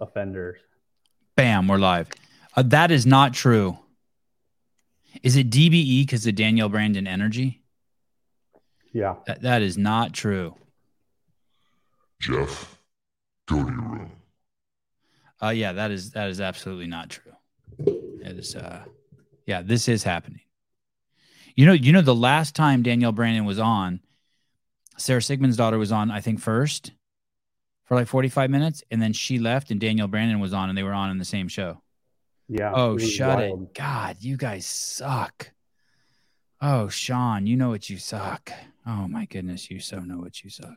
offenders. Bam, we're live. Uh, that is not true. Is it DBE because of Danielle Brandon Energy? Yeah. That, that is not true. Jeff, go to your room. Uh, yeah, that is that is absolutely not true. It is. Uh, yeah, this is happening. You know, you know, the last time Danielle Brandon was on, Sarah Sigmund's daughter was on, I think first, for like forty five minutes, and then she left, and Danielle Brandon was on, and they were on in the same show. Yeah. Oh, was shut wild. it. God, you guys suck. Oh, Sean, you know what you suck. Oh my goodness, you so know what you suck.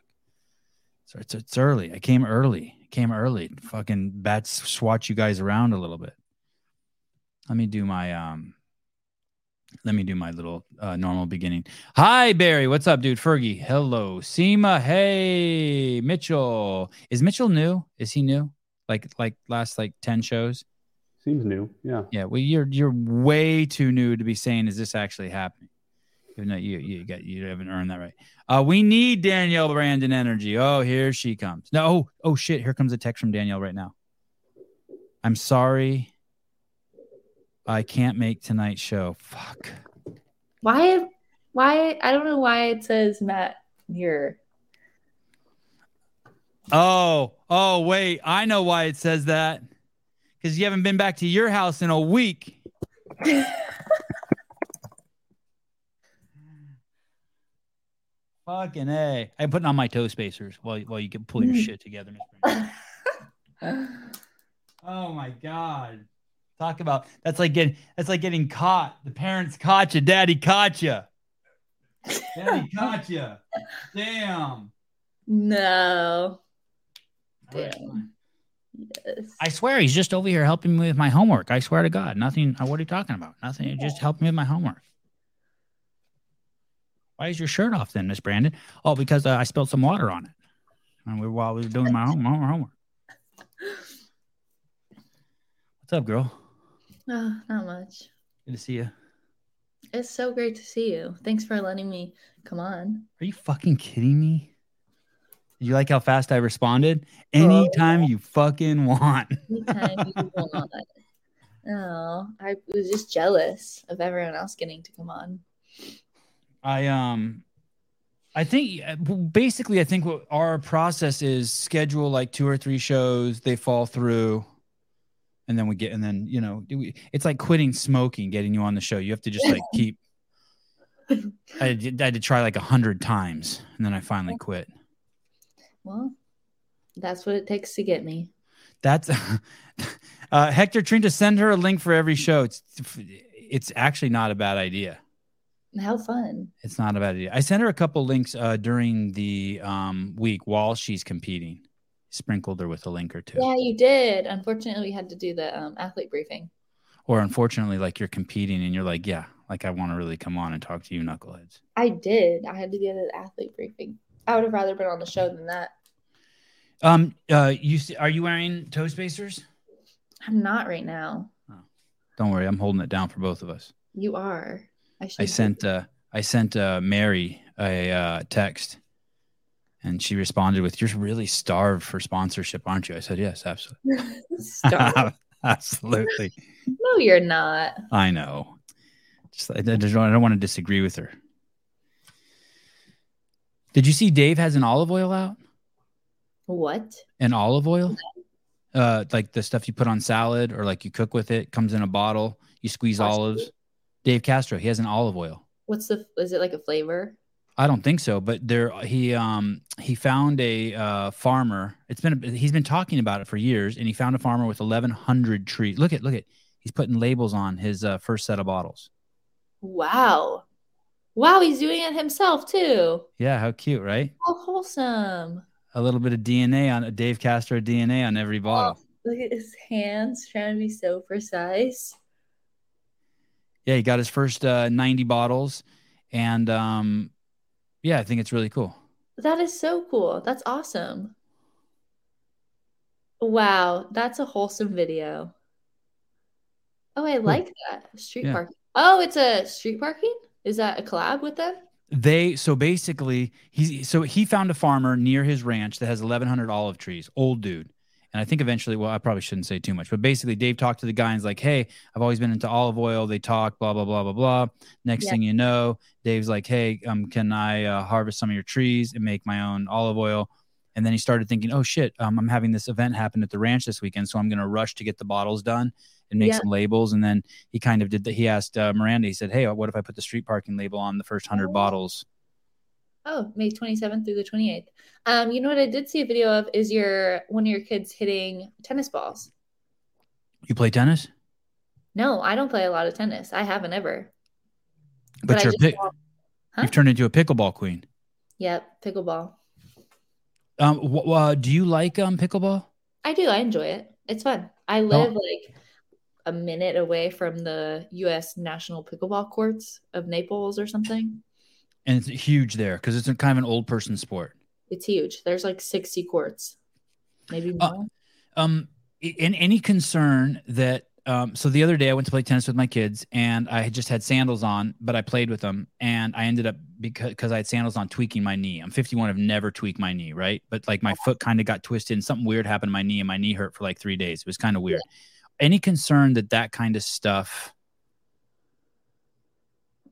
So it's, it's early. I came early. I came early. Fucking bats swat you guys around a little bit. Let me do my um let me do my little uh, normal beginning. Hi Barry, what's up, dude? Fergie, hello. Seema, hey, Mitchell. Is Mitchell new? Is he new? Like like last like 10 shows? Seems new. Yeah. Yeah, well, you're you're way too new to be saying, "Is this actually happening?" Even though you you got you haven't earned that right. Uh, we need Danielle Brandon energy. Oh, here she comes. No, oh, oh shit, here comes a text from Danielle right now. I'm sorry, I can't make tonight's show. Fuck. Why? Why? I don't know why it says Matt here. Oh, oh wait, I know why it says that. Because you haven't been back to your house in a week. Fucking a! I'm putting on my toe spacers while while you can pull your Mm. shit together. Miss Brandy. oh my god! Talk about that's like getting that's like getting caught. The parents caught you. Daddy caught you. Daddy caught you. Damn. no. All right, Damn. fine. Yes. I swear he's just over here helping me with my homework. I swear to God, nothing. uh, What are you talking about? Nothing. You're just helping me with my homework. Why is your shirt off then, Miss Brandon? Oh, because uh, I spilled some water on it, and we, while we were doing my home, my homework. What's up, girl? Oh, not much. Good to see you. Are It's so great to see you. Thanks for letting me come on. you fucking kidding me? You like how fast I responded? Anytime you fucking want. Anytime you want. Oh, I was just jealous of everyone else getting to come on. I um I think basically I think what our process is schedule like two or three shows, they fall through and then we get and then you know do we, it's like quitting smoking getting you on the show. You have to just like keep I did, I had to try like a hundred times and then I finally quit. Well, that's what it takes to get me. That's uh, Hector Trinta. Send her a link for every show. It's it's actually not a bad idea. How fun. It's not a bad idea. I sent her a couple links uh, during the um, week while she's competing. Sprinkled her with a link or two. Yeah, you did. Unfortunately, we had to do the um, athlete briefing. Or unfortunately, like you're competing and you're like, yeah, like I want to really come on and talk to you, knuckleheads. I did. I had to do the athlete briefing. I would have rather been on the show than that. Um, uh, you s- are you wearing toe spacers? I'm not right now. Don't worry, I'm holding it down for both of us. You are. I should. I sent uh, I sent uh, Mary a uh, text, and she responded with, "You're really starved for sponsorship, aren't you?" I said, "Yes, absolutely, Stop. absolutely." no, you're not. I know. Just, I, I just don't, I don't want to disagree with her. Did you see Dave has an olive oil out? What? An olive oil? Uh, like the stuff you put on salad or like you cook with it comes in a bottle. You squeeze Castro? olives. Dave Castro, he has an olive oil. What's the? Is it like a flavor? I don't think so, but there he um he found a uh, farmer. It's been a, he's been talking about it for years, and he found a farmer with 1,100 trees. Look at look at he's putting labels on his uh, first set of bottles. Wow. Wow, he's doing it himself too. Yeah, how cute, right? How wholesome. a little bit of DNA on Dave Castro DNA on every bottle. Look at his hands trying to be so precise. Yeah, he got his first uh, 90 bottles, and um, yeah, I think it's really cool. That is so cool. That's awesome. Wow, that's a wholesome video. Oh, I like that. Street Yeah. parking. Oh, it's a street parking? Is that a collab with them? They so basically he so he found a farmer near his ranch that has 1,100 olive trees, old dude, And I think eventually, well, I probably shouldn't say too much, but basically, Dave talked to the guy and's like, "Hey, I've always been into olive oil." They talk, blah blah blah blah blah. Next Yeah. thing you know, Dave's like, "Hey, um, can I uh, harvest some of your trees and make my own olive oil?" And then he started thinking, "Oh shit, um, I'm having this event happen at the ranch this weekend, so I'm gonna rush to get the bottles done and make Yeah. some labels." And then he kind of did that. He asked uh, Miranda. He said, "Hey, what if I put the street parking label on the first hundred Oh. bottles?" Oh, May 27th through the 28th. Um, you know what I did see a video of is your one of your kids hitting tennis balls. You play tennis, No, I don't play a lot of tennis. I haven't ever. but, I you're just pick- saw- Huh? you've turned into a pickleball queen. Yep, pickleball. Um, wh- wh- uh, do you like um pickleball? I do. I enjoy it. It's fun. I live like a minute away from the U.S. National Pickleball Courts of Naples or something. And it's huge there because it's a kind of an old person sport. It's huge. There's like 60 courts, maybe Uh, more. Um, i- and any concern that um, so the other day I went to play tennis with my kids and I had just had sandals on, but I played with them and I ended up because because I had sandals on tweaking my knee. I'm 51, I've never tweaked my knee, right? But like my foot kind of got twisted and something weird happened to my knee and my knee hurt for like three days. It was kind of weird. Any concern that that kind of stuff?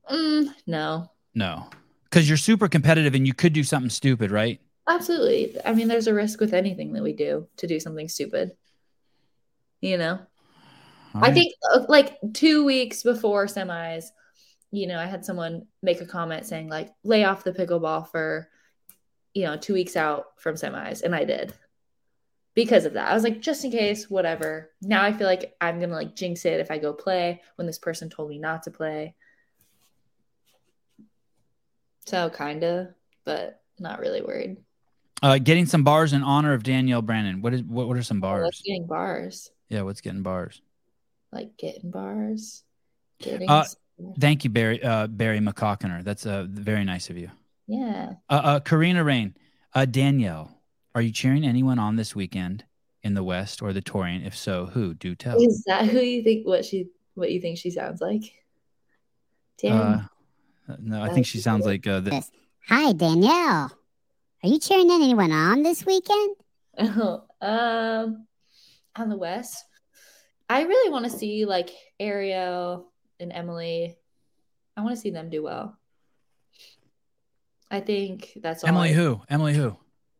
Mm, no, No, because you're super competitive and you could do something stupid, right? absolutely. I mean, there's a risk with anything that we do to do something stupid. You know, All I right. think uh, like two weeks before semis, you know, I had someone make a comment saying like, lay off the pickleball for, you know, two weeks out from semis. And I did because of that. I was like, just in case, whatever. Now I feel like I'm going to like jinx it if I go play when this person told me not to play. So kind of, but not really worried. Uh, getting some bars in honor of Danielle Brandon. What is what? What are some I like bars? getting bars, Yeah, what's getting bars? like getting bars, getting. Uh, Thank you, Barry uh, Barry McCockiner. That's uh, very nice of you. yeah. Uh, uh, Karina Rain, uh, Danielle, are you cheering anyone on this weekend in the West or the Torian? If so, who? Do tell. Is that who you think what she what you think she sounds like? Damn. Uh, no, I think she sounds like uh, the, Hi, Danielle. Are you cheering anyone on this weekend? um on the west. I really want to see like Ariel and Emily. I want to see them do well. I think that's all Emily. I- Who? Emily? Who?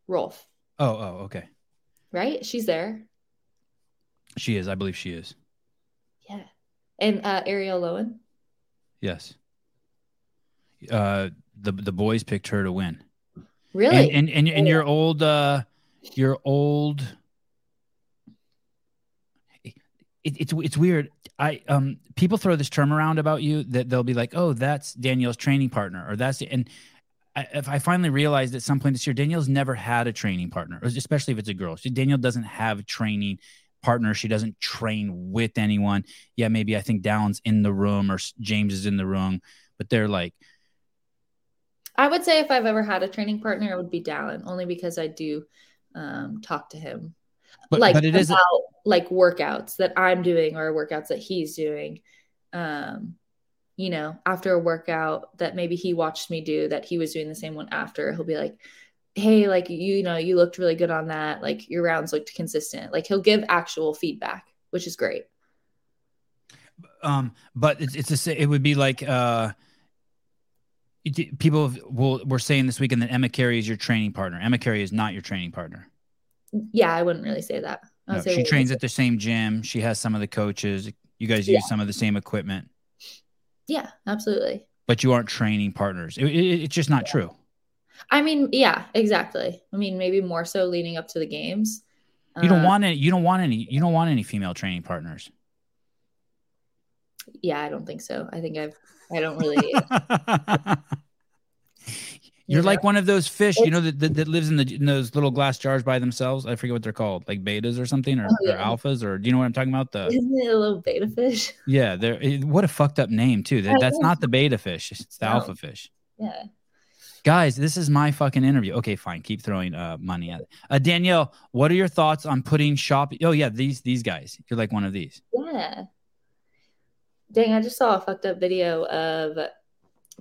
Rolf, Oh, oh, okay. right? She's there. She is. I believe she is. Yeah. And uh Ariel Lowen. Yes. Uh, the the boys picked her to win. Really? And and, and, and your old uh your old it, it's it's weird. I um people throw this term around about you that they'll be like, "Oh, that's Danielle's training partner," or "That's," and I, if I finally realized at some point this year, Danielle's never had a training partner, especially if it's a girl. She, Danielle doesn't have a training partner. She doesn't train with anyone. Yeah, maybe I think Dallin's in the room or S- James is in the room, but they're like, I would say if I've ever had a training partner, it would be Dallin, only because I do um talk to him but, like but it is about like workouts that I'm doing or workouts that he's doing. Um, you know, after a workout that maybe he watched me do that he was doing the same one after, he'll be like, Hey, like you know, you looked really good on that, like your rounds looked consistent. Like he'll give actual feedback, which is great. um but it's, it's a, sa- it would be like uh it- people have- will were saying this weekend that emma carey is your training partner emma carey is not your training partner Yeah, I wouldn't really say that. I would no, say she trains at the same gym she has some of the coaches you guys use Yeah. some of the same equipment Yeah, absolutely. but you aren't training partners It- it- it's just not true I mean, yeah, exactly. I mean, maybe more so leading up to the games. you don't Uh, want any you don't want any you don't want any female training partners Yeah, I don't think so. I think I've. I don't really. You're Yeah. like one of those fish, you know, that, that, that lives in the in those little glass jars by themselves. I forget what they're called, like betas or something, or, Oh, yeah. or alphas, or do you know what I'm talking about? The Isn't it a little beta fish? yeah, they're it- what a fucked up name too. That, I that's know. not the beta fish; it's the No. alpha fish. Yeah. Guys, this is my fucking interview. Okay, fine, keep throwing uh, money at it. Uh, Danielle, what are your thoughts on putting shop? Oh yeah, these these guys. You're like one of these. Yeah. Dang, I just saw a fucked up video of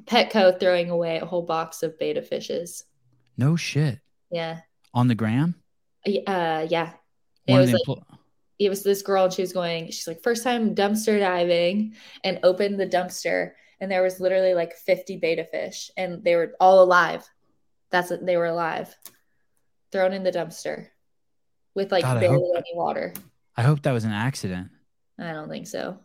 Petco throwing away a whole box of beta fishes. No shit Yeah. on the gram. Y- Uh, yeah. It One was of the like empl- it was this girl and she was going she's like first time dumpster diving and opened the dumpster and there was literally like 50 beta fish and they were all alive that's it they were alive thrown in the dumpster with like God, I barely hope- any water I hope that was an accident. i don't think so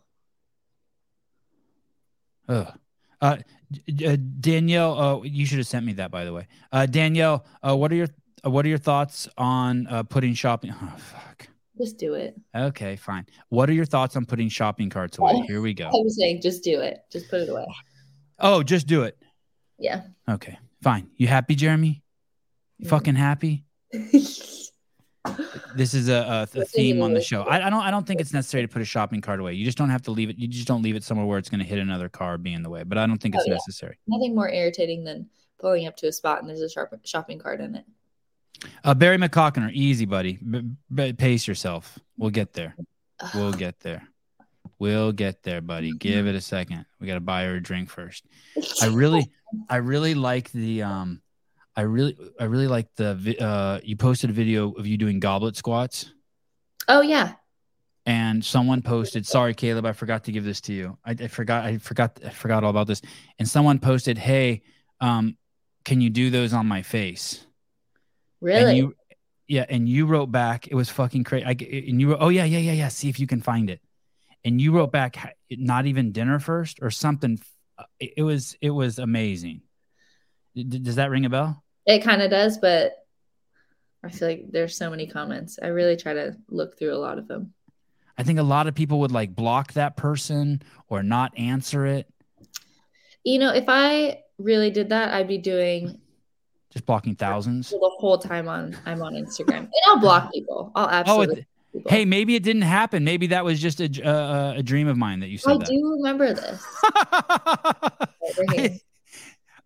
Ugh. Uh, D- D- uh, Danielle, uh, you should have sent me that, by the way. Uh, Danielle, uh, what are your uh, what are your thoughts on uh, putting shopping? Oh, fuck. just do it Okay, fine. What are your thoughts on putting shopping carts away? Here we go. i was saying just do it just put it away Oh, just do it. yeah Okay, fine. You happy, Jeremy? You Mhm. fucking happy? This is a, a, a theme on the show. I, I don't. I don't think it's necessary to put a shopping cart away. You just don't have to leave it. You just don't leave it somewhere where it's going to hit another car, or be in the way. But I don't think it's Oh, yeah. necessary. nothing more irritating than pulling up to a spot and there's a sharp, shopping cart in it Uh, Barry McCockner, easy, buddy. B- b- pace yourself. We'll get there. Ugh. We'll get there. We'll get there, buddy. Give it a second. We got to buy her a drink first. I really, I really like the, um, I really, I really like the. vi- Uh, you posted a video of you doing goblet squats, oh yeah and someone posted, "Sorry, Caleb, I forgot to give this to you. I, I forgot, I forgot, I forgot all about this." And someone posted, "Hey, um, can you do those on my face?" really And you, yeah, and you wrote back. It was fucking crazy. I, g- and you wrote, oh yeah, yeah, yeah, yeah. See if you can find it. And you wrote back, "Ha- not even dinner first or something. Uh, It it was it was amazing. D- d- Does that ring a bell? It kind of does, but I feel like there's so many comments. I really try to look through a lot of them. I think a lot of people would like block that person or not answer it. You know, if I really did that, I'd be doing Just blocking thousands. the whole time on I'm on Instagram, and I'll block people. I'll Oh, absolutely. it, block people. hey, maybe it didn't happen. Maybe that was just a j- uh, uh, a dream of mine that you I said that. do remember this. Over here.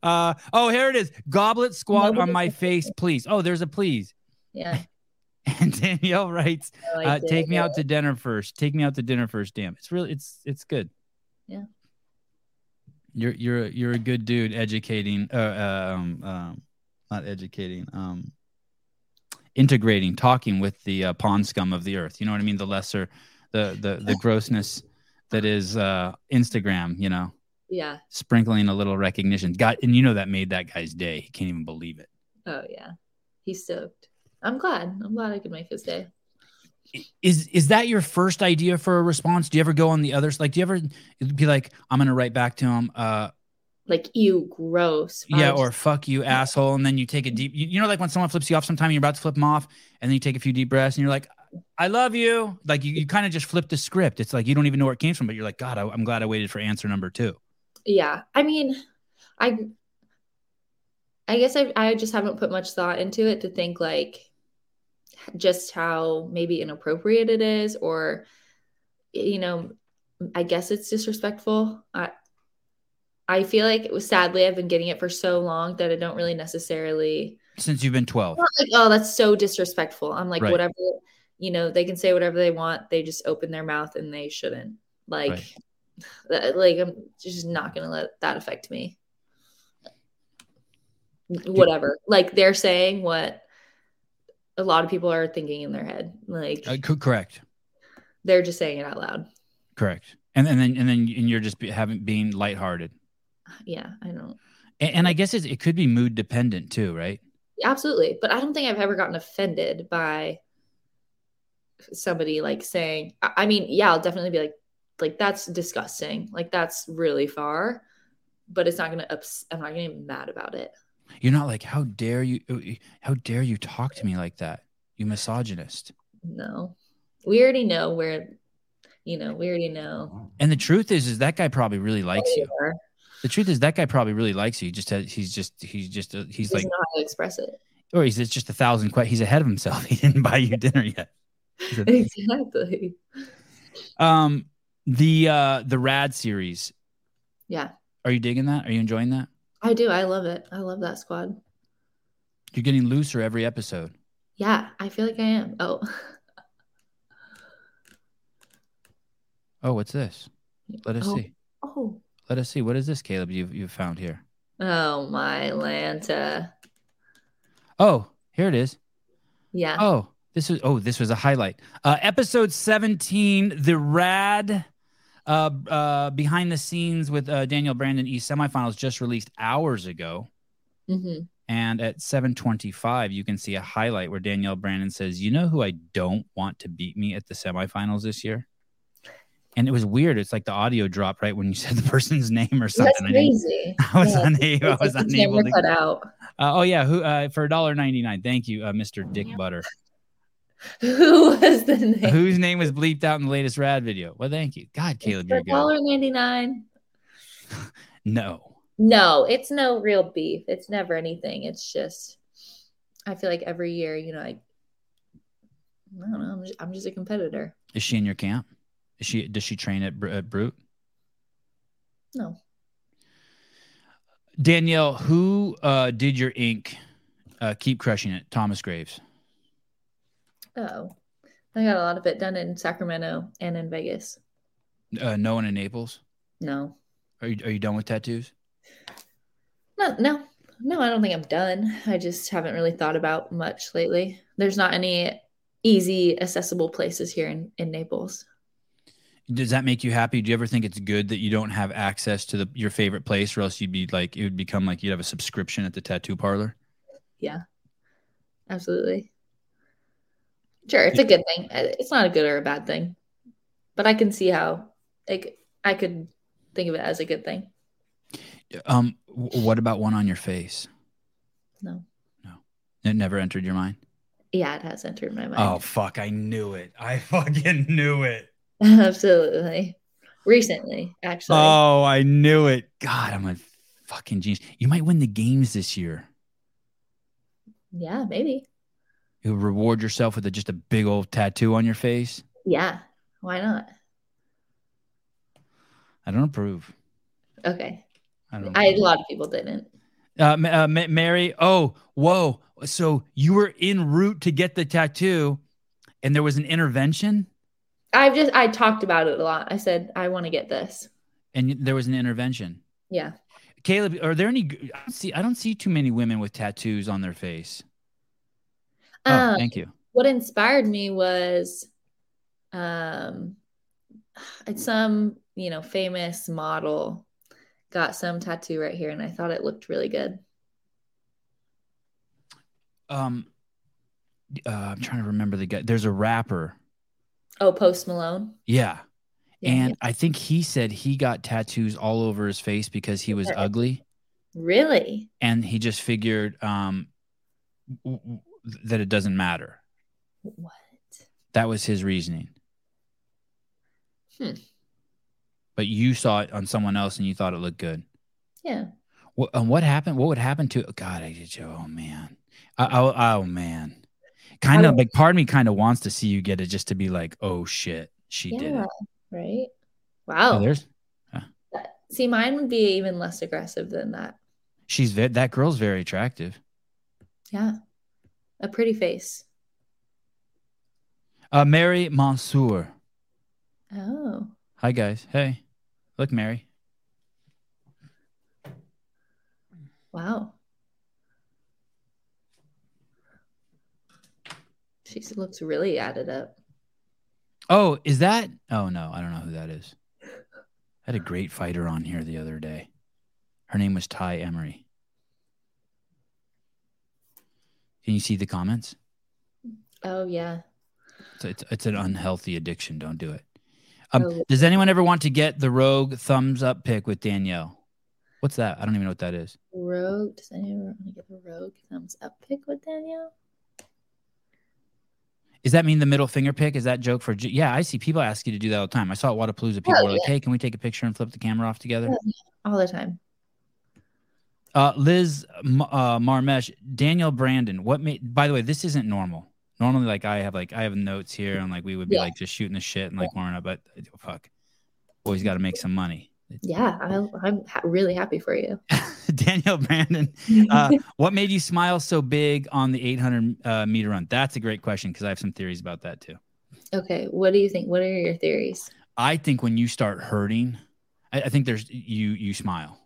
uh, oh, here it is. Goblet squat Nobody- on my face, please. Oh, there's a please. Yeah, And Danielle writes, Oh, I uh, did. "Take me out to dinner first. Take me out to dinner first. Damn, it's really, it's, it's good. Yeah. You're, you're, a- you're a good dude. Educating, uh, uh, um, um, not educating, um, integrating, talking with the uh, pawn scum of the earth. You know what I mean? The lesser, the, the, the grossness that is uh, Instagram. You know, Yeah. sprinkling a little recognition. God, and you know that made that guy's day. He can't even believe it. Oh yeah. He's stoked. I'm glad. I'm glad I could make his day. is is that your first idea for a response? Do you ever go on the other like do you ever be like I'm going to write back to him uh Like you, gross. yeah Why would or fuck you asshole and then you take a deep you, you know like when someone flips you off sometime you're about to flip them off and then you take a few deep breaths and you're like I love you. Like you, you kind of just flip the script. It's like you don't even know where it came from but you're like god I, I'm glad I waited for answer number 2. yeah i mean i i guess I, I just haven't put much thought into it to think like just how maybe inappropriate it is or you know i guess it's disrespectful i i feel like it was sadly i've been getting it for so long that i don't really necessarily Since you've been 12. not like oh that's so disrespectful i'm like Right. whatever you know they can say whatever they want they just open their mouth and they shouldn't like Right. that- like i'm just not gonna let that affect me whatever like they're saying what a lot of people are thinking in their head like Uh, co- correct. they're just saying it out loud Correct. And, and then and then and you're just be, having being lighthearted. yeah i don't And, and I guess it's, it could be mood dependent too, right? absolutely but i don't think i've ever gotten offended by somebody like saying i I mean yeah i'll definitely be like like that's disgusting like that's really far but it's not gonna ups- i'm not gonna get mad about it You're not like, how dare you? uh, How dare you talk to me like that? You misogynist. no we already know where you know we already know And the truth is, is that guy probably really likes you. Or The truth is, that guy probably really likes you. He just has, he's just, he's just, uh, he's just like, know how to express it or he's it's just a thousand questions. He's ahead of himself. He didn't buy you dinner yet. He's a- exactly um, the uh, the Rad series. Yeah. Are you digging that? Are you enjoying that? i do i love it i love that squad You're getting looser every episode. yeah i feel like i am oh Oh, what's this? Let us Oh. see. oh Let us see. What is this, Caleb? You've you've found here. oh my lanta Oh, here it is. yeah Oh, This was oh, this was a highlight. Uh, episode seventeen, the rad. Uh, uh, behind the scenes with uh, Daniel Brandon East semifinals just released hours ago. hmm And at 725, you can see a highlight where Danielle Brandon says, You know who I don't want to beat me at the semifinals this year? And it was weird. It's like the audio dropped right when you said the person's name or something. That's I, didn't- crazy. I was Yeah. unable. I It's like was the unable camera to. cut out. Uh, oh yeah, who uh, for $1.99. Thank you, uh, Mr. Dick Butter. Who was the name? Whose name was bleeped out in the latest rad video? Well, thank you. God, Caleb, you're good. Dollar ninety nine. No. No, it's no real beef. It's never anything. It's just, I feel like every year, you know, I, I don't know. I'm just, I'm just a competitor. Is she in your camp? Is she does she train at, Br- at Brute? No. Danielle, who uh, did your ink? Uh, keep crushing it, Thomas Graves. Oh, I got a lot of it done in Sacramento and in Vegas. Uh, no one in Naples. No, Are you are you done with tattoos? no, no, no. I don't think I'm done. I just haven't really thought about much lately. There's not any easy, accessible places here in, in Naples. Does that make you happy? Do you ever think it's good that you don't have access to the your favorite place, or else you'd be like it would become like you'd have a subscription at the tattoo parlor? Absolutely. Sure, it's a good thing. Uh, It's not a good or a bad thing, but I can see how like I could think of it as a good thing. Um, w- what about one on your face? No. It never entered your mind. Yeah, it has entered my Oh mind. fuck! I knew it. I fucking knew it. Absolutely. Recently, actually. Oh, I knew it. God, I'm a fucking genius. You might win the games this year. yeah, maybe. You reward yourself with a, just a big old tattoo on your face. Yeah. Why not? I don't approve. Okay. I don't. I a approve. lot of people didn't. uh, Ma- uh, Ma- Mary. Oh, whoa! So you were en route to get the tattoo, and there was an intervention, I've just I talked about it a lot. I said I want to get this. and y- there was an intervention. Yeah. Caleb, are there any? g- I don't see. I don't see too many women with tattoos on their face. Oh, Um, thank you. what inspired me was um it's some you know famous model got some tattoo right here and i thought it looked really good Um, uh, I'm trying to remember the guy. There's a rapper. oh post malone Yeah. Yeah, and yeah. I think he said he got tattoos all over his face because he was Yeah. ugly, really and he just figured um, w- w- that it doesn't matter. what That was his reasoning. Hmm. But you saw it on someone else, and you thought it looked good. yeah What, and what happened? What would happen to? God, I did. Oh man. I, I, oh man. Kind of would- like part of me kind of wants to see you get it just to be like, oh shit, she did Yeah. it. right Oh, wow there's see mine would be even less aggressive than that she's ve- that girl's very attractive. yeah a pretty face Uh, Mary Mansour. oh Hi guys. Hey, look, Mary. wow she looks really added up Oh, is that? Oh no, I don't know who that is. I had a great fighter on here the other day. Her name was Ty Emery. Can you see the comments? oh yeah It's, it's, it's an unhealthy addiction. Don't do it. Um, Oh. Does anyone ever want to get the rogue thumbs up pick with Danielle? What's that? I don't even know what that is. Rogue. Does anyone want to get a rogue thumbs up pick with Danielle? Is that mean the middle finger pick? Is that joke for? J- Yeah, I see people ask you to do that all the time. I saw at Wadapalooza people Oh, were like, "Hey, can we take a picture and flip the camera off together?" All the time. Uh, Liz M- uh, Marmesh, Daniel Brandon. What made? By the way, this isn't normal. Normally, like I have like I have notes here, and like we would be Yeah. like just shooting the shit and like warming up. But uh, fuck, always got to make some money. Yeah, I, I'm ha- really happy for you. Daniel Brandon, uh, what made you smile so big on the 800 uh, meter run? That's a great question because I have some theories about that too. okay, what do you think? What are your theories? I think when you start hurting, I, I think there's you you smile.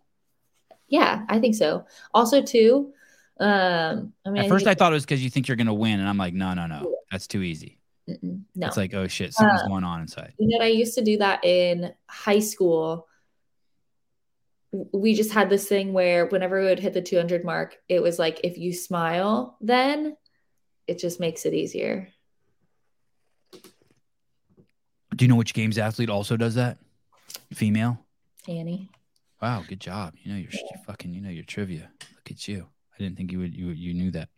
Yeah, I think so. Also, too, um, I mean, At first, I thought it was because you think you're going to win, and I'm like, no, no, no. That's too easy. Mm-mm. No. Uh, It's like, oh shit, something's going on inside. You know, I used to do that in high school. We just had this thing where whenever we would hit the 200 mark, it was like if you smile, then it just makes it easier. Do you know which games athlete also does that? Female. Annie, Wow, good job. You know your sh- fucking. You know your trivia. Look at you. I didn't think you would. You you knew that.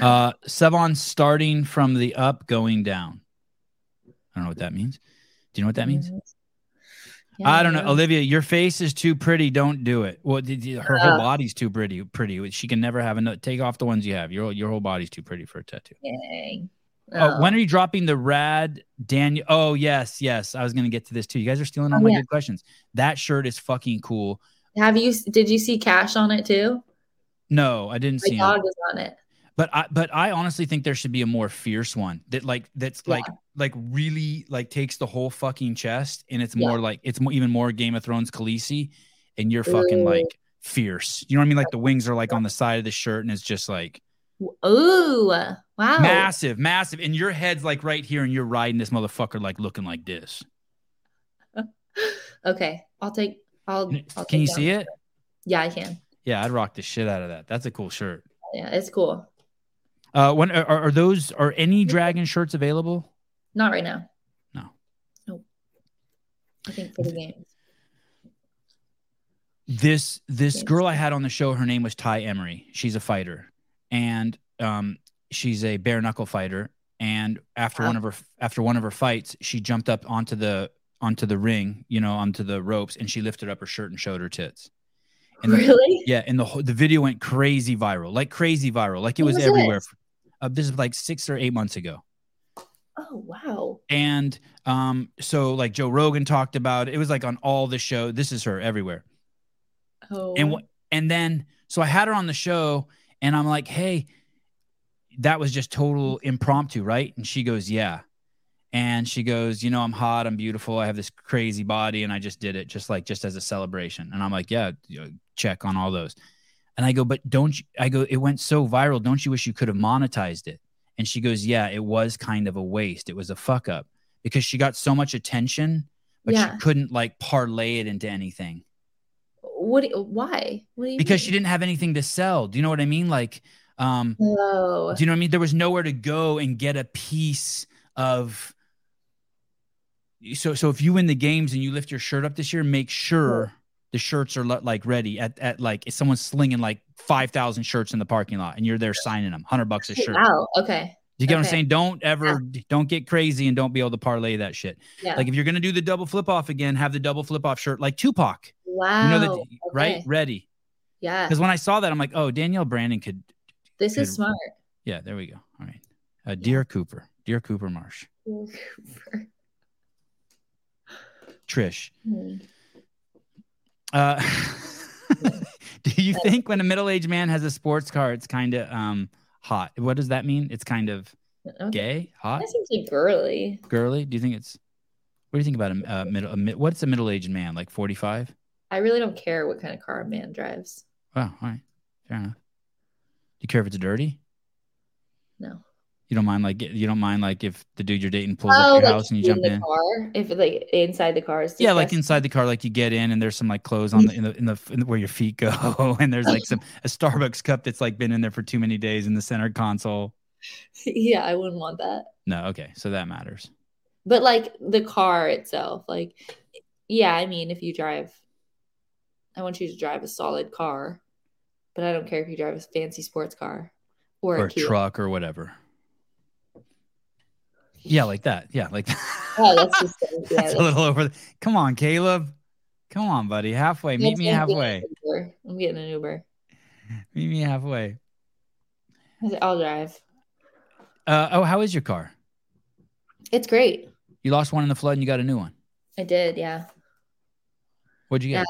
Uh, Sevon starting from the up, going down. I don't know what that means. Do you know what that means? Mm, Yeah, I don't know, yeah. Olivia. Your face is too pretty. Don't do it. Well, d- d- her whole Uh. body's too pretty. Pretty. She can never have another. Take off the ones you have. Your your whole body's too pretty for a tattoo. Dang. Um, Oh, when are you dropping the rad Daniel? Oh yes, yes. I was gonna get to this too. You guys are stealing all Oh, my yeah. good questions. That shirt is fucking cool. have you? Did you see Cash on it too? No, I didn't My see it. dog is on it. But I but I honestly think there should be a more fierce one that like that's Yeah. like like really like takes the whole fucking chest and it's Yeah. more like it's more, even more Game of Thrones Khaleesi and you're fucking Ooh. like fierce. You know what I mean? Like the wings are like on the side of the shirt and it's just like Ooh, wow. massive, massive. And your head's like right here and you're riding this motherfucker like looking like this. Okay, I'll take. I'll. I'll Can you take see it? Yeah, I can. Yeah, I'd rock the shit out of that. That's a cool shirt. Yeah, it's cool. Uh, when are, are those? Are any dragon shirts available? Not right now. No. Nope. I think for the games. This this Yes. girl I had on the show, her name was Ty Emery. She's a fighter, and um, she's a bare knuckle fighter. And after Wow. one of her after one of her fights, she jumped up onto the onto the ring, you know, onto the ropes, and she lifted up her shirt and showed her tits. And the- Really? Yeah, and the whole, the video went crazy viral, like crazy viral, like it When was, was everywhere. this? Uh, this is like six or eight months ago. Oh wow. And um, so like Joe Rogan talked about it. It was like on all the show. This is her everywhere. Oh. And what and then so I had her on the show and I'm like, hey, that was just total impromptu, right? And she goes, Yeah. And she goes, you know, I'm hot, I'm beautiful, I have this crazy body, and I just did it just like just as a celebration. And I'm like, Yeah, you know, check on all those. And I go, but don't you I go, it went so viral. Don't you wish you could have monetized it? And she goes, Yeah, it was kind of a waste. It was a fuck up because she got so much attention, but Yeah. she couldn't like parlay it into anything What? do- Why? What do you because mean? she didn't have anything to sell. Do you know what I mean? Like, um, Oh. do you know what I mean? There was nowhere to go and get a piece of. So, so if you win the games and you lift your shirt up this year, make sure the shirts are le- like ready at, at like if someone's slinging like five thousand shirts in the parking lot and you're there signing them, hundred bucks a shirt. Wow. Okay. Do you get what I'm Okay. saying? Don't ever, don't get crazy and don't be able to parlay that shit. Yeah. Like if you're gonna do the double flip off again, have the double flip off shirt like Tupac. wow. You know that, right? okay. Ready. Yeah. Because when I saw that, I'm like, oh, Danielle Brandon could. This is Good. smart. Yeah, there we go. All right. Uh, Dear Cooper, Dear Cooper Marsh, Hmm. Trish. Hmm. Uh, do you think when a middle aged man has a sports car, it's kind of um, hot? What does that mean? It's kind of Okay. gay, hot, That seems like girly. girly? Do you think it's. What do you think about a, a middle? A, mid- what's a middle aged man? Like 45? I really don't care what kind of car a man drives. Wow. All right. Fair enough. Do you care if it's dirty? No. You don't mind like you don't mind like if the dude you're dating pulls Oh, up your house and you in jump the in. car. If like inside the car is yeah like disgusting. inside the car like you get in and there's some like clothes on the in the, in the in the- where your feet go and there's like some a starbucks cup that's like been in there for too many days in the center console yeah, I wouldn't want that. no okay so that matters But like the car itself, like yeah, I mean, if you drive, I want you to drive a solid car, but I don't care if you drive a fancy sports car or, or a a Kia. truck or whatever yeah like that yeah like Oh, that's just yeah, that's a little over the- come on caleb come on buddy halfway meet that's- me I'm getting halfway an Uber. I'm getting an Uber. meet me halfway I said, I'll drive. uh, oh how is your car It's great. you lost one in the flood and you got a new one I did, yeah. what'd you get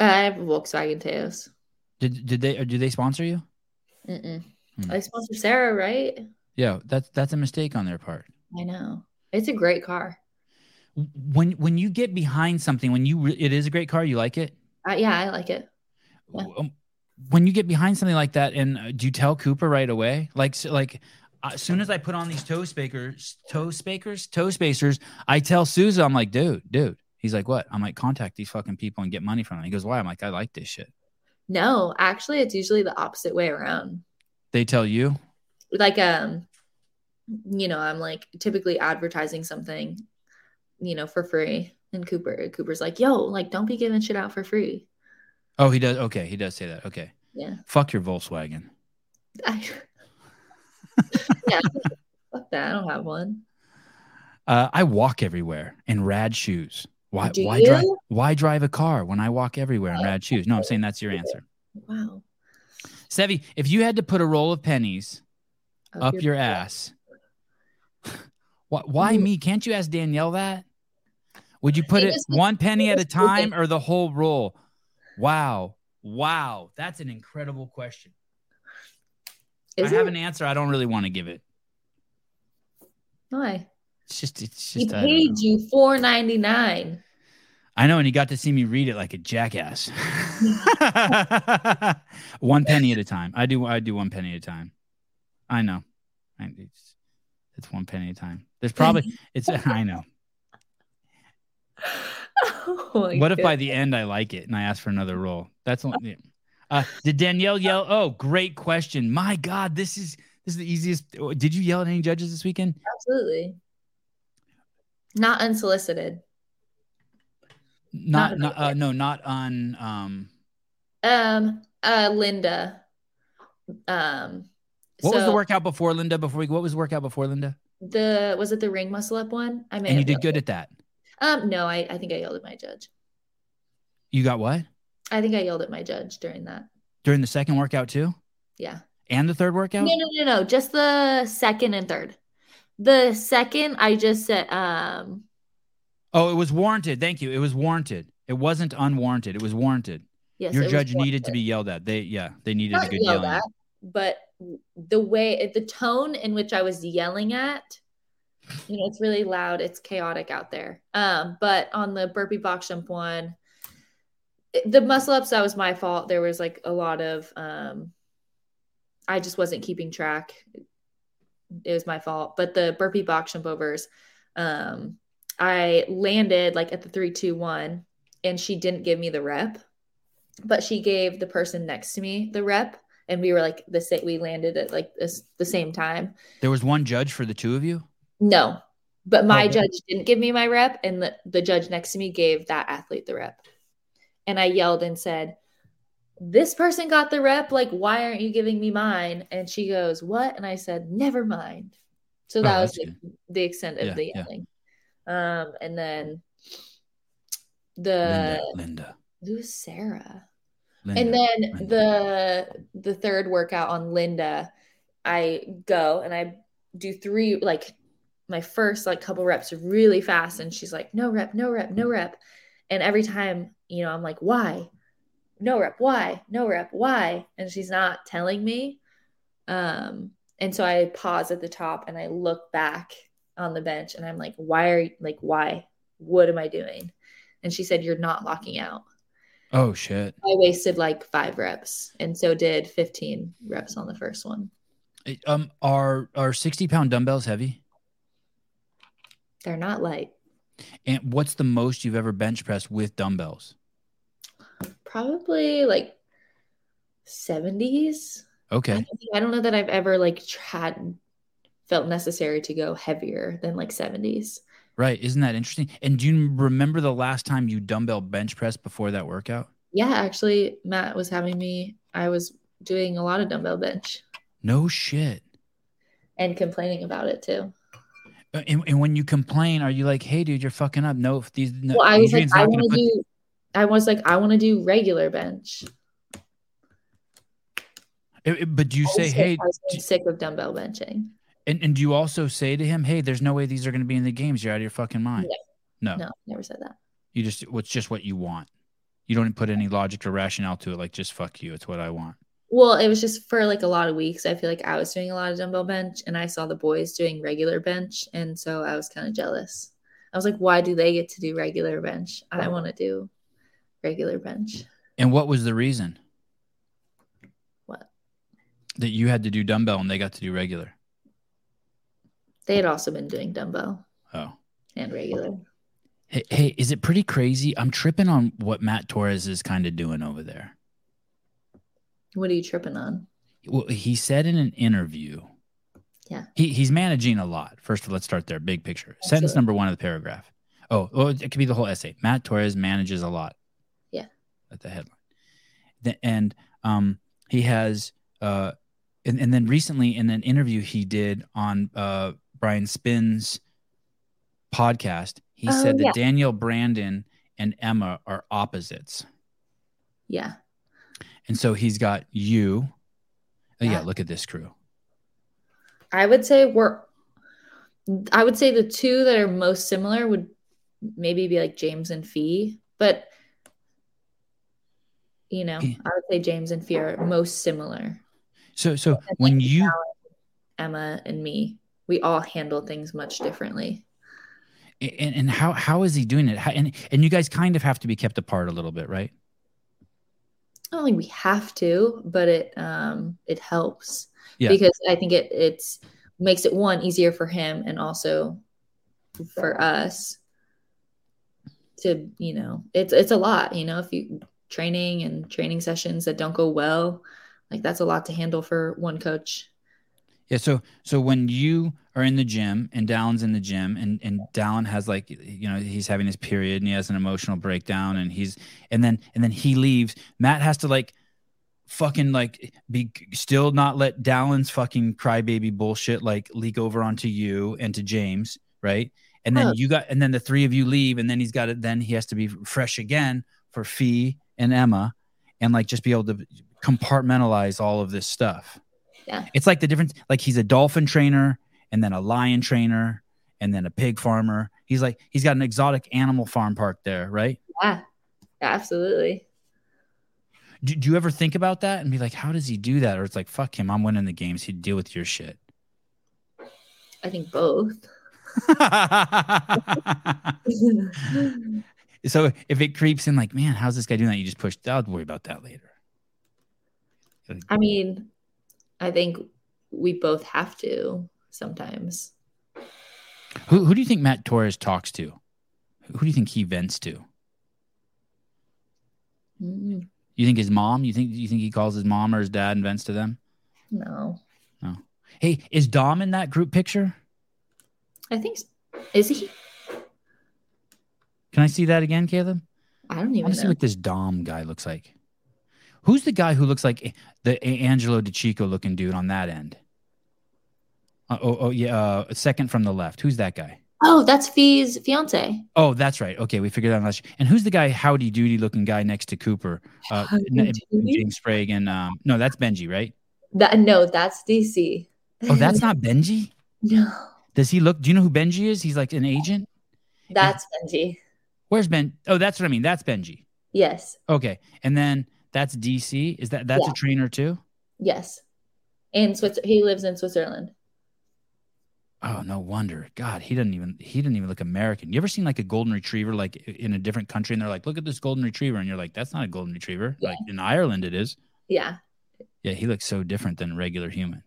Uh, I have a Volkswagen Taos. did, did they or do they sponsor you Mm-mm. Hmm. I sponsor Sarah, right? yeah that's that's a mistake on their part I know. It's a great car. when when you get behind something when you re- it is a great car you like it Uh, yeah, I like it. Yeah. Um, when you get behind something like that and uh, do you tell cooper right away like so, like uh, as soon as I put on these toe spakers, toe spakers, toe spacers, I tell Souza, I'm like, dude, dude. He's like, what? I'm like, contact these fucking people and get money from them. He goes, why? I'm like, I like this shit. No, actually, it's usually the opposite way around. They tell you, Like, um, you know, I'm like typically advertising something, you know, for free. And Cooper, Cooper's like, yo, like, don't be giving shit out for free. oh, he does. Okay, he does say that. Okay, Yeah. fuck your Volkswagen. I, yeah. Fuck that. I don't have one. Uh, I walk everywhere in rad shoes. Why? Do why drive? you? Why drive a car when I walk everywhere in rad shoes? No, I'm saying that's your answer, Wow. Sevi. If you had to put a roll of pennies Up up your ass, why, why Ooh. me? Can't you ask Danielle that? Would you put It it was- one penny it at was a time moving. or the whole roll? Wow, wow, that's an incredible question. Is I it? have an answer. I don't really want to give it. Why? It's just, it's He just. I don't know. paid you four ninety nine. I know, and you got to see me read it like a jackass. one penny at a time. I do. I do one penny at a time. I know. I, it's, it's one penny at a time. There's probably it's. I know. Oh my What if God. by the end I like it and I ask for another roll? That's only. Uh, did Danielle yell? Oh, great question. My God, this is this is the easiest. oh, Did you yell at any judges this weekend? absolutely not unsolicited? Not, at not uh, no, not on. Um, Um, uh, Linda. Um, what was the so workout before Linda? Before we, what was the workout before Linda? The was it the ring muscle up one? I may And you have did yelled good it. at that. Um, no, I I think I yelled at my judge. You got what? I think I yelled at my judge during that. during the second workout too Yeah. and the third workout No, no, no, no. Just the second and third. The second, I just said, um, oh it was warranted thank you it was warranted it wasn't unwarranted it was warranted yes, it your was judge one needed to third. be yelled at they yeah they needed a not good yelled yelling at, but the way the tone in which I was yelling at, you know, it's really loud, it's chaotic out there. Um, but on the burpee box jump one, it- the muscle ups that was my fault. There was like a lot of um I just wasn't keeping track. It was my fault. But the burpee box jump overs, um, I landed like at the three, two, one, and she didn't give me the rep, but she gave the person next to me the rep, and we were like the same. We landed at like this, the same time. there was one judge for the two of you No, but my Okay. judge didn't give me my rep, and the, the judge next to me gave that athlete the rep, and I yelled and said. This person got the rep. Like, why aren't you giving me mine? And she goes, "What?" And I said, "Never mind." So Oh, that was that's the good. the extent of Yeah, the yeah. yelling. Um, and then the linda linda who's Sarah? linda and then Linda. the the third workout on Linda, I go and I do three like my first like couple reps really fast, and she's like, no rep, no rep, no rep, and every time you know I'm like, why? No rep, why? No rep, why? And she's not telling me. Um, and so I pause at the top and I look back on the bench and I'm like, why are you like why? What am I doing? And she said, You're not locking out. oh shit I wasted like five reps, and so did 15 reps on the first one. It- um are are 60 pound dumbbells heavy They're not light. and what's the most you've ever bench pressed with dumbbells Probably like 70s. I, okay don't, think- I don't know that I've ever like tr- had felt necessary to go heavier than like 70s. right isn't that interesting and do you remember the last time you dumbbell bench pressed before that workout Yeah, actually, Matt was having me. I was doing a lot of dumbbell bench no shit and complaining about it too. Uh, And, and when you complain, are you like, "Hey, dude, you're fucking up"? No, if these no, well, I was like, Adrian's I not gonna want to put- do. I was like, I want to do regular bench. Eh, eh, But do you I say, was "Hey," sick- I was d- sick of dumbbell benching. and, and do you also say to him, "Hey, there's no way these are going to be in the games. You're out of your fucking mind." No, No, never said that. you just what's just what you want. You don't put any logic or rationale to it. Like, just fuck you. It's what I want. Well, it was just for like a lot of weeks. I feel like I was doing a lot of dumbbell bench and I saw the boys doing regular bench. And so I was kind of jealous. I was like, why do they get to do regular bench? I Oh. want to do regular bench. And what was the reason? What? That you had to do dumbbell and they got to do regular. They had also been doing Dumbo Oh. and regular. Hey, hey, is it pretty crazy? I'm tripping on what Matt Torres is kind of doing over there. What are you tripping on? Well, he said in an interview. Yeah. He, he's managing a lot. First, let's start there. Big picture. Sentence Absolutely. number one of the paragraph. Oh, well, it could be the whole essay. Matt Torres manages a lot. Yeah. At the headline. The- and um, he has, uh, and, and then recently in an interview he did on uh, Brian Spin's podcast, he Oh, said that yeah. Daniel Brandon and Emma are opposites. Yeah. And so he's got you. Oh, yeah, Yeah. look at this crew. I would say we're I would say the two that are most similar would maybe be like James and Fee, but you know, I Yeah. would say James and Fee are most similar. So so when you Emma and me, we all handle things much differently. and, and how how is he doing it? How, and and you guys kind of have to be kept apart a little bit, right? I don't think we have to, but it um it helps. Yeah. Because I think it it's makes it one easier for him and also for us to, you know, it's it's a lot, you know, if you training and training sessions that don't go well, like that's a lot to handle for one coach. Yeah. So so when you are in the gym and Dallin's in the gym and and Dallin has like you know he's having his period and he has an emotional breakdown and he's and then and then he leaves. Matt has to like fucking like be still not let Dallin's fucking crybaby bullshit like leak over onto you and to James, right? And then Oh. you got and then the three of you leave and then he's got it. Then he has to be fresh again for Fee and Emma and like just be able to compartmentalize all of this stuff. Yeah. It's like the difference like he's a dolphin trainer and then a lion trainer and then a pig farmer. He's like he's got an exotic animal farm park there, right? Yeah. Absolutely. Do, do you ever think about that and be like how does he do that or it's like fuck him, I'm winning the games, he'd deal with your shit. I think both. so if it creeps in like man, how's this guy doing that? You just push, I'll worry about that later. I mean, I think we both have to sometimes. Who, who do you think Matt Torres talks to? Who do you think he vents to? Mm, You think his mom? You think you think he calls his mom or his dad and vents to them? No. Hey, is Dom in that group picture? I think s- is he? Can I see that again, Caleb? I don't I even want to see know. what this Dom guy looks like. Who's the guy who looks like A- the A- Angelo DiCicco looking dude on that end? Uh, oh, oh yeah, uh, second from the left. Who's that guy? Oh, that's Fee's fiance. Oh, that's right. Okay, we figured that out. last- And who's the guy, howdy doody looking guy next to Cooper? Uh, Howdy n- doody? James Sprague and um, no, that's Benji, right? That no, that's DC. Oh, that's not Benji. no. Does he look? Do you know who Benji is? He's like an agent. That's Benji. Where's Ben? Oh, that's what I mean. That's Benji. Yes, Okay, and then that's DC. Is that that's a trainer too? yes. In Switzer, he lives in Switzerland. Oh, no wonder. God, he doesn't even he didn't even look American. You ever seen like a golden retriever like i- in a different country and they're like, look at this golden retriever, and you're like, that's not a golden retriever. Yeah. Like in Ireland, it is. Yeah, Yeah, he looks so different than a regular human.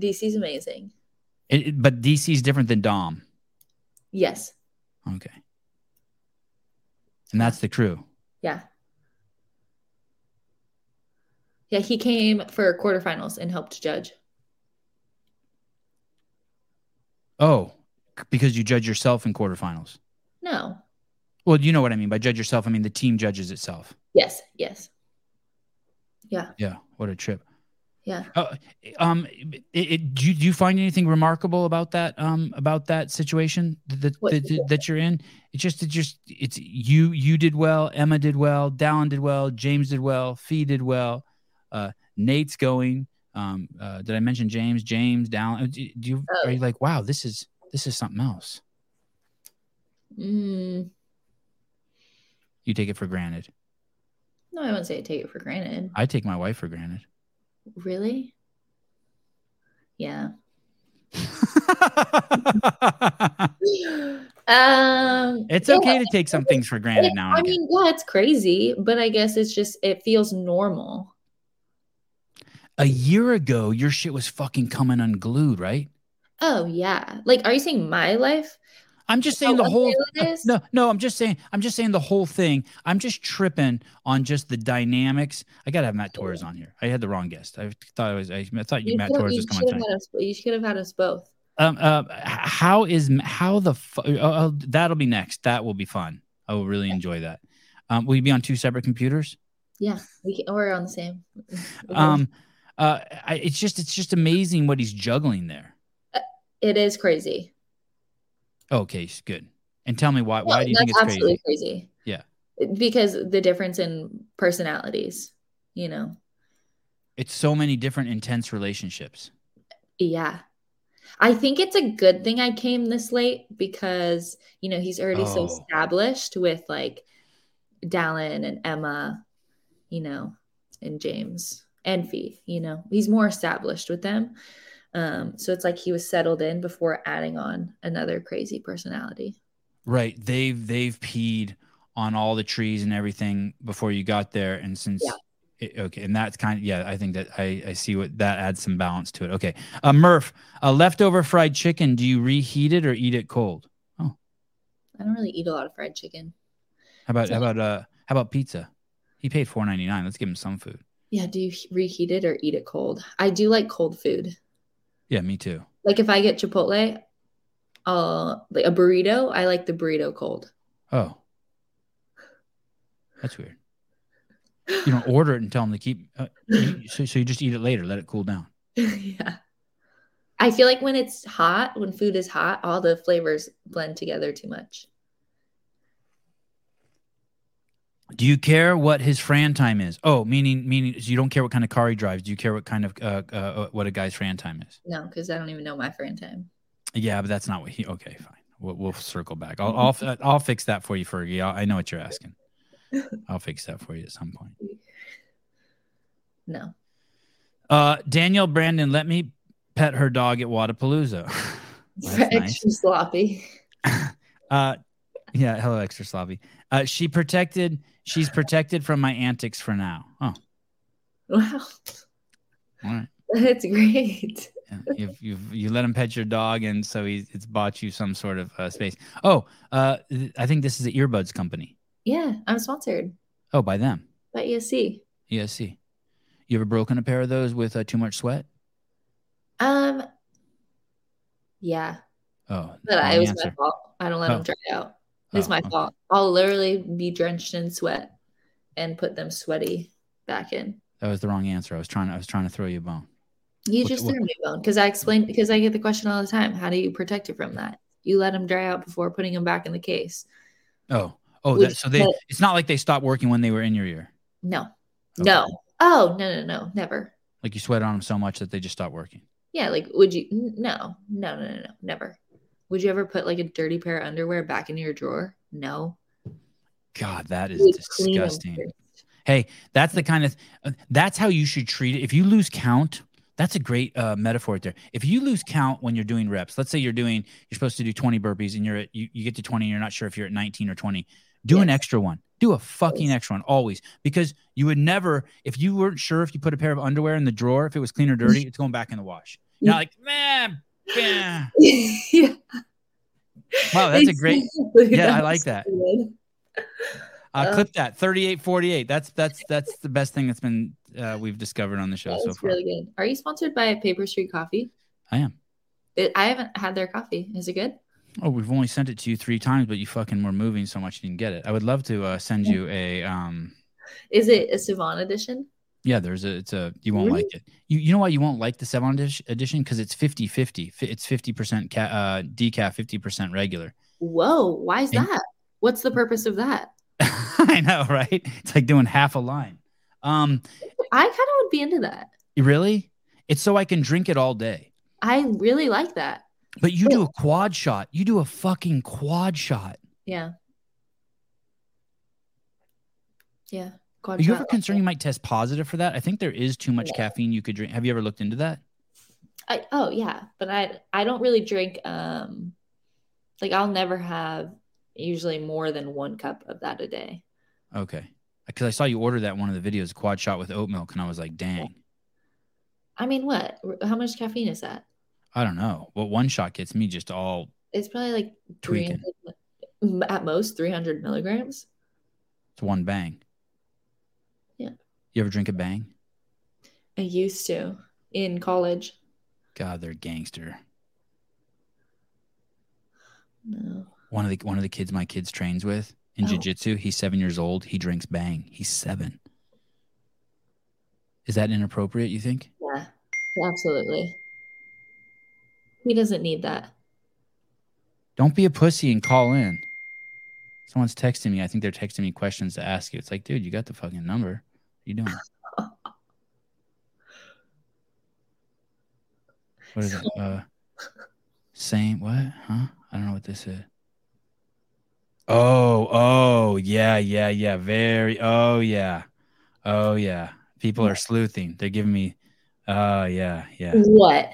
DC's amazing. It, it- but DC's different than Dom. Yes, Okay, and that's the crew. yeah, yeah. He came for quarterfinals and helped judge. Oh, c- because you judge yourself in quarterfinals. No. Well, you know what I mean by judge yourself. I mean the team judges itself. Yes. Yes. Yeah. Yeah, what a trip. Yeah. Uh, um, it, it, do, you, do you find anything remarkable about that? Um, about that situation that What that, that, that you're in? It's just, it just, it's you. You did well. Emma did well. Dallin did well. James did well. Fee did well. Uh, Nate's going. Um, uh, did I mention James? James Dallin. uh, Do, do you Oh. are you like, wow, this is this is something else. Mm, You take it for granted. no, I wouldn't say I take it for granted. I take my wife for granted. Really? Yeah. Um, it's yeah. okay to take some things for granted It- now. I And again. mean, yeah, it's crazy, but I guess it's just it feels normal. a year ago, your shit was fucking coming unglued, right? Oh yeah. Like, are you saying my life? I'm just saying How the whole unreal Oh, it is? No, no, I'm just saying I'm just saying the whole thing. I'm just tripping on just the dynamics. I gotta have Matt Torres on here. I had the wrong guest. I thought I was I, I thought you, You Matt should- Torres you was coming should tonight. have had us- You should have had us both. Um, uh, h- how is how the fu- oh, oh, that'll be next. That will be fun. I will really enjoy that. Um, will you be on two separate computers? Yeah, we can, we're on the same. Um, uh, I, it's just it's just amazing what he's juggling there. it is crazy. Okay, s- good. And tell me why why No, do you think that's it's absolutely crazy? crazy? Yeah. because the difference in personalities. You know. It's so many different intense relationships. Yeah. I think it's a good thing I came this late because, you know, he's already so Oh. established with like Dallin and Emma, you know, and James and Fee, you know, he's more established with them. Um, so it's like he was settled in before adding on another crazy personality. Right. They've they've peed on all the trees and everything before you got there. And since Yeah. it- okay, and that's kind of yeah, I think that I, I see what that adds some balance to it. Okay. Uh Murph, uh, leftover fried chicken, do you reheat it or eat it cold? I don't really eat a lot of fried chicken. How about how about uh how about pizza? He paid four ninety nine. Let's give him some food. Yeah. Do you he- reheat it or eat it cold? I do like cold food. Yeah, me too. Like if I get Chipotle, uh, like a burrito, I like the burrito cold. Oh. That's weird. You don't order it and tell him to keep uh, you- so, so you just eat it later, let it cool down. yeah. I feel like when it's hot, when food is hot, all the flavors blend together too much. Do you care what his Fran time is? Oh, meaning meaning you don't care what kind of car he drives. Do you care what kind of uh, uh what a guy's Fran time is? No, because I don't even know my friend time. Yeah, but that's not what he. Okay, fine. We'll, we'll circle back. I'll, I'll fi- I'll fix that for you, Fergie. i I know what you're asking. I'll fix that for you at some point. No. Uh, Danielle Brandon, let me pet her dog at Wadapalooza. That's Extra nice. sloppy. Uh, yeah. Hello, extra sloppy. Uh, she protected. She's protected from my antics for now. Oh, Wow. all right. That's great. Yeah, you've, you've you let him pet your dog, and so he's it's bought you some sort of uh, space. Oh, uh, th- I think this is the earbuds company. Yeah, I'm sponsored Oh, by them, by E ESC. ESC. You ever broken a pair of those with uh, too much sweat? Um yeah, Oh, but wrong I it was my answer. fault. I don't let them Oh. dry out. It's Oh, my okay. fault. I'll literally be drenched in sweat and put them sweaty back in. That was the wrong answer. I was trying. I was trying to throw you a bone. You What- just what- threw me a bone because I explained because I get the question all the time. How do you protect it from that? You let them dry out before putting them back in the case. Oh, oh, Which- that, so they. but- It's not like they stopped working when they were in your ear. No, Okay. no. Oh no, no, no, never. Like you sweat on them so much that they just stopped working. Yeah, like would you? n- No, no, no, no, no, never. Would you ever put like a dirty pair of underwear back in your drawer? No. God, that is You would clean 'em disgusting. first. Hey, that's the kind of uh, that's how you should treat it. If you lose count, that's a great uh, metaphor right there. If you lose count when you're doing reps, let's say you're doing you're supposed to do 20 burpees and you're at you, you get to 20 and you're not sure if you're at 19 or 20, do an Yes. extra one. Do a fucking Yes. extra one always because you would never if you weren't sure if you put a pair of underwear in the drawer if it was clean or dirty, it's going back in the wash. You're not like man. Wow, yeah, that's a great. exactly. yeah, I That's like that. good. Uh, clip that 3848. That's that's that's the best thing that's been uh, we've discovered on the show That so was far. really good. Are you sponsored by Paper Street Coffee? I am. It, I haven't had their coffee. Is it good? Oh, we've only sent it to you three times, but you fucking were moving so much you didn't get it. I would love to uh, send you a. Um, Is it a Savon edition? yeah, there's a. It's a. You won't Really? like it. You you know why you won't like the seven dish edition because it's 50 50. It's 50 percent ca- uh, decaf, 50 percent regular. Whoa, why is And- that? What's the purpose of that? I know, right? It's like doing half a line. Um, I kind of would be into that. really? It's so I can drink it all day. I really like that. But you do a quad shot. You do a fucking quad shot. Yeah. Yeah. Are you ever concerned you might test positive for that? I think there is too much No. caffeine you could drink. Have you ever looked into that? I, oh yeah, but I I don't really drink um like I'll never have usually more than one cup of that a day. Okay. Because I saw you order that one of the videos, quad shot with oat milk, and I was like, dang. I mean, what? How much caffeine is that? I don't know. What one shot gets me just all It's probably like three Tweaking. hundred at most 300 milligrams. it's one bang. Yeah. You ever drink a bang? I used to in college. God, they're gangster. No. One of the one of the kids my kids trains with in Oh. jiu-jitsu, he's 7 years old, he drinks bang. He's 7. Is that inappropriate, you think? Yeah. Absolutely. He doesn't need that. Don't be a pussy and call in. Someone's texting me. I think they're texting me questions to ask you. It's like, dude, you got the fucking number. What are you doing? What is it? Uh, same what? Huh? I don't know what this is. Oh, oh, yeah, yeah, yeah. Very. Oh, yeah. Oh, yeah. People are sleuthing. They're giving me. Oh, yeah, yeah. What?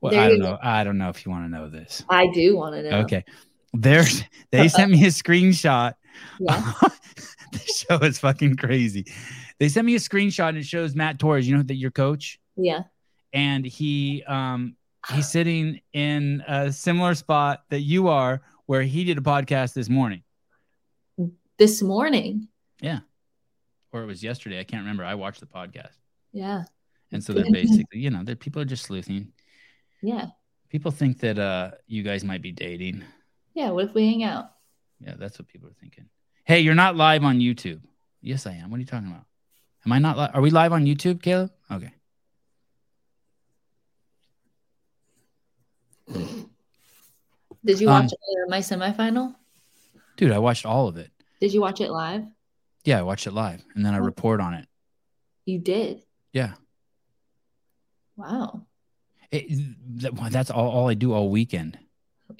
Well, There I you don't go. know. I don't know if you want to know this. I do want to know. Okay. There's they sent me a screenshot. Yeah. the show is fucking crazy. They sent me a screenshot and it shows Matt Torres, you know that your coach, Yeah. and he um he's sitting in a similar spot that you are where he did a podcast this morning. This morning. Or it was yesterday. I can't remember. I watched the podcast. Yeah. And so they're basically, you know, they're people are just sleuthing. Yeah. People think that uh you guys might be dating. Yeah. What if we hang out? Yeah, that's what people are thinking. Hey, you're not live on YouTube. Yes, I am. What are you talking about? Am I not live? Are we live on YouTube, Caleb? Okay. Did you Um, watch uh, my semifinal? Dude, I watched all of it. Did you watch it live? Yeah, I watched it live and then I Oh. report on it. You did. Yeah. Wow. It- that- well, that's all, all I do all weekend.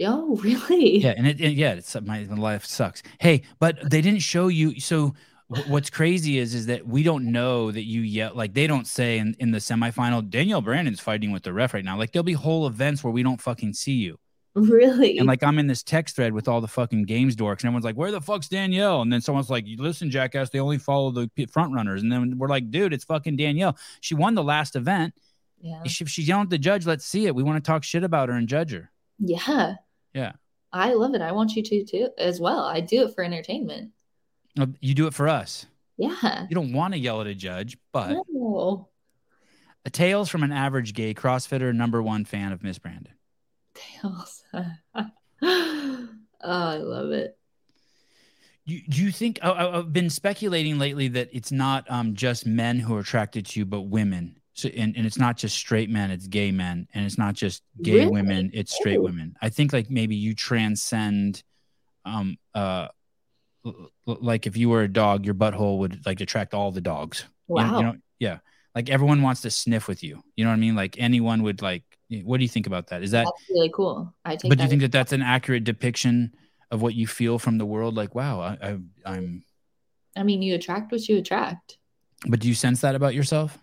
Oh, really? Yeah. And it, and yeah, it's my, my life sucks. Hey, but they didn't show you. So wh- what's crazy is, is that we don't know that you yet, like they don't say in, in the semifinal, Danielle Brandon's fighting with the ref right now. Like there'll be whole events where we don't fucking see you. Really? And like I'm in this text thread with all the fucking games dorks, and everyone's like, "Where the fuck's Danielle?" And then someone's like, "You "Listen, jackass, they only follow the p- front runners." And then we're like, "Dude, it's fucking Danielle. She won the last event. yeah. If she- if she's yelling at the judge, let's see it. We want to talk shit about her and judge her." Yeah. Yeah. I love it. I want you to too as well. I do it for entertainment. Uh, You do it for us. Yeah. Oh, You don't want to yell at a judge, but No. a tales from an average gay CrossFitter, number one fan of Miss Brandon. Tails. oh, I love it. You, do you think I- I, I've been speculating lately that it's not um, just men who are attracted to you, but women. So, and, and it's not just straight men, it's gay men, and it's not just gay Really? women, it's straight Oh. women. I think like maybe you transcend, um, uh, l- l- like if you were a dog, your butthole would like attract all the dogs. You know- Wow. you know- yeah, like everyone wants to sniff with you. You know what I mean? Like anyone would like. What do you think about that? Is that? That's really cool. I take but do that. you think that that's an accurate depiction of what you feel from the world? Like, wow, I, I I'm I mean, you attract what you attract. But do you sense that about yourself?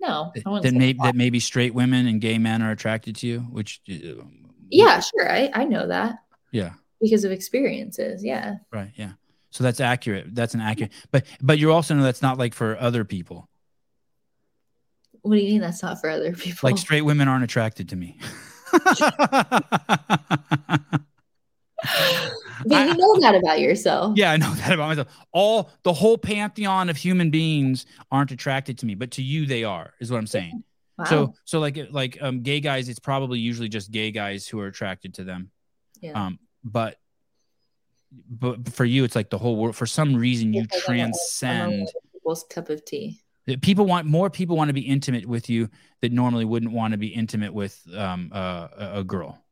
No. I That, wouldn't say may, that. that maybe straight women and gay men are attracted to you, which uh, yeah, sure. I, I know that yeah, because of experiences. Yeah. right, yeah. So that's accurate. That's an accurate. But but you also know that's not like for other people. What do you mean that's not for other people? Like straight women aren't attracted to me. but you know that about yourself. yeah, I know that about myself. All the whole pantheon of human beings aren't attracted to me, but to you they are. Is what I'm saying. Wow. So so like like um gay guys, it's probably usually just gay guys who are attracted to them. yeah. um but but for you it's like the whole world for some reason you Because I'm a- I'm a transcend people's cup of tea. that people want more people want to be intimate with you that normally wouldn't want to be intimate with um uh, a- a girl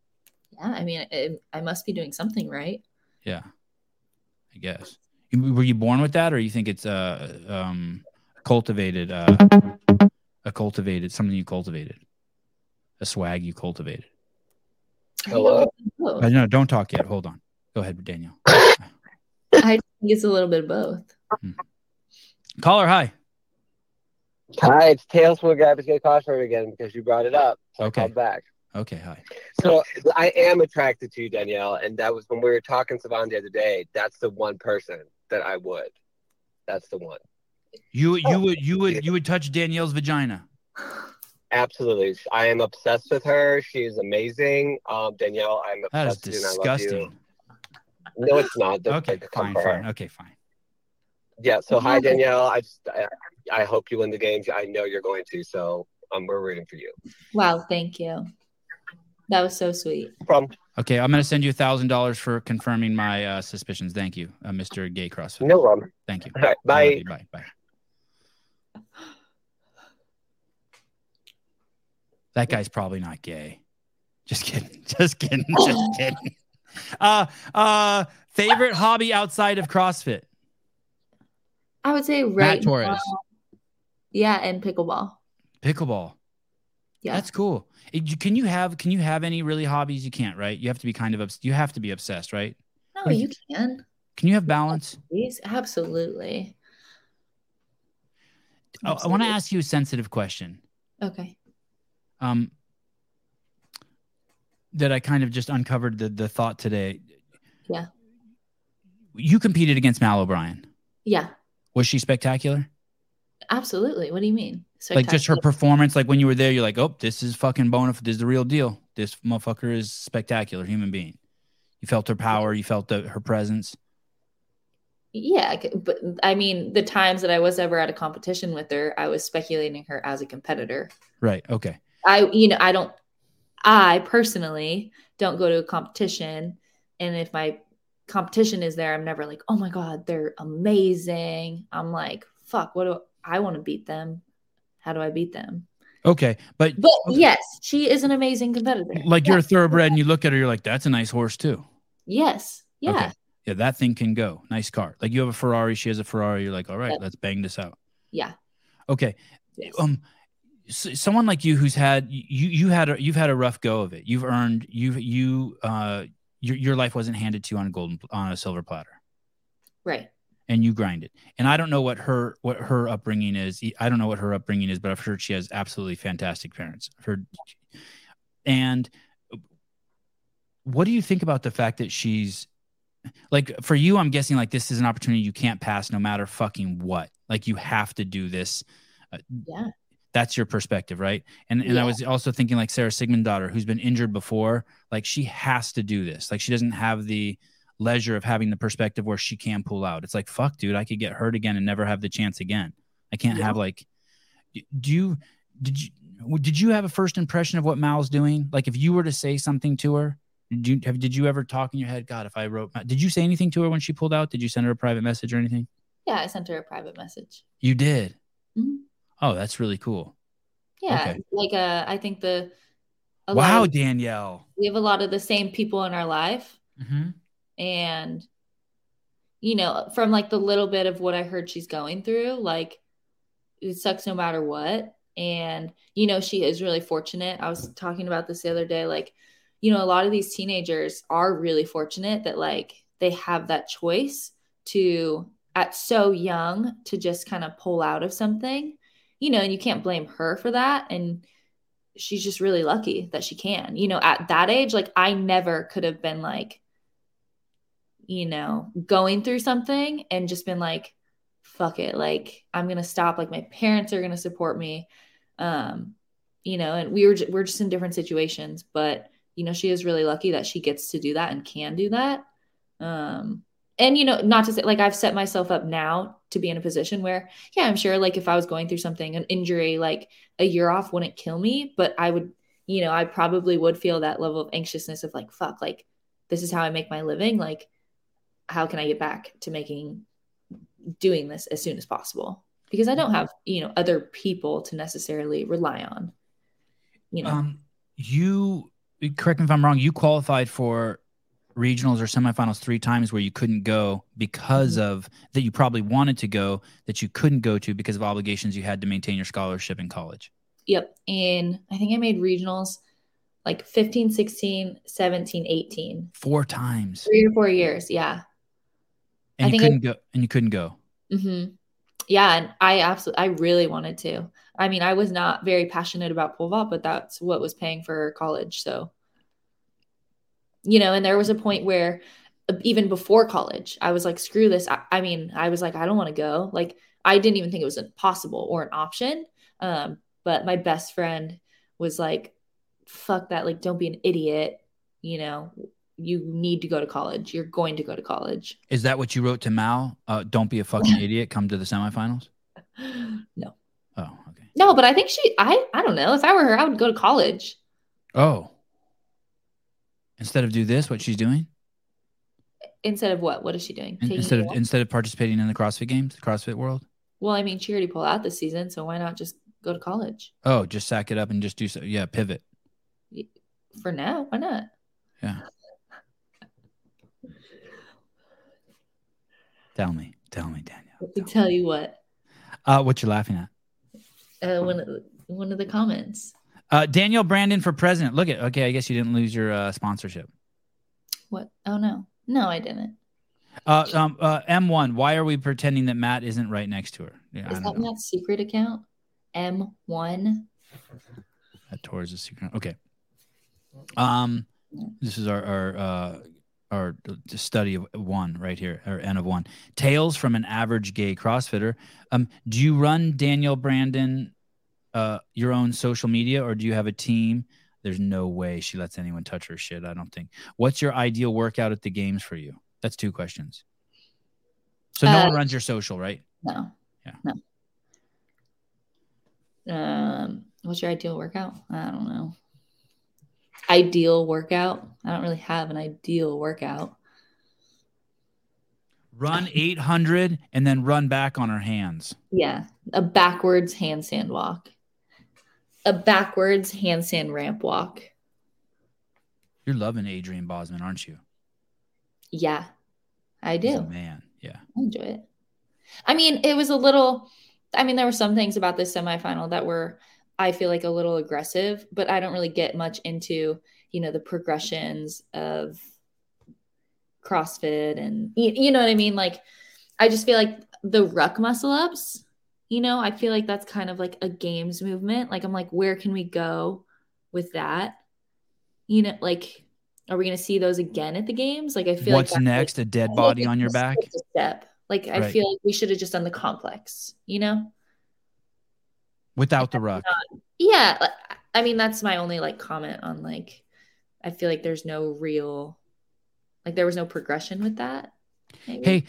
Yeah. I mean, I, I must be doing something right. yeah i guess You- were you born with that or you think it's uh um cultivated uh a cultivated something you cultivated a swag you cultivated I think I'm both. Uh, no don't talk yet hold on go ahead daniel I think it's a little bit of both. caller hi Hi, it's Tails from the Guy Gay Crossroad again because you brought it up. So Okay. I called back. okay hi So I am attracted to you, Danielle, and that was when we were talking Savan the other day. That's the one person that I would. That's the one. Oh, you you would you would you would touch danielle's vagina Absolutely. I am obsessed with her. She is amazing. Um, Danielle, I'm That is obsessed with you and I love you. disgusting. No, it's not. That's Okay, like a fine, come for her. fine. Okay, fine. Yeah. So hi, Okay. Danielle. I just I, I hope you win the games. I know you're going to. So um, we're rooting for you. Wow, thank you. That was so sweet. From Okay, I'm gonna send you a thousand dollars for confirming my uh, suspicions. Thank you, uh, Mr. Gay CrossFit. no problem. Thank you. All right. I love Bye. you. Bye. Bye. That guy's probably not gay. Just kidding. Just kidding. Just kidding. Uh, uh, favorite hobby outside of CrossFit? I would say right. Matt Torres. now- yeah, and pickleball. Pickleball. Yeah. That's cool. It- you- Can you have can you have any really hobbies? You can't, right? You have to be kind of obs- you have to be obsessed, right? no, you can. Can you have balance? Please, absolutely. I, I want to ask you a sensitive question. Okay. Um, that I kind of just uncovered the the thought today. Yeah. You competed against Mal O'Brien. Yeah, Was she spectacular? absolutely. What do you mean? Like just her Spectacular. performance. Like when you were there, you're like, oh, this is fucking bona. This is the real deal. This motherfucker is spectacular human being. You felt her power. You felt the, her presence. Yeah, I c- but I mean, the times that I was ever at a competition with her, I was speculating her as a competitor. Right. Okay. I, you know, I don't, I personally don't go to a competition. And if my competition is there, I'm never like, oh my God, they're amazing. I'm like, fuck, what do I want to beat them? How do I beat them? Okay. But But yes, she is an amazing competitor. like you're a Yeah. thoroughbred and you look at her, you're like, that's a nice horse too. Yes. Yeah. Okay. Yeah, that thing can go. Nice car. Like you have a Ferrari, she has a Ferrari. You're like, all right, Yep. let's bang this out. Yeah. Okay. Yes. Um, s someone like you who's had you you had a, you've had a rough go of it. You've earned you you uh your your life wasn't handed to you on a golden on a silver platter, right. and you grind it. And I don't know what her what her upbringing is. E, I don't know what her upbringing is, but I've heard she has absolutely fantastic parents. I've heard, and what do you think about the fact that she's like for you i'm guessing like this is an opportunity you can't pass no matter fucking what like you have to do this Uh, Yeah. that's your perspective right and and i Yeah. was also thinking like sarah sigmund daughter who's been injured before like she has to do this like she doesn't have the leisure of having the perspective where she can pull out it's like fuck dude i could get hurt again and never have the chance again i can't Yeah. have like y- do you did you did you have a first impression of what mal's doing like if you were to say something to her did you have? Did you ever talk in your head? God, if I wrote, did you say anything to her when she pulled out? Did you send her a private message or anything? Yeah. I sent her a private message. You did. Mhm. Oh, that's really cool. Yeah. Okay. Like, uh, I think the, a lot wow, of- Danielle. we have a lot of the same people in our life. Mm-hmm. and you know from like the little bit of what i heard she's going through like it sucks no matter what and you know she is really fortunate i was talking about this the other day like you know a lot of these teenagers are really fortunate that like they have that choice to at so young to just kind of pull out of something you know and you can't blame her for that and she's just really lucky that she can you know at that age like i never could have been like you know, going through something and just been like, fuck it. Like, I'm going to stop. Like, my parents are going to support me. Um, you know, and we were, ju- we're just in different situations, but, you know, she is really lucky that she gets to do that and can do that. Um, and, you know, not to say like I've set myself up now to be in a position where, yeah, I'm sure like if I was going through something, an injury, like a year off wouldn't kill me, but I would, you know, I probably would feel that level of anxiousness of like, fuck, like this is how I make my living. Like, how can I get back to making doing this as soon as possible? Because I don't have, you know, other people to necessarily rely on. You know, Um, you correct me if I'm wrong. You qualified for regionals or semifinals three times where you couldn't go because Mm-hmm. of that. You probably wanted to go that you couldn't go to because of obligations you had to maintain your scholarship in college. yep. In I think I made regionals like 15, 16, 17, 18. Four times, Three or four years, yeah. I and you think I- couldn't go. And you couldn't go. hmm Yeah, and I absolutely, I really wanted to. I mean, I was not very passionate about pole vault, but that's what was paying for college. So, you know, and there was a point where uh, even before college, I was like, screw this. I, I mean, I was like, I don't want to go. Like, I didn't even think it was possible or an option. Um, But my best friend was like, fuck that. Like, don't be an idiot. You know, you need to go to college. You're going to go to college. Is that what you wrote to Mal? Uh, don't be a fucking idiot. Come to the semifinals. No. Oh, okay. No, but I think she, I, I don't know. If I were her, I would go to college. Oh. Instead of do this, what she's doing? Instead of what? What is she doing? In- Taking instead it of off? instead of participating in the CrossFit games, the CrossFit world? well, I mean, she already pulled out this season, so why not just go to college Oh, just sack it up and just do so. Yeah, pivot. for now? Why not? Tell me. Tell me, Danielle. I tell you what, Uh, what you're laughing at. uh, one of the, one of the comments. Uh, Danielle Brandon for president. Look at okay, I guess you didn't lose your uh, sponsorship. What? Oh no, no, I didn't. Uh, um, uh, M1, why are we pretending that Matt isn't right next to her? Yeah, I Is don't that know. not secret account? M one. That tour is a secret. Okay. Um, this is our our uh, our d- study of one right here, or N of one. Tales from an average gay CrossFitter. Um, do you run Daniel Brandon, uh, your own social media, or do you have a team? There's no way she lets anyone touch her shit. I don't think. What's your ideal workout at the games for you? That's two questions. So no Uh, one runs your social, right? No. Yeah. No. Um, what's your ideal workout? I don't know. Ideal workout? I don't really have an ideal workout. Run 800 and then run back on her hands. Yeah, a backwards handstand walk. A backwards handstand ramp walk. You're loving Adrian Bosman, aren't you? Yeah, I He's a do. man. Yeah. I enjoy it. I mean, it was a little, I mean, there were some things about this semifinal that were, I feel like, a little aggressive, but I don't really get much into, you know, the progressions of CrossFit and, you, you know what I mean? Like, I just feel like the ruck muscle ups, you know, I feel like that's kind of like a games movement. Like, I'm like, where can we go with that? You know, like, are we going to see those again at the games? Like, I feel like that's, What's like, next? a dead I feel like body it's on your a back? skip a Step. Like I Right. feel like we should have just done the complex, you know? Without the ruck. Yeah. like, I mean, that's my only like comment on like I feel like there's no real like there was no progression with that. maybe. Hey,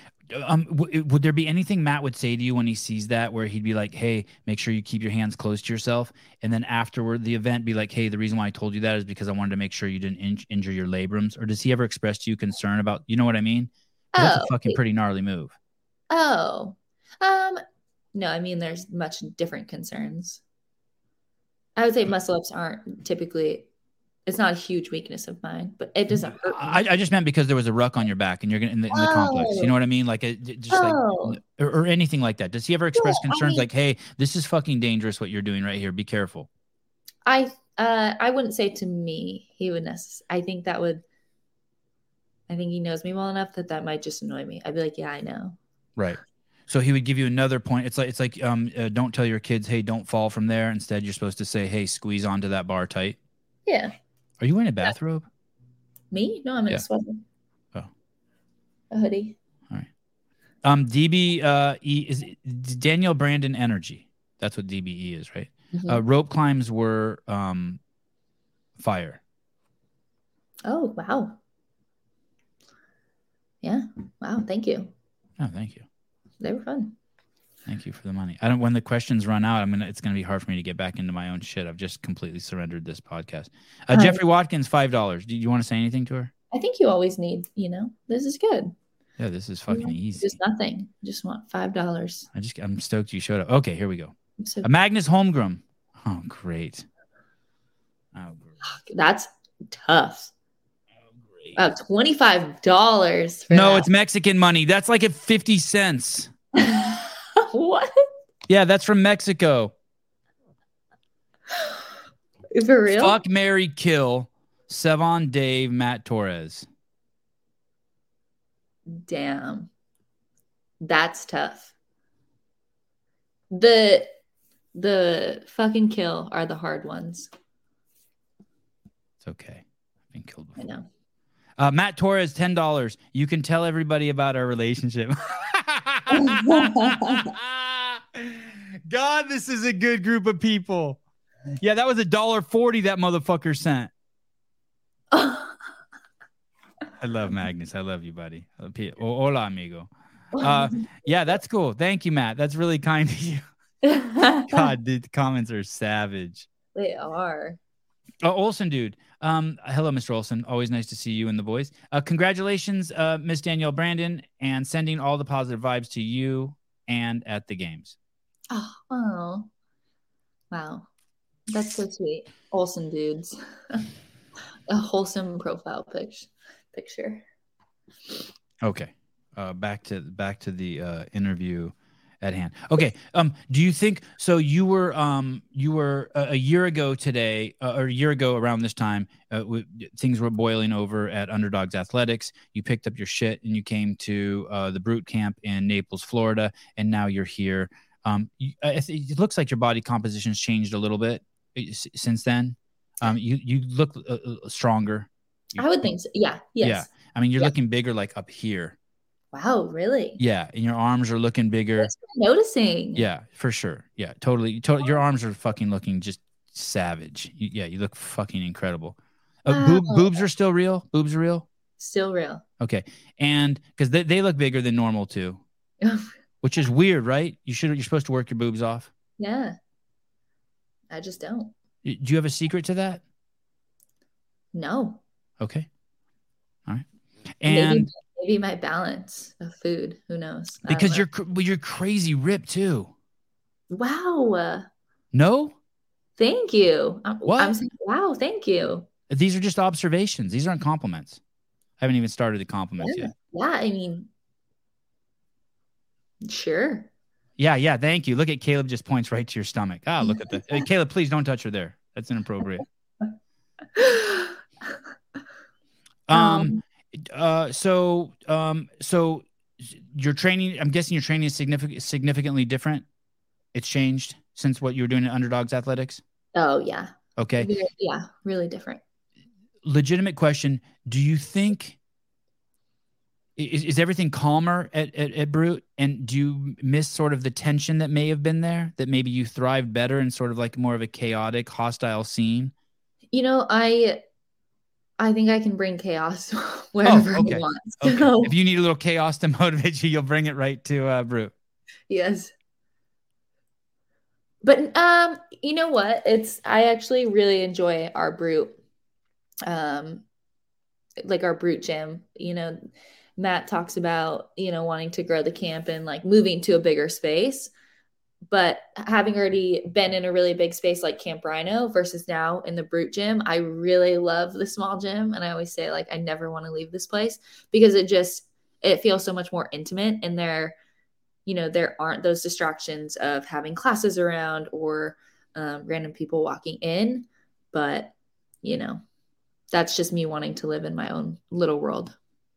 um, w- would there be anything Matt would say to you when he sees that, where he'd be like, "Hey, make sure you keep your hands close to yourself," and then afterward the event be like, "Hey, the reason why I told you that is because I wanted to make sure you didn't in- injure your labrums," or does he ever express to you concern about, you know what I mean? 'Cause That's oh, a fucking pretty gnarly move. oh. Um no, I mean there's much different concerns. I would say Hmm. muscle ups aren't typically it's not a huge weakness of mine, but it doesn't hurt. me. Mm, I, I just meant because there was a ruck on your back and you're gonna in the, in the complex. You know what I mean? Like, it, it- just like Oh. or, or anything like that. Does he ever express Yeah, I concerns mean- like, "Hey, this is fucking dangerous. What you're doing right here. Be careful." I uh I wouldn't say to me he would necess- I think that would I think he knows me well enough that that might just annoy me. I'd be like, yeah, I know. Right. So he would give you another point. It's like it's like um, uh, don't tell your kids, "Hey, don't fall from there." Instead, you're supposed to say, "Hey, squeeze onto that bar tight." Yeah. Are you wearing a bathrobe? Me? No, I'm in Yeah. a sweater. Oh. A hoodie. Um, DB uh, E is it- Daniel Brandon Energy. That's what DBE is, right? Mhm. Uh, rope climbs were um, fire. oh, wow. Yeah. Wow. Thank you. Oh, thank you, They were fun. thank you for the money. I don't. When the questions run out, I'm gonna. It's gonna be hard for me to get back into my own shit. I've just completely surrendered this podcast. Uh, Hi. Jeffrey Watkins, five dollars. Do you want to say anything to her? I think you always need, you know, this is good. Yeah, this is fucking easy. Just nothing. Just want five dollars. I just I'm stoked you showed up. Okay, here we go. I'm so Uh, Magnus Holmgren. Oh great. Oh great. that's tough. Oh, great. Wow, twenty-five dollars. no, it's Mexican money. That's like at 50 cents. it's what? Yeah, that's from Mexico. For real? Fuck Mary Kill. Sevon Dave Matt Torres. Damn. That's tough. The the fucking kill are the hard ones. It's okay. I've been killed I before. know. Uh, Matt Torres, ten dollars. You can tell everybody about our relationship. God, this is a good group of people. Yeah, that was a dollar forty that motherfucker sent. I love Magnus. I love you, buddy. Uh, P- o- Hola, amigo. Uh, Yeah, that's cool. Thank you, Matt. That's really kind of you. God, the comments are savage. they are. Oh, Olson, dude. Um, hello, Mr. Olson. Always nice to see you and the boys. Uh, congratulations, uh, Miss Danielle Brandon, and sending all the positive vibes to you and at the games. Oh, wow. wow. That's so sweet. Olsen dudes. A wholesome profile picture. Picture. Okay. Uh, back to back to the uh, interview at hand. Okay. Um, do you think so? You were um, you were a, a year ago today, uh, or a year ago around this time. Uh, w- things were boiling over at Underdogs Athletics. You picked up your shit and you came to uh, the Brute Camp in Naples, Florida, and now you're here. Um, you, I- I think it looks like your body composition's changed a little bit uh, s- since then. Um, you you look uh, uh, stronger. You- I would think so. Yeah. Yes. I mean, you're yeah. looking bigger, like up here. Wow. Really? Yeah, and your arms are looking bigger. Thanks for noticing. Yeah, for sure. Yeah, totally. To- Oh. your arms are fucking looking just savage. You, yeah, you look fucking incredible. Uh, boob, Wow. boobs are still real. Boobs are real. Still real. Okay, and because they, they look bigger than normal too, which is weird, right? You should you're supposed to work your boobs off. yeah. I just don't. Y- Do you have a secret to that? No. Okay, all right. Maybe- And maybe my balance of food. Who knows? I don't because know. you're cr- well, you're crazy ripped too. Wow. uh, No, Thank you. I'm, What? I'm saying, wow. Thank you. these are just observations. These aren't compliments. I haven't even started the compliments yet. Yeah. I mean, sure. Yeah, yeah. Thank you. Look at Caleb just points right to your stomach. Ah, look at the Hey, Caleb. Please don't touch her there. That's inappropriate. Um, uh, so, um, so your training. I'm guessing your training is significant, significantly different. It's changed since what you were doing at Underdogs Athletics. oh yeah. Okay. Very- yeah, really different. legitimate question. Do you think i- is, is everything calmer at, at, at Brute? And do you miss sort of the tension that may have been there? That maybe you thrived better in sort of like more of a chaotic, hostile scene? You know, I I think I can bring chaos wherever Oh, okay. I want. Okay. So, If you need a little chaos to motivate you, you'll bring it right to uh, Brute. yes. But um, you know what? It's I actually really enjoy our brute, um, like our brute gym. You know, Matt talks about you know wanting to grow the camp and like moving to a bigger space. But having already been in a really big space like Camp Rhino versus now in the Brute Gym, I really love the small gym, and I always say like I never want to leave this place because it just it feels so much more intimate, and there, you know, there aren't those distractions of having classes around or um, random people walking in. But you know, that's just me wanting to live in my own little world.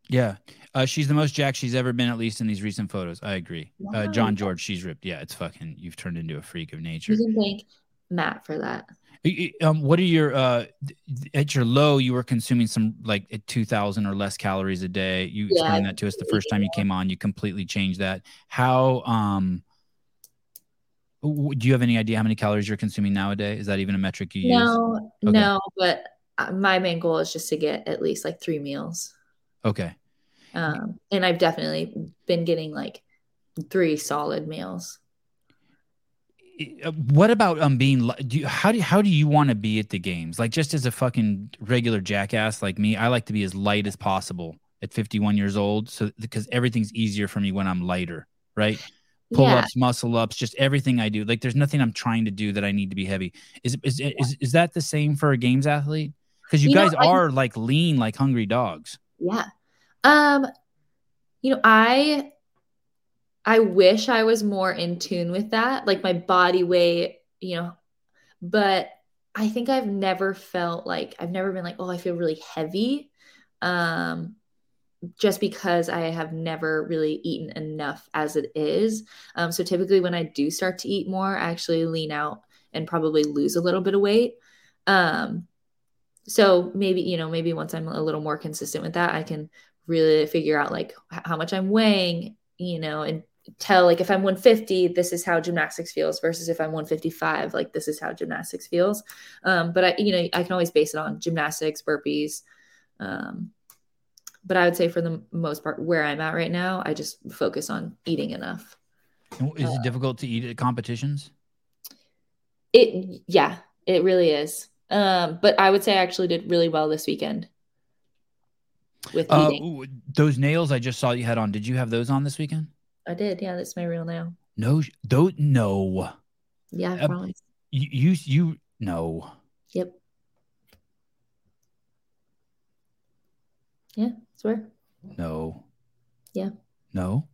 Yeah. Uh, she's the most jacked she's ever been, at least in these recent photos. I agree. Uh, Wow. John George, she's ripped. Yeah, it's fucking, you've turned into a freak of nature. You can thank Matt for that. Y- y- Um, what are your uh, th- at your low? You were consuming some like at two thousand or less calories a day. You Yeah, explained that to us the first time you came on. You completely changed that. How um, w- do you have any idea how many calories you're consuming nowadays? Is that even a metric you use? No, Okay. no, but uh, my main goal is just to get at least like three meals. Okay, Um, and I've definitely been getting like three solid meals. I- uh, what about um being? li- Do you, how do you, how do you want to be at the games? Like just as a fucking regular jackass like me, I like to be as light as possible at 51 years old. So because everything's easier for me when I'm lighter, right? pull yeah, ups, muscle ups, just everything I do. Like there's nothing I'm trying to do that I need to be heavy. Is is is, is that the same for a games athlete? Because you, You know, guys I- are like lean, like hungry dogs. yeah. Um, you know, I I wish I was more in tune with that, like my body weight, you know, but I think I've never felt like I've never been like, oh, I feel really heavy. Um, just because I have never really eaten enough as it is. Um, so typically when I do start to eat more, I actually lean out and probably lose a little bit of weight. Um, so maybe, you know, maybe once I'm a little more consistent with that, I can really figure out like h- how much I'm weighing, you know, and tell like if I'm 150, this is how gymnastics feels versus if I'm 155, like this is how gymnastics feels. Um, but I, you know, I can always base it on gymnastics, burpees. Um, but I would say for the m- most part, where I'm at right now, I just focus on eating enough. And Is Uh. it difficult to eat at competitions? It, yeah, it really is. Um, but I would say I actually did really well this weekend with Uh, eating. ooh, those nails I just saw you had on. Did you have those on this weekend? I did. Yeah, that's my real nail. No, don't. No, Yeah, Yep. probably. you, you, you no. Yep. Yeah, swear. No. Yeah. No.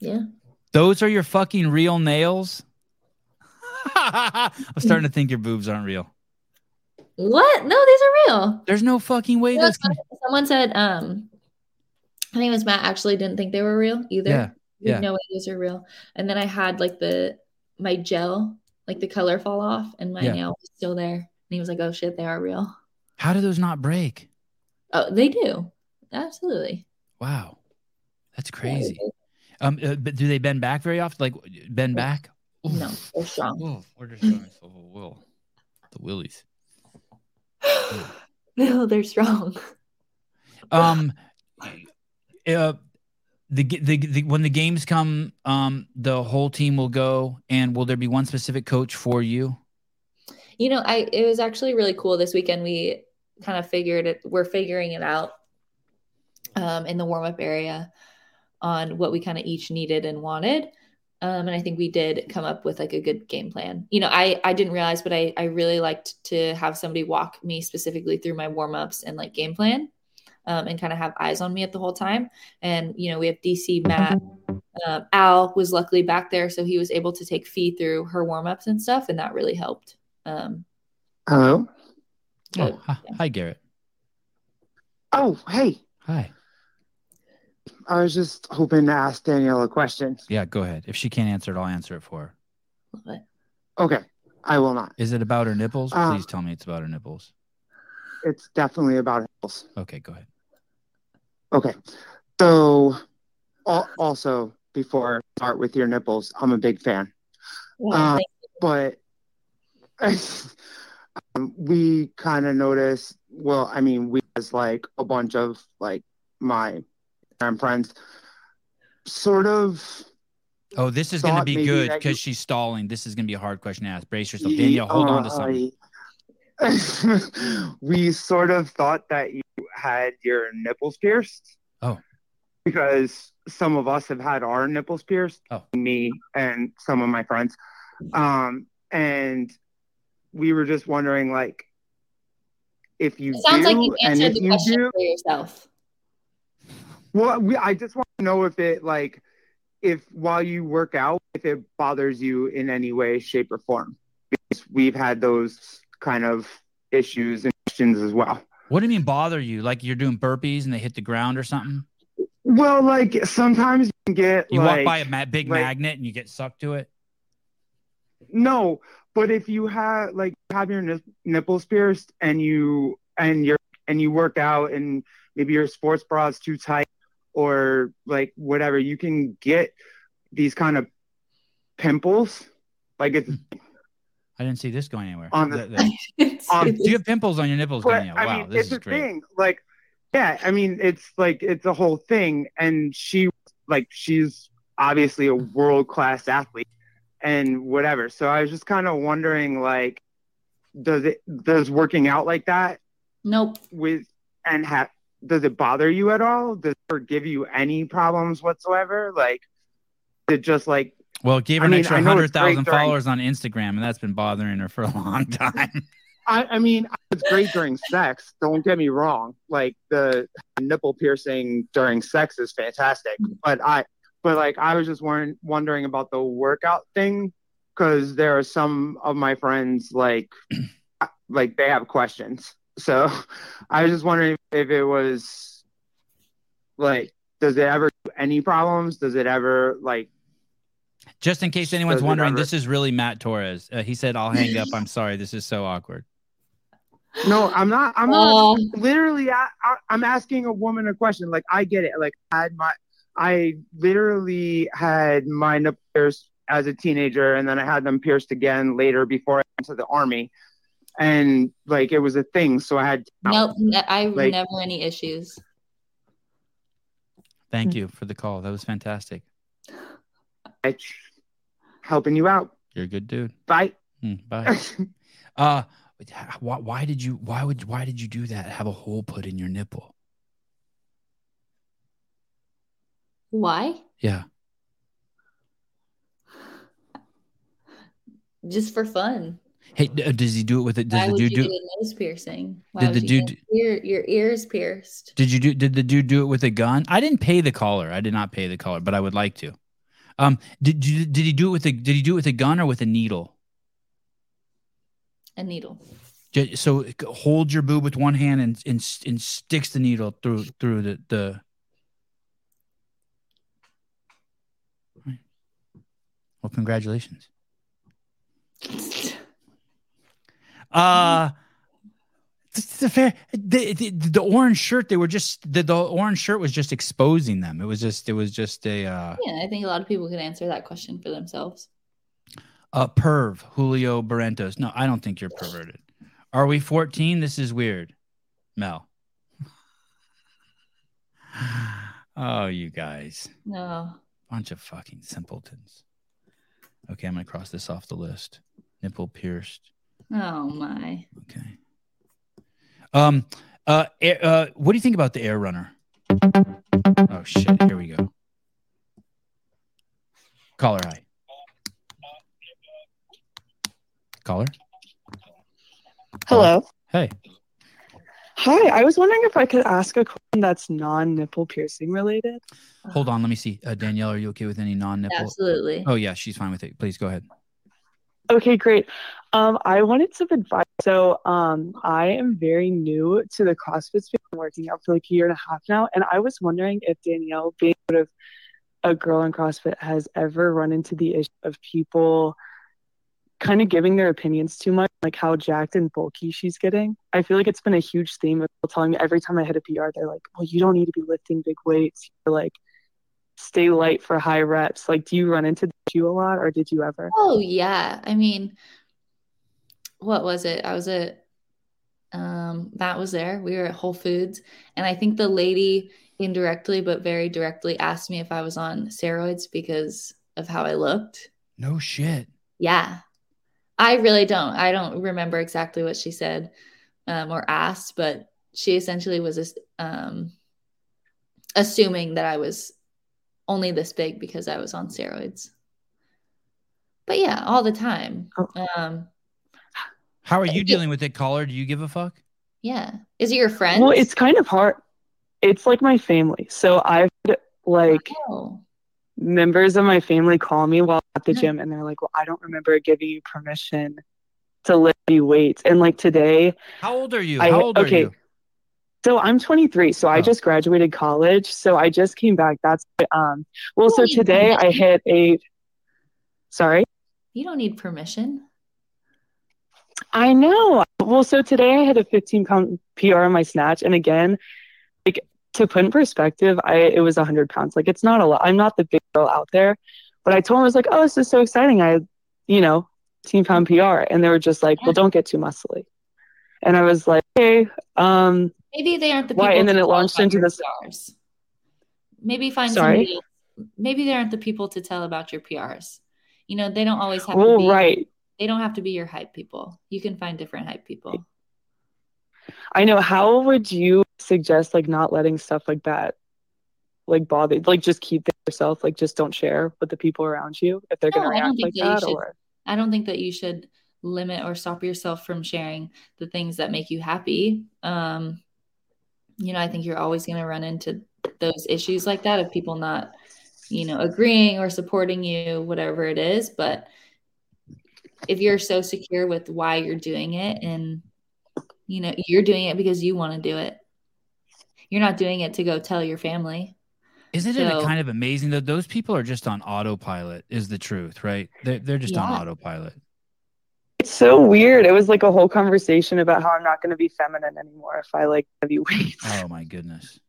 Yeah. Those are your fucking real nails. I'm starting to think your boobs aren't real. What? No, these are real. There's no fucking way. No, those can- someone- someone said, um, I think it was Matt actually didn't think they were real either. Yeah, There's yeah. No way these are real. And then I had like the my gel, like the color fall off, and my Yeah. nail was still there. And he was like, "Oh shit, they are real." How do those not break? Oh, they do. Absolutely Wow, that's Yeah, crazy. Um, uh, but do they bend back very often? Like bend back? they do. No, they're strong. Oof, we're just showing us the whole will. The willies. no, they're strong. Um, uh, the, g- the the when the games come, um, the whole team will go, and will there be one specific coach for you? You know, I it was actually really cool this weekend. We kind of figured it. We're figuring it out um, in the warm up area on what we kind of each needed and wanted. Um, and I think we did come up with like a good game plan. You know, I I didn't realize, but I I really liked to have somebody walk me specifically through my warm ups and like game plan, um, and kind of have eyes on me at the whole time. And you know, we have DC Matt. Um, Al was luckily back there, so he was able to take Fee through her warm ups and stuff, and that really helped. Um, Hello. Oh, so- hi, hi, Garrett. Oh, hey. Hi. I was just hoping to ask Danielle a question. Yeah, go ahead. If she can't answer it, I'll answer it for her. Love it. Okay, I will not. Is it about her nipples? Uh, Please tell me it's about her nipples. It's definitely about health. Okay, go ahead. Okay. So, al- also before I start with your nipples, I'm a big fan, Yeah, Uh, but um, we kind of noticed. Well, I mean, we as like a bunch of like my Instagram friends, sort of Oh, this is going to Thought be maybe good that because you- she's stalling. This is going to be a hard question to ask. Brace yourself. Danielle, hold on to I- something. we sort of thought that you had your nipples pierced. Oh. Because some of us have had our nipples pierced. Oh. Me and some of my friends. Um, and we were just wondering, like, if you it sounds do, like you and answered if the you question do, for yourself. well, we, I just want to know if it, like, if while you work out, if it bothers you in any way, shape, or form. Because we've had those kind of issues and questions as well. What do you mean bother you? Like you're doing burpees and they hit the ground or something? Well, like sometimes you can get You like walk by a ma- big like- magnet and you get sucked to it? no, but if you have like you have your nip- nipples pierced and you and your and you work out and maybe your sports bra is too tight or like whatever, you can get these kind of pimples. Like it's I didn't see this going anywhere. On the- Th- th- Um, Do you have pimples on your nipples, But, Danielle? I wow, mean, this it's is a great. thing. Like, yeah, I mean, it's like it's a whole thing, and she, like, she's obviously a world class athlete, and whatever. So I was just kind of wondering, like, does it does working out like that nope. with and have does it bother you at all? Does it give you any problems whatsoever? Like, is it just like Well, it gave her I an mean, extra I know hundred it's great thousand during- followers on Instagram, and that's been bothering her for a long time. I, I mean, it's great during sex. Don't get me wrong. Like the nipple piercing during sex is fantastic, but I, but like I was just won- wondering about the workout thing because there are some of my friends like, like they have questions. So I was just wondering if it was like, does it ever do any problems? Does it ever like? Just in case anyone's Doesn't wondering, matter. this is really Matt Torres. Uh, he said, "I'll hang up. I'm sorry. This is so awkward." No, I'm not. I'm not. Oh, literally I, I i'm asking a woman a question like i get it like i had my I literally had my nipple pierced as a teenager, and then I had them pierced again later before I went to the army, and like it was a thing. So I had Nope, n- I Like- never any issues. Thank you for the call. That was fantastic. I- helping you out. You're a good dude. Bye. Mm, bye. Uh, but h- why, why did you? Why would? Why did you do that? Have a hole put in your nipple? Why? Yeah. Just for fun. Hey, d- uh, does he do it with it? Why Does the would you dude get do? a nose piercing? Why Did the would you dude- get your, your ears pierced? Did you do? Did the dude do it with a gun? I didn't pay the caller. I did not pay the caller, but I would like to. Um, did you? Did he do it with a? Did he do it with a gun or with a needle? A needle. J- So c- hold your boob with one hand and and, s- and sticks the needle through through the the. Well, congratulations. Uh it's a fair the, the, the orange shirt they were just the, the orange shirt was just exposing them. It was just it was just a uh Yeah, I think a lot of people could answer that question for themselves. a Uh, perv Julio Barrentos. No, I don't think you're perverted. Are we 14? This is weird. Mel. Oh, you guys. No. Bunch of fucking simpletons. Okay, I'm gonna cross this off the list. Nipple pierced. Oh my. Okay. Um. Uh, air, uh. What do you think about the air runner? Oh shit! Here we go. Caller hi. Caller. Hello. Hey. Hi. I was wondering if I could ask a question that's non nipple piercing related. Hold on. Let me see. Uh, Danielle, are you okay with any non-nipple? Absolutely. Oh yeah, she's fine with it. Please go ahead. Okay, great. Um, I wanted some advice. So, um, I am very new to the CrossFit space. I'm working out for like a year and a half now, and I was wondering if Danielle, being sort of a girl in CrossFit, has ever run into the issue of people kind of giving their opinions too much, like how jacked and bulky she's getting. I feel like it's been a huge theme of people telling me every time I hit a PR, they're like, "Well, you don't need to be lifting big weights. You're like." Stay light for high reps. Like, do you run into the issue a lot, or did you ever? Oh yeah. I mean, what was it? I was at um that was there. We were at Whole Foods and I think the lady indirectly but very directly asked me if I was on steroids because of how I looked. No shit. Yeah. I really don't. I don't remember exactly what she said um, or asked, but she essentially was um, assuming that I was only this big because I was on steroids. But yeah, all the time. Oh. Um, How are you dealing with it, caller? Do you give a fuck? yeah. Is it your friend? Well, it's kind of hard. It's like my family. So I've had, like Oh. members of my family call me while at the Yeah. gym and they're like, "Well, I don't remember giving you permission to lift heavy weights." And like today, How old are you? I- How old are okay. you? so I'm 23, so Oh. I just graduated college, so I just came back. That's um well, so Wait, today I hit a Sorry. You don't need permission. I know. Well, so today I had a 15 pound PR on my snatch, and again, like to put in perspective, I it was 100 pounds. Like it's not a lot. I'm not the big girl out there, but I told him I was like, oh, this is so exciting. I, you know, 15 pound PR, and they were just like, well, don't get too muscly, and I was like, okay, um, Maybe they aren't the people. Why, and then to it tell launched about into your this- PRs. Maybe find Sorry? somebody. else. Maybe they aren't the people to tell about your PRs. You know, they don't always have to well, be Oh, right. they don't have to be your hype people. You can find different hype people. I know. How would you suggest like not letting stuff like that? Like bother, like just keep it to yourself, like just don't share with the people around you if they're No, gonna I don't react think like that you that, should- or I don't think that you should limit or stop yourself from sharing the things that make you happy. Um, you know, I think you're always going to run into those issues like that of people not, you know, agreeing or supporting you, whatever it is. But if you're so secure with why you're doing it and, you know, you're doing it because you want to do it, you're not doing it to go tell your family. Isn't it a So- kind of amazing that those people are just on autopilot? Is the truth, right? They're they're just on Yeah. autopilot. It's so weird. It was like a whole conversation about how I'm not going to be feminine anymore if I like heavy weights. Oh my goodness.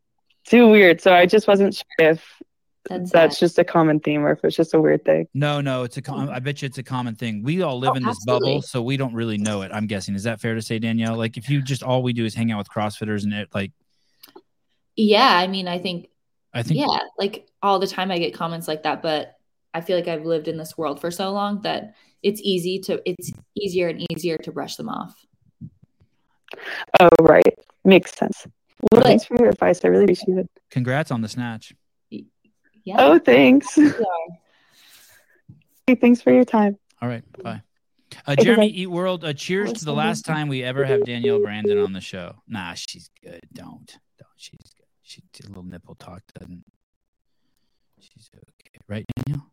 too weird. So I just wasn't sure if That's, that's sad. just a common theme or if it's just a weird thing. No, no, it's a. Com- I bet you it's a common thing. We all live Oh, in this bubble, absolutely. so we don't really know it. I'm guessing. Is that fair to say, Danielle? Like, if you just all we do is hang out with CrossFitters and it, like, yeah. I mean, I think I think, yeah, like all the time I get comments like that, but I feel like I've lived in this world for so long that it's easy to it's easier and easier to brush them off. Oh, right. Makes sense. Well, But- thanks for your advice. I really appreciate it. congrats on the snatch. Yeah. Oh, thanks. Hey, thanks for your time. All right, bye. Mm-hmm. Uh, Okay, Jeremy bye. Eat World, uh, cheers to the Awesome. last time we ever have Danielle Brandon on the show. Nah, she's good. Don't, don't. She's good. She a little nipple talk doesn't. She's okay, right, Danielle?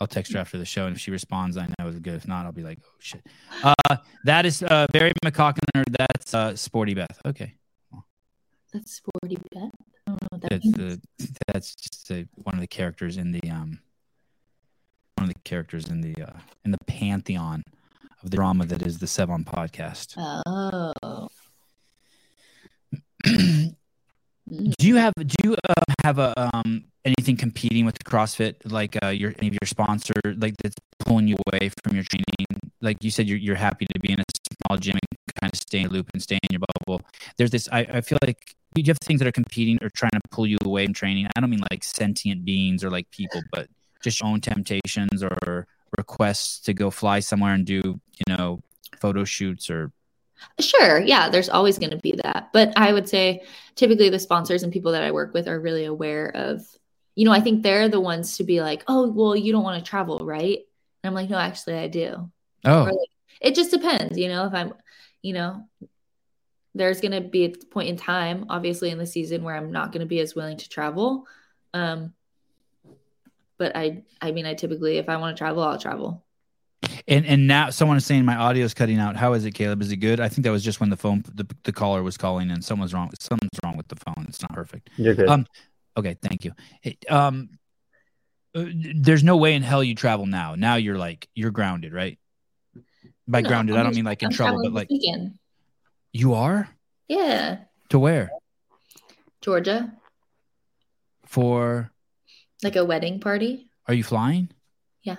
I'll text her after the show, and if she responds, I know it's good. If not, I'll be like, oh shit. Uh, that is uh, Barry McCockner. That's uh, Sporty Beth. Okay, That's sporty bet. I don't know what that that's means. the that's just a, one of the characters in the um one of the characters in the uh, in the pantheon of the drama that is the Sevon podcast. Oh. Mm. do you have do you uh, have a um anything competing with CrossFit like uh your any of your sponsor like that's pulling you away from your training? Like you said, you're you're happy to be in a small gym and kind of stay in the loop and stay in your bubble. There's this. I, I feel like you have things that are competing or trying to pull you away from training. I don't mean like sentient beings or like people, but just your own temptations or requests to go fly somewhere and do you know photo shoots or Sure. Yeah, there's always going to be that. But I would say typically the sponsors and people that I work with are really aware of, you know, I think they're the ones to be like, oh, well, you don't want to travel, right? And I'm like, no, actually, I do. oh Right. It just depends, you know, if I'm, you know, there's going to be a point in time, obviously, in the season where I'm not going to be as willing to travel. Um, but I, I mean, I typically, if I want to travel, I'll travel. And and now someone is saying my audio is cutting out. How is it, Caleb? Is it good? I think that was just when the phone the, the caller was calling and someone's wrong. Something's wrong with the phone. It's not perfect. You're good. Um, Okay, thank you. Hey, um, uh, there's no way in hell you travel now. Now you're like you're grounded, right? By No, grounded, I I'm don't just- mean like in I'm trouble, traveling but this like weekend. you are yeah, to where Georgia. for? like a wedding party. Are you flying? Yeah.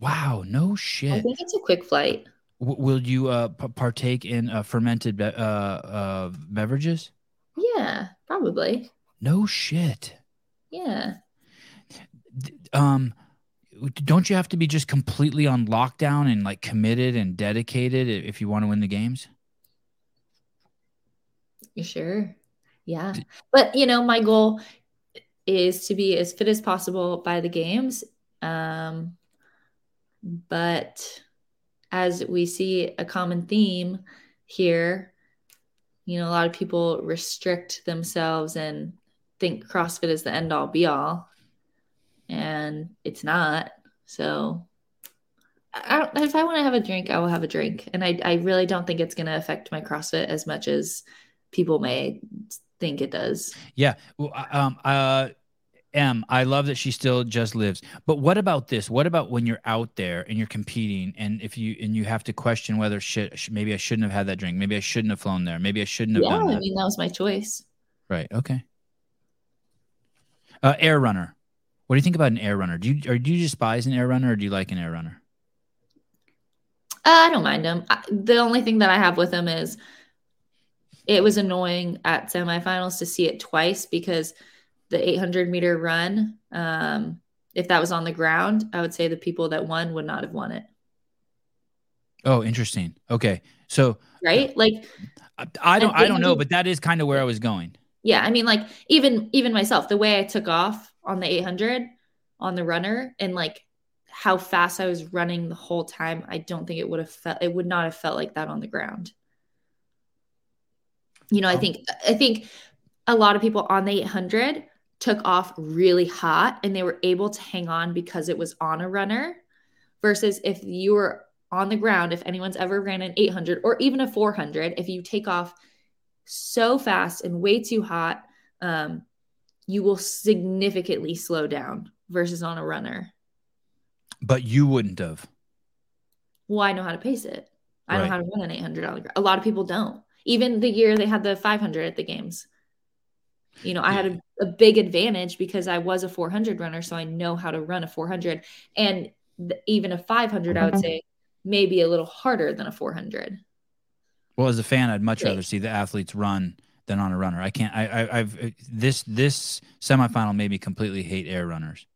Wow, no I shit. think it's a quick flight. W- will you uh p- partake in uh, fermented be- uh uh beverages? Yeah, probably. No shit. Yeah. D- Um, don't you have to be just completely on lockdown and like committed and dedicated i- if you want to win the games? You sure? Yeah. But you know, my goal is to be as fit as possible by the games. Um but as we see a common theme here, you know, a lot of people restrict themselves and think CrossFit is the end all be all. And it's not. So I I don't, if I want to have a drink, I will have a drink. And I, I really don't think it's going to affect my CrossFit as much as people may think it does. Yeah. Well, I- um, uh, M, I love that she still just lives. But what about this? What about when you're out there and you're competing and if you and you have to question whether shit sh- maybe I shouldn't have had that drink, maybe I shouldn't have flown there, maybe I shouldn't have yeah, done I that. mean, that was my choice. right. Okay. Uh, air runner. What do you think about an air runner? Do you or do you despise an air runner or do you like an air runner? Uh, I don't mind them. I, the only thing that I have with them is it was annoying at semifinals to see it twice because the 800 meter run, um, if that was on the ground, I would say the people that won would not have won it. Oh, interesting. Okay. So Right? Like, I- I don't I don't know, think- but that is kind of where I was going. yeah i mean like even even myself the way i took off on the 800 on the runner and like how fast i was running the whole time i don't think it would have felt it would not have felt like that on the ground you know i think i think a lot of people on the 800 took off really hot and they were able to hang on because it was on a runner versus if you were on the ground if anyone's ever ran an 800 or even a 400 if you take off so fast and way too hot, um, you will significantly slow down versus on a runner. But you wouldn't have. Well, I know how to pace it. I know Right. how to run an 800 on the ground. A lot of people don't. Even the year they had the 500 at the games, You know, I had a, a big advantage because I was a 400 runner, so I know how to run a 400. And th- even a 500, I would say, maybe a little harder than a 400. Well, as a fan, I'd much Right. rather see the athletes run than on a runner. I can't. I, I I've this this semifinal made me completely hate air runners.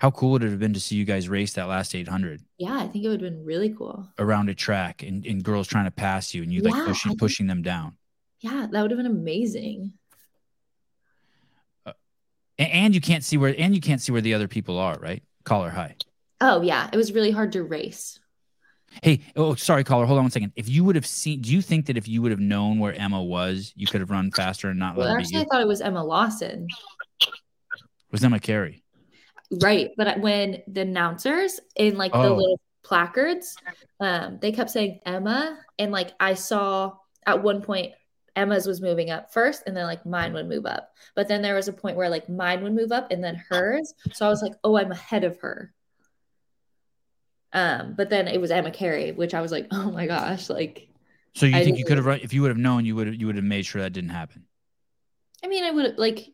How cool would it have been to see you guys race that last 800 Yeah, I think it would have been really cool. around a track and, and girls trying to pass you and you like Yeah, I pushing think- pushing them down? Yeah, that would have been amazing. A- and you can't see where and you can't see where the other people are, right? Collar high. Oh, yeah. It was really hard to race. Hey, oh sorry, caller. Hold on one second. If you would have seen, do you think that if you would have known where Emma was, you could have run faster and not let Well, her beat actually, you? I thought it was Emma Lawson. was Emma Carey? Right. But when the announcers in like the Oh. little placards, um, they kept saying Emma. And like I saw at one point Emma's was moving up first and then like mine would move up. But then there was a point where like mine would move up and then hers. So I was like, oh, I'm ahead of her. Um, but then it was Emma Carey, which I was like, oh my gosh, like So you I think you didn't. could have run if you would have known, you would have you would have made sure that didn't happen. I mean, I would like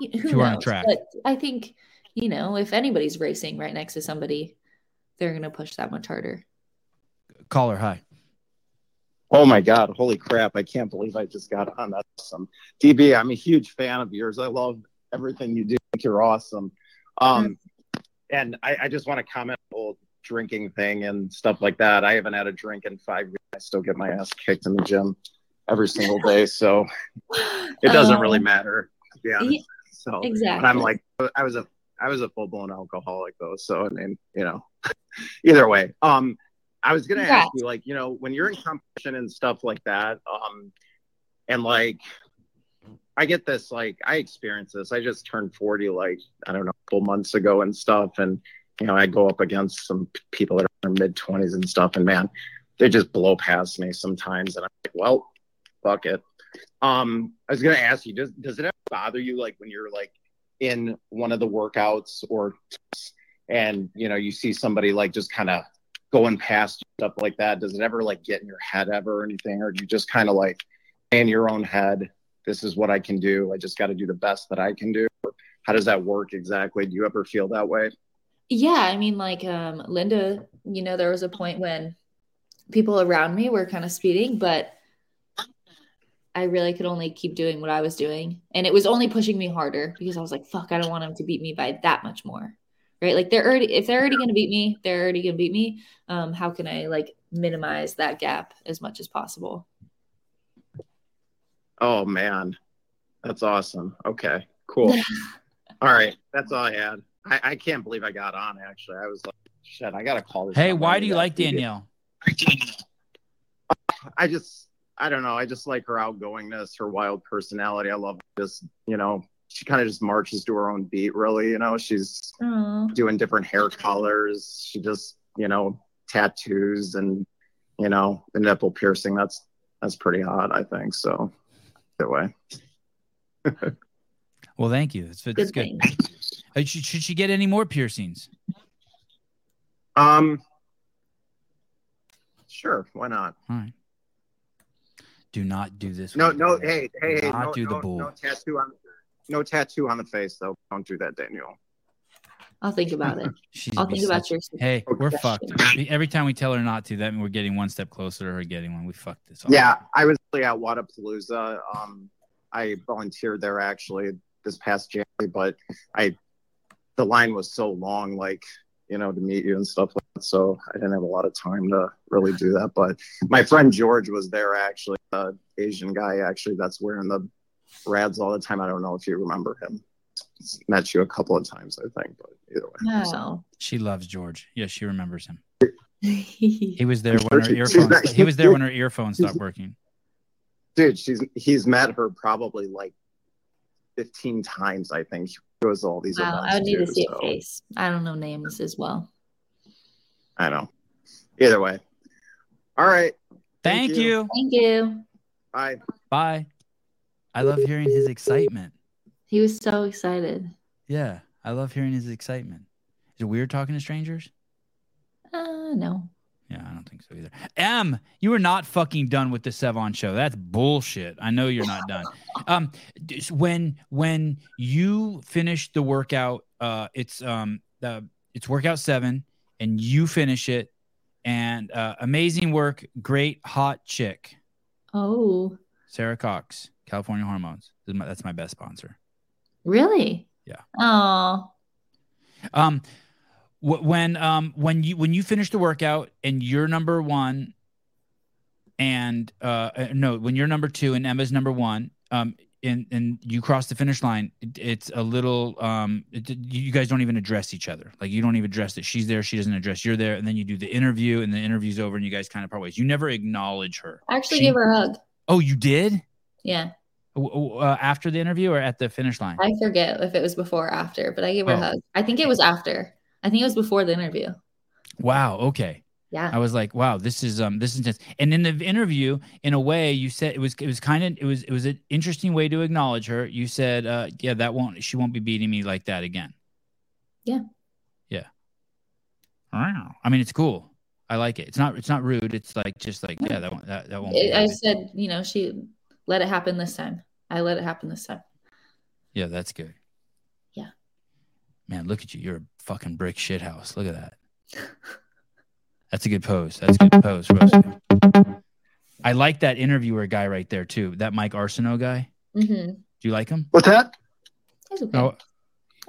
y- who you were on knows? track. But I think you know if anybody's racing right next to somebody, they're gonna push that much harder. Caller high. Oh my God! Holy crap! I can't believe I just got on. That's awesome, DB. I'm a huge fan of yours. I love everything you do. I think you're awesome. Um, and I, I just want to comment on the whole drinking thing and stuff like that. I haven't had a drink in five years. I still get my ass kicked in the gym every single day, so it doesn't really matter. To be honest. yeah, So exactly. and I'm like, I was a, I was a full blown alcoholic though. So I mean, you know, either way. Um, I was gonna ask Congrats. you, like, you know, when you're in competition and stuff like that, um, and like, I get this, like, I experience this. I just turned 40, like, I don't know, a couple months ago and stuff, and you know, I go up against some p- people that are in their mid 20s and stuff, and man, they just blow past me sometimes, and I'm like, well, fuck it. Um, I was gonna ask you, does does it ever bother you, like, when you're like in one of the workouts or and you know you see somebody like just kind of going past you, stuff like that does it ever like get in your head ever or anything or do you just kind of like stay in your own head this is what i can do i just got to do the best that i can do Or how does that work exactly do you ever feel that way yeah, I mean, like um, Linda, you know, there was a point when people around me were kind of speeding, but I really could only keep doing what I was doing, and it was only pushing me harder because I was like, fuck, I don't want them to beat me by that much more. Right, like they're already if they're already gonna beat me, they're already gonna beat me. Um, how can I like minimize that gap as much as possible? oh man that's awesome okay cool all right that's all i had I, I can't believe i got on actually i was like shit i gotta call this Hey, number. why do you like Yeah. Danielle? I just I don't know. I just like her outgoingness, her wild personality. I love just you know she kind of just marches to her own beat. Really, you know she's Oh, Mm-hmm. doing different hair colors. She just you know tattoos and you know the nipple piercing. That's that's pretty hot. I think so. Either way, Well, thank you. It's, it's good thing. good. Uh, Should, should she get any more piercings? um, sure, why not? All right. Do not do this. No, with no. me. Hey, hey, hey. Not No, do the no, bull. no tattoo on. No tattoo on the face though. Don't do that, Daniel. I'll think about it. She's I'll think be about such- your Hey, we're Okay. fucked. We- Every time we tell her not to, that we're getting one step closer to her getting one. We fucked this. up. Yeah, I was really at Wadapalooza. Um, I volunteered there actually this past January, but I the line was so long, like you know, to meet you and stuff like that. So I didn't have a lot of time to really do that. But my friend George was there actually, the Asian guy actually that's wearing the rads all the time. I don't know if you remember him. Met you a couple of times, I think, but either way. No. She loves George. Yeah, she remembers him. He yeah, was there when her She's earphones. not- He was there when her earphones stopped working. dude she's he's met her probably like 15 times i think she goes to all these wow, events I would need to too, see a so, face. I don't know names as well. i know either way all right Thank, Thank you. you. Thank you. bye Bye. I love hearing his excitement. He was so excited. Yeah, I love hearing his excitement. Is it weird talking to strangers? Uh, no. Yeah, I don't think so either. M, you are not fucking done with the Sevon show. That's bullshit. I know you're not done. Um, d- s- when when you finish the workout, uh, it's um, uh, it's workout seven, and you finish it, and uh, amazing work, great hot chick, Oh, Sarah Cox, California Hormones. This is my- That's my best sponsor. really? Yeah. Oh, Um, wh- when um when you when you finish the workout and you're number one, and uh uh, no, when you're number two and Emma's number one, um, and and you cross the finish line, it, it's a little um, it, you guys don't even address each other. Like you don't even address that she's there, she doesn't address you're there, and then you do the interview, and the interview's over, and you guys kind of part ways. You never acknowledge her. I actually She- gave her a hug. Oh, you did. Yeah. W- w- Uh, after the interview or at the finish line? I forget if it was before or after, but I gave her Oh. a hug. I think it was after. I think it was before the interview. Wow. Okay. Yeah. I was like, wow, this is um this is intense. And in the interview, in a way, you said it was it was kind of it was it was an interesting way to acknowledge her. You said, uh, yeah, that won't she won't be beating me like that again. Yeah. Yeah. Wow. I mean, it's cool. I like it. It's not it's not rude. It's like just like yeah, that won't that, that won't. It- be I happening. said, you know, she let it happen this time. I let it happen this time. yeah, that's good. Yeah. Man, look at you. You're a fucking brick shit house. Look at that. That's a good pose. That's a good pose, Roscoe. I like that interviewer guy right there too. That Mike Arsenault guy. Mm-hmm. Do you like him? What's that? It's okay. No.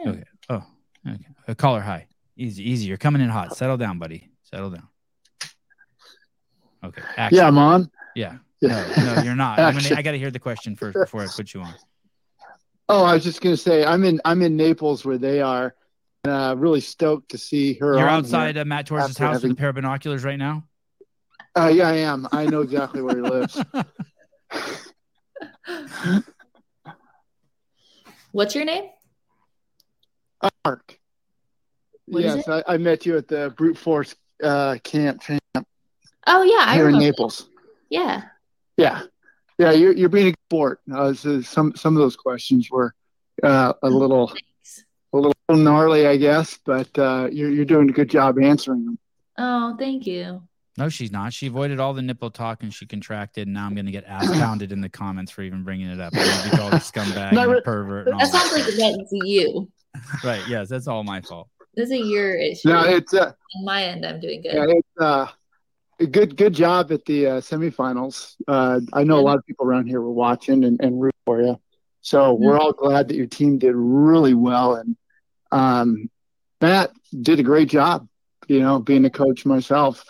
Okay. Oh. Okay. Uh, Call her high. Easy. Easy. You're coming in hot. Settle down, buddy. Settle down. Okay. Action. Yeah, I'm on. Yeah. No, Yeah. no, you're not. I'm gonna, Action. I got to hear the question first before I put you on. Oh, I was just gonna say I'm in I'm in Naples where they are, and uh, really stoked to see her. You're on outside uh, Matt Torres' After house with a having- pair of binoculars right now. Here. Uh, yeah, I am. I know exactly where he lives. What's your name? Uh, Mark. What is yes, I, I met you at the brute force uh, camp thing Oh yeah, I here in remember. Naples. Yeah. Yeah, yeah, you're you're being a good sport. Uh, this is- some some of those questions were uh, a little Thanks. a little gnarly, I guess, but uh, you're you're doing a good job answering them. Oh, thank you. No, she's not. She avoided all the nipple talk and she contracted. And now I'm going to get ass pounded in the comments for even bringing it up. I'm going to be called a scumbag No, and a but- pervert. And all That that. sounds like that's you. stuff. Right. Yes. That's all my fault. This is your issue. No, it's uh, On my end, I'm doing good. yeah, it's uh, a good good job at the uh, semifinals. Uh, I know a lot of people around here were watching and, and root for you, so we're all glad that your team did really well. And um, Matt did a great job. You know, being a coach myself,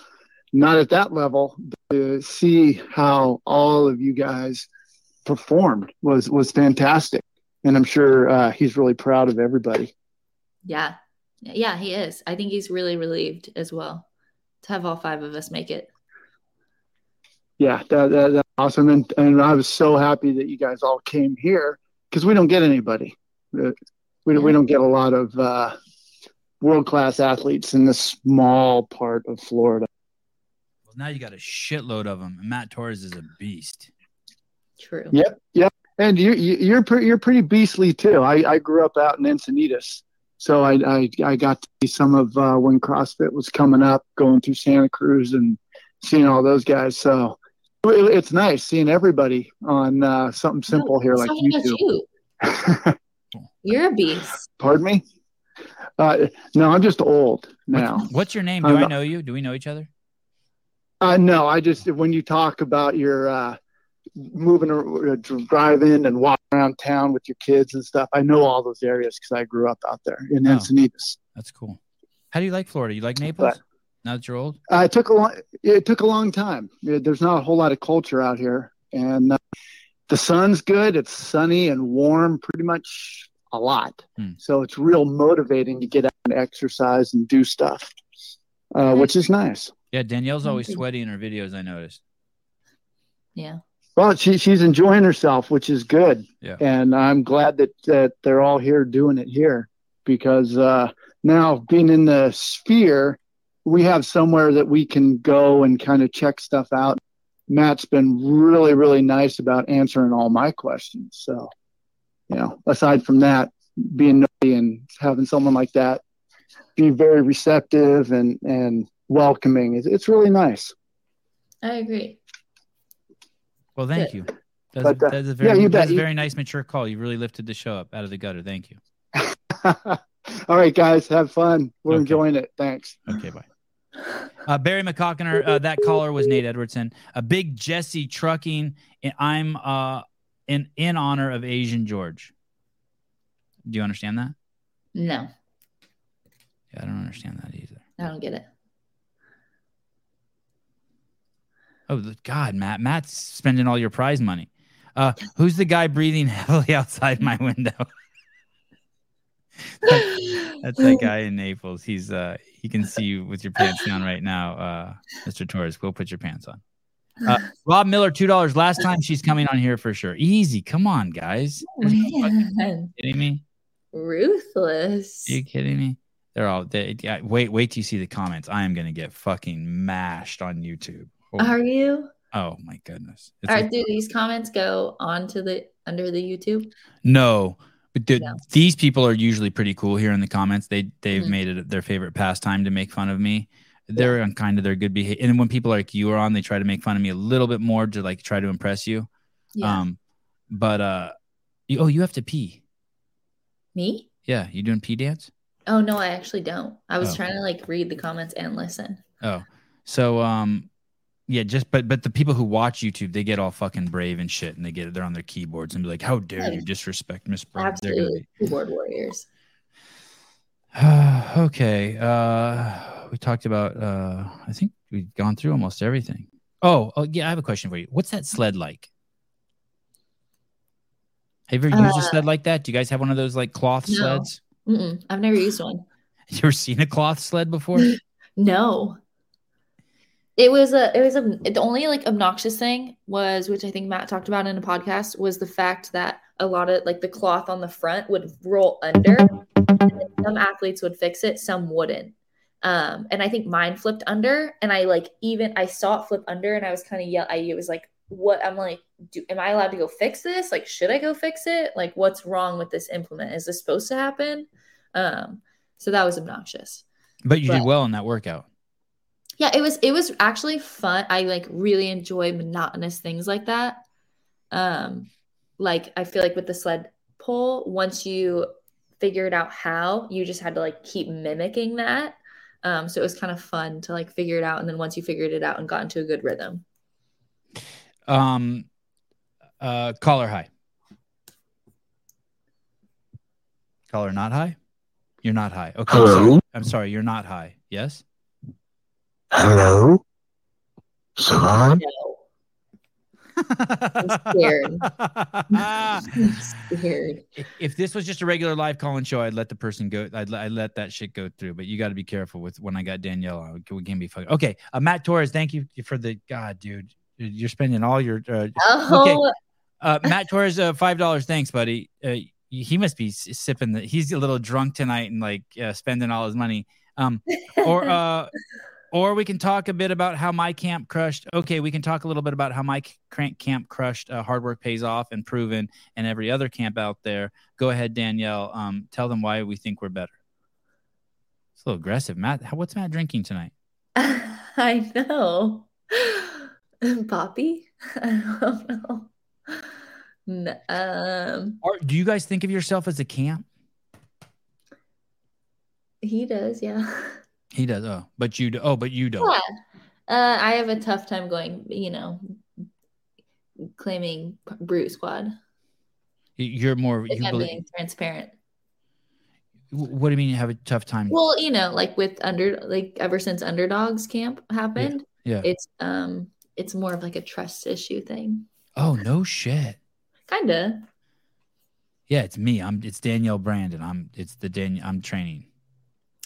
not at that level, but to see how all of you guys performed was was fantastic, and I'm sure uh, he's really proud of everybody. Yeah. Yeah, he is. I think he's really relieved as well to have all five of us make it. Yeah, that, that, that's awesome. And, and I was so happy that you guys all came here because we don't get anybody. Uh, We, we don't get a lot of uh, world class athletes in this small part of Florida. Well, now you got a shitload of them. And Matt Torres is a beast. True. Yeah. And you, you, you're, pre- you're pretty beastly too. I, I grew up out in Encinitas. So I, I, I got to see some of uh, when CrossFit was coming up, going through Santa Cruz and seeing all those guys. So it, it's nice seeing everybody on uh, something simple here like Something you about do. you. You're a beast. Pardon me? Uh, no, I'm just old now. What's, what's your name? Do I'm I not- know you? Do we know each other? Uh, no, I just when you talk about your uh, moving, ar- uh, driving, and walking around town with your kids and stuff, I know all those areas because I grew up out there in Oh. Encinitas. That's cool. How do you like Florida? You like Naples? Now that you're old? Uh, it took a long, it took a long time. Yeah, There's not a whole lot of culture out here, and uh, the sun's good. It's sunny and warm, pretty much a lot. Hmm. So it's real motivating to get out and exercise and do stuff, uh, which is nice. Yeah. Danielle's always Mhm. sweaty in her videos, I noticed. Yeah. Well, she, she's enjoying herself, which is good. Yeah. And I'm glad that, that they're all here doing it here because uh, now being in the sphere, we have somewhere that we can go and kind of check stuff out. Matt's been really, really nice about answering all my questions. So, you know, aside from that, being nobody and having someone like that be very receptive and, and welcoming. It's, it's really nice. I agree. Well, thank you. That's, But, uh, that's a yeah, very, you that's bet. a You- very nice, mature call. You really lifted the show up out of the gutter. Thank you. All right, guys, have fun. We're Okay. enjoying it. Thanks. Okay, bye. Uh, Barry McCockiner, uh, that caller was Nate Edwardson. A big Jesse Trucking, and I'm uh, in in honor of Asian George. Do you understand that? No, Yeah, I don't understand that either. I don't get it. Oh the- God, Matt! Matt's spending all your prize money. Uh, who's the guy breathing heavily outside my window? That's that guy in Naples. He's uh, he can see you with your pants down right now, uh, Mr. Torres. Go put your pants on. Uh, Rob Miller, two dollars. Last time she's coming on here for sure. Easy, come on, guys. Oh, Are Man, you kidding me? ruthless. Are you kidding me? They're all. They, yeah, wait, wait till you see the comments. I am gonna get fucking mashed on YouTube. Oh, Are you? oh my goodness. It's All like- right, do these comments go onto the under the YouTube? No, but the, No. these people are usually pretty cool here in the comments. They they've Mhm. made it their favorite pastime to make fun of me. They're unkind to their good behavior, and when people like you are on, they try to make fun of me a little bit more to like try to impress you. Yeah. Um, but uh, you, oh, you have to pee. Me? Yeah, you doing pee dance? Oh no, I actually don't. I was Oh. trying to like read the comments and listen. Oh, so um, yeah, just but but the people who watch YouTube, they get all fucking brave and shit, and they get they're on their keyboards and be like, "How dare Yeah. you disrespect Miss Brown?" They're gonna be- Absolutely, keyboard warriors. okay. Uh, we talked about. Uh, I think we've gone through almost everything. Oh, oh yeah. I have a question for you. What's that sled like? Have you ever used a Uh, sled like that? Do you guys have one of those like cloth No. sleds? Mm-mm, I've never used one. You ever seen a cloth sled before? No. It was a it was a the only like obnoxious thing was which I think Matt talked about in a podcast was the fact that a lot of like the cloth on the front would roll under. And then some athletes would fix it, some wouldn't. Um, and I think mine flipped under, and I like even I saw it flip under, and I was kind of yell. I it was like, what? I'm like, do am I allowed to go fix this? Like, should I go fix it? Like, what's wrong with this implement? Is this supposed to happen? Um, so that was obnoxious but you did But- well in that workout. yeah it was it was actually fun i like really enjoy monotonous things like that um like i feel like with the sled pull once you figured out how you just had to like keep mimicking that um so it was kind of fun to like figure it out and then once you figured it out and got into a good rhythm Um, uh, collar high. Collar not high. You're not high. Okay. I'm Hello? sorry. I'm sorry. You're not high. Yes. Hello? Salon? no scared. if scared if this was just a regular live call-in show, I'd let the person go. I'd, let- I'd let that shit go through. But you got to be careful with when I got Danielle. on, We can't be fucking. Okay, uh, Matt Torres, thank you for the God, dude. You're spending all your uh, oh uh, Matt Torres, uh, five dollars. Thanks, buddy. Uh, he must be s- sipping the. He's a little drunk tonight and like uh, spending all his money. Um, or uh, or we can talk a bit about how my camp crushed. Okay, we can talk a little bit about how my c- crank camp crushed. Uh, hard work pays off and proven, and every other camp out there. Go ahead, Danielle. Um, tell them why we think we're better. It's a little aggressive, Matt. How, what's Matt drinking tonight? i know poppy i don't know N- um Are, do you guys think of yourself as a camp? he does yeah He does. Oh, but you. Do, oh, but you don't. Yeah. Uh, I have a tough time going, you know, claiming p- brute squad. You- You're more. If You I'm believe, being transparent. W- What do you mean you have a tough time? Well, you know, like with under, like ever since underdogs camp happened, yeah. it's um, it's more of like a trust issue thing, oh no shit. kinda. Yeah, it's me. I'm it's Danielle Brandon. I'm it's the Dan I'm training.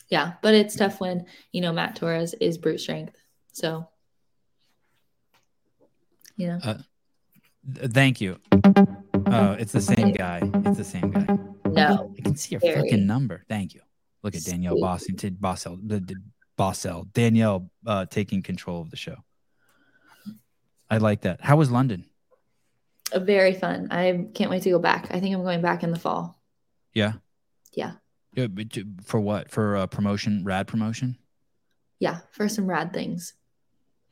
Yeah, but it's tough when you know Matt Torres is brute strength. So, you know, Uh, Th- Thank you. Oh, it's the same guy. It's the same guy. no, I can see your Very. fucking number. Thank you. Look at Danielle Sweet. Bossington Bossell the, the Bossell. Danielle uh, taking control of the show. I like that. How was London? very fun. I can't wait to go back. I think I'm going back in the fall. Yeah. Yeah. Yeah, but to- For what? For uh, promotion, rad promotion? yeah, for some rad things.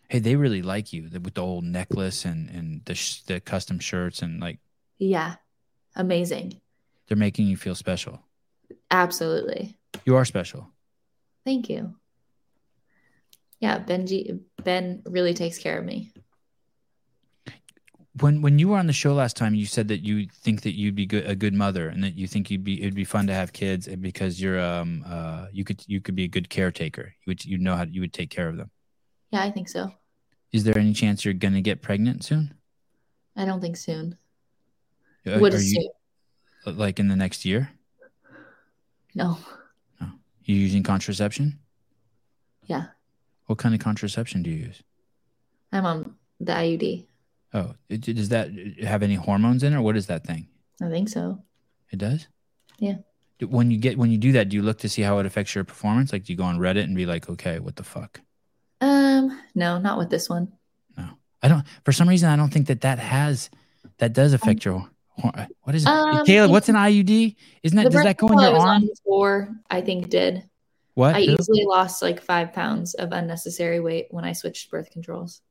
Hey, they really like you the, with the old necklace and and the sh- the custom shirts and like Yeah, amazing. they're making you feel special. Absolutely. You are special. Thank you. Yeah, Benji, Ben really takes care of me. When when you were on the show last time, you said that you think that you'd be good, a good mother and that you think you'd be it'd be fun to have kids and because you're um uh you could you could be a good caretaker. You would you know how you would take care of them. Yeah, I think so. Is there any chance you're gonna get pregnant soon? I don't think soon. Uh, Would are assume. you uh, like in the next year? No. You using contraception? Yeah. What kind of contraception do you use? I'm on the IUD. Oh, it- does that have any hormones in it? Or what is that thing? I think so. It does. Yeah. Do- When you get when you do that, do you look to see how it affects your performance? Like, do you go on Reddit and be like, okay, what the fuck? Um, no, not with this one. I don't. For some reason, I don't think that that has that does affect your. hor- What is it, Um, Caleb? What's an IUD? Isn't that The does that go in breast your I was on arm? Before I think did. What? I Who? easily lost like five pounds of unnecessary weight when I switched birth controls.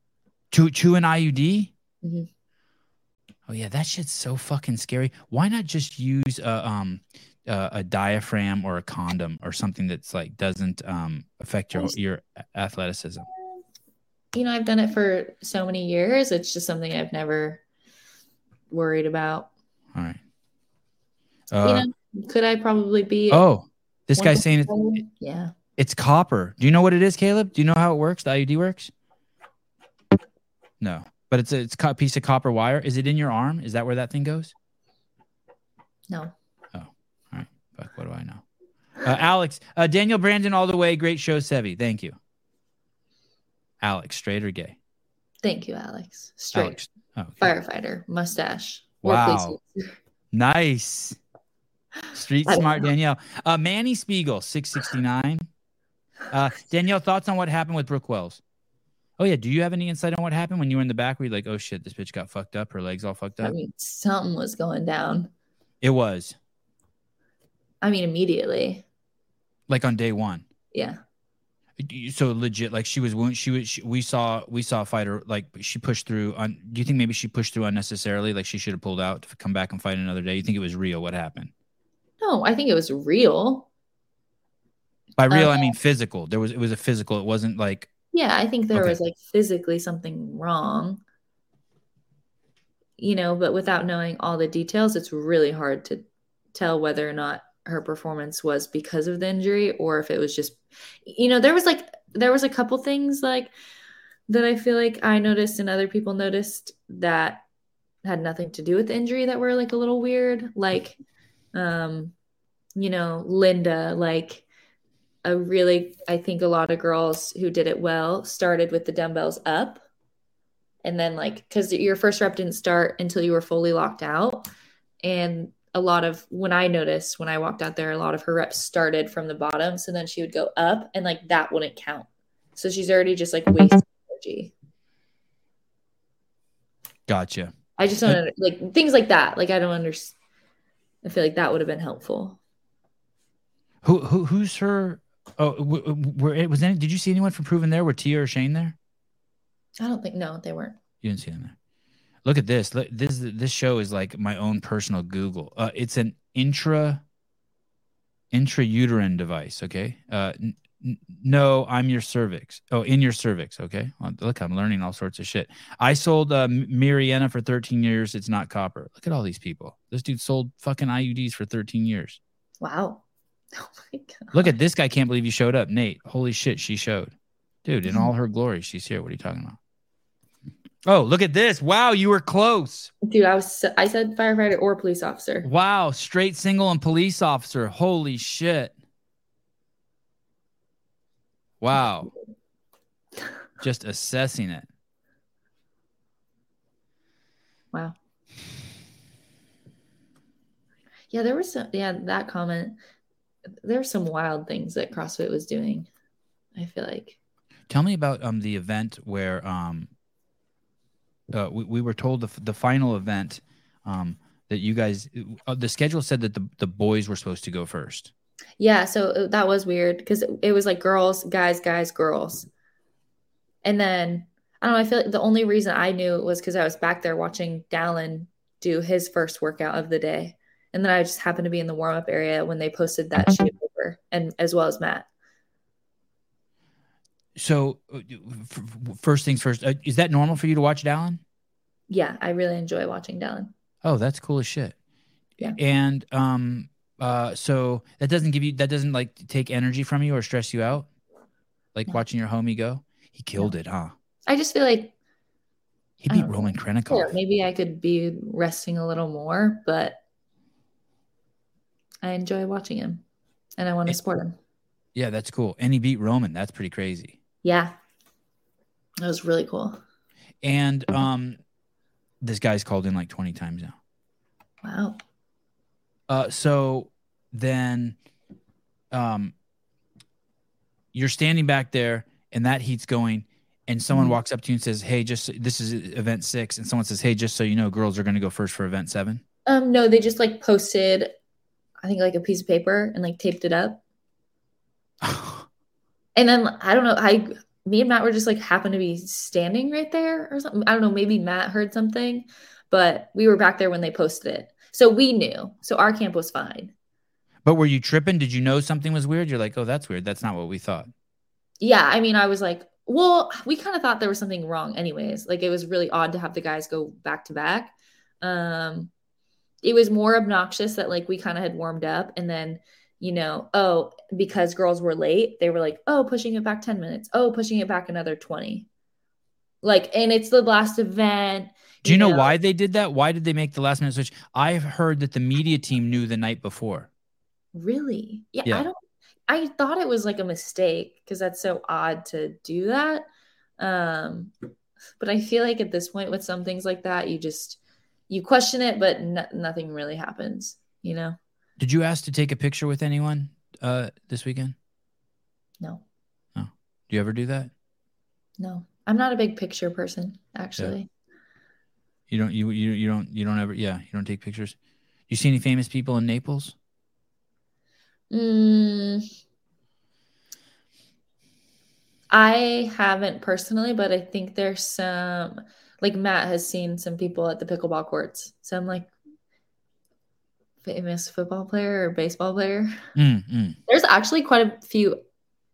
To to an IUD? Mhm. Oh yeah, that shit's so fucking scary. Why not just use a um a, a diaphragm or a condom or something that's like doesn't um affect your your athleticism? You know, I've done it for so many years. It's just something I've never worried about. All right. Uh, you know, could I probably be? oh, this one guy's of saying it, those? yeah. it's copper. Do you know what it is, Caleb? Do you know how it works? The IUD works? No, but it's a it's a piece of copper wire. Is it in your arm? Is that where that thing goes? No. Fuck, what do I know? Uh, Alex, uh, Daniel Brandon, all the way. Great show, Sevi. Thank you. Alex, straight or gay? Thank you, Alex. Straight Alex. Oh, okay. firefighter, mustache. Wow. police. Nice. Street I don't smart, Danielle. Uh, Manny Spiegel, 669. Uh, Danielle, thoughts on what happened with Brooke Wells? Oh, yeah. Do you have any insight on what happened when you were in the back? Were you like, oh, shit, this bitch got fucked up? Her legs all fucked I up? mean, something was going down. it was I mean, immediately. like on day one. Yeah. so legit like she was wound she was she, we saw we saw a fighter like she pushed through on do you think maybe she pushed through unnecessarily like she should have pulled out to come back and fight another day you think it was real what happened No, I think it was real. by real i mean physical there was it was a physical it wasn't like Yeah, I think there Okay. was like physically something wrong. You know, but without knowing all the details, it's really hard to tell whether or not her performance was because of the injury or if it was just you know, there was like there was a couple things like that I feel like I noticed and other people noticed that had nothing to do with the injury that were like a little weird, like um you know, Linda like a really i think a lot of girls who did it well started with the dumbbells up and then like because your first rep didn't start until you were fully locked out and a lot of when i noticed when i walked out there a lot of her reps started from the bottom so then she would go up and like that wouldn't count so she's already just like wasting energy gotcha i just don't under- like things like that like i don't understand i feel like that would have been helpful who who who's her oh w- w- were it was any did you see anyone from proven there were tia or shane there i don't think no they weren't You didn't see them there. Look at this. Look, this this show is like my own personal Google. Uh, it's an intra intrauterine device. Okay. Uh, n- n- no, I'm your cervix. Oh, in your cervix. Okay. Well, look, I'm learning all sorts of shit. I sold uh, M- Mariana for 13 years. It's not copper. Look at all these people. This dude sold fucking IUDs for 13 years. wow oh my god Look at this guy. Can't believe you showed up, Nate. Holy shit, she showed. Dude, in all her glory, she's here. What are you talking about? Oh, look at this. Wow, you were close. dude i was so- i said firefighter or police officer Wow, straight single and police officer. Holy shit. Wow. Just assessing it. Wow. Yeah, there was some, yeah, that comment. There were some wild things that CrossFit was doing. I feel like, Tell me about um the event where um uh, we, we were told the, f- the final event um that you guys uh, the schedule said that the, the boys were supposed to go first. Yeah, so uh, that was weird because it, it was like girls, guys, guys, girls. And then I don't know, I feel like the only reason I knew was because I was back there watching Dallin do his first workout of the day. And then I just happened to be in the warm up area when they posted that shit over, and as well as Matt. So, uh, f- f- first things first, uh, is that normal for you to watch Dallin? Yeah, I really enjoy watching Dallin. Oh, that's cool as shit. Yeah. And um, uh, so that doesn't give you that doesn't like take energy from you or stress you out, like watching your homie go. He killed it, huh? I just feel like He I beat don't know. Roman Krennikov. yeah, maybe I could be resting a little more, but I enjoy watching him and I want to support him. Yeah, that's cool. And he beat Roman. That's pretty crazy. Yeah. That was really cool. And um, this guy's called in like twenty times now. Wow. Uh, so then, um, you're standing back there, and that heat's going, and someone Mhm. walks up to you and says, "Hey, just so- this is event six, and someone says, "Hey, just so you know, girls are going to go first for event seven. Um, no, they just like posted, I think like a piece of paper and like taped it up. and then I don't know, I me and Matt were just like happened to be standing right there or something. I don't know, maybe Matt heard something, but we were back there when they posted it. So we knew. So our camp was fine. But were you tripping? Did you know something was weird? You're like, "Oh, that's weird. That's not what we thought." Yeah, I mean, I was like, well, we kind of thought there was something wrong anyways. Like it was really odd to have the guys go back to back. Um it was more obnoxious that like we kind of had warmed up and then, you know, oh, because girls were late, they were like, "Oh, pushing it back 10 minutes. Oh, pushing it back another 20." Like and it's the last event. Do you know why they did that? Why did they make the last minute switch? I've heard that the media team knew the night before. Really? Yeah, Yeah. I don't I thought it was like a mistake because that's so odd to do that. Um but I feel like at this point with some things like that you just you question it but no- nothing really happens, you know? Did you ask to take a picture with anyone uh, this weekend? No. No. Do you ever do that? No. I'm not a big picture person actually. You don't. You you you don't. You don't ever. Yeah. You don't take pictures. You see any famous people in Naples? Mm, I haven't personally, but I think there's some like Matt has seen some people at the pickleball courts. Some like famous football player or baseball player. Mm, mm. There's actually quite a few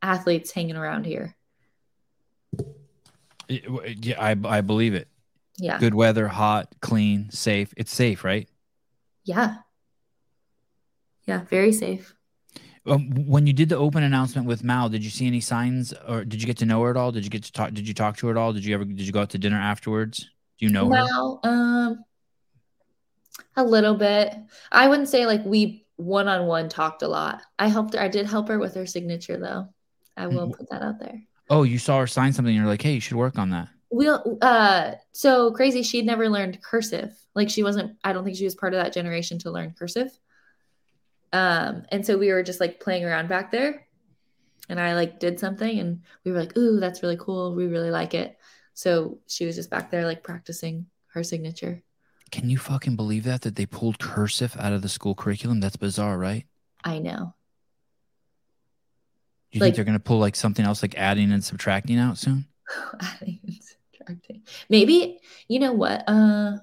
athletes hanging around here. It- w- Yeah, I I believe it. Yeah. Good weather, hot, clean, safe. It's safe, right? Yeah. Yeah, very safe. Um, when you did the open announcement with Mal, did you see any signs, or did you get to know her at all? Did you get to talk? Did you talk to her at all? Did you ever? Did you go out to dinner afterwards? Do you know her? Well, um, a little bit. I wouldn't say like we one on one talked a lot. I helped her. I did help her with her signature though. I Mm-hmm. will put that out there. Oh, you saw her sign something. You're like, hey, you should work on that. We'll uh so crazy she'd never learned cursive. Like she wasn't I don't think she was part of that generation to learn cursive. Um and so we were just like playing around back there and I like did something and we were like, "Ooh, that's really cool. We really like it." So she was just back there like practicing her signature. Can you fucking believe that? That they pulled cursive out of the school curriculum? That's bizarre, right? I know. Do Like- you think they're gonna pull like something else, like adding and subtracting out soon? adding and subtracting. Maybe you know what? Uh,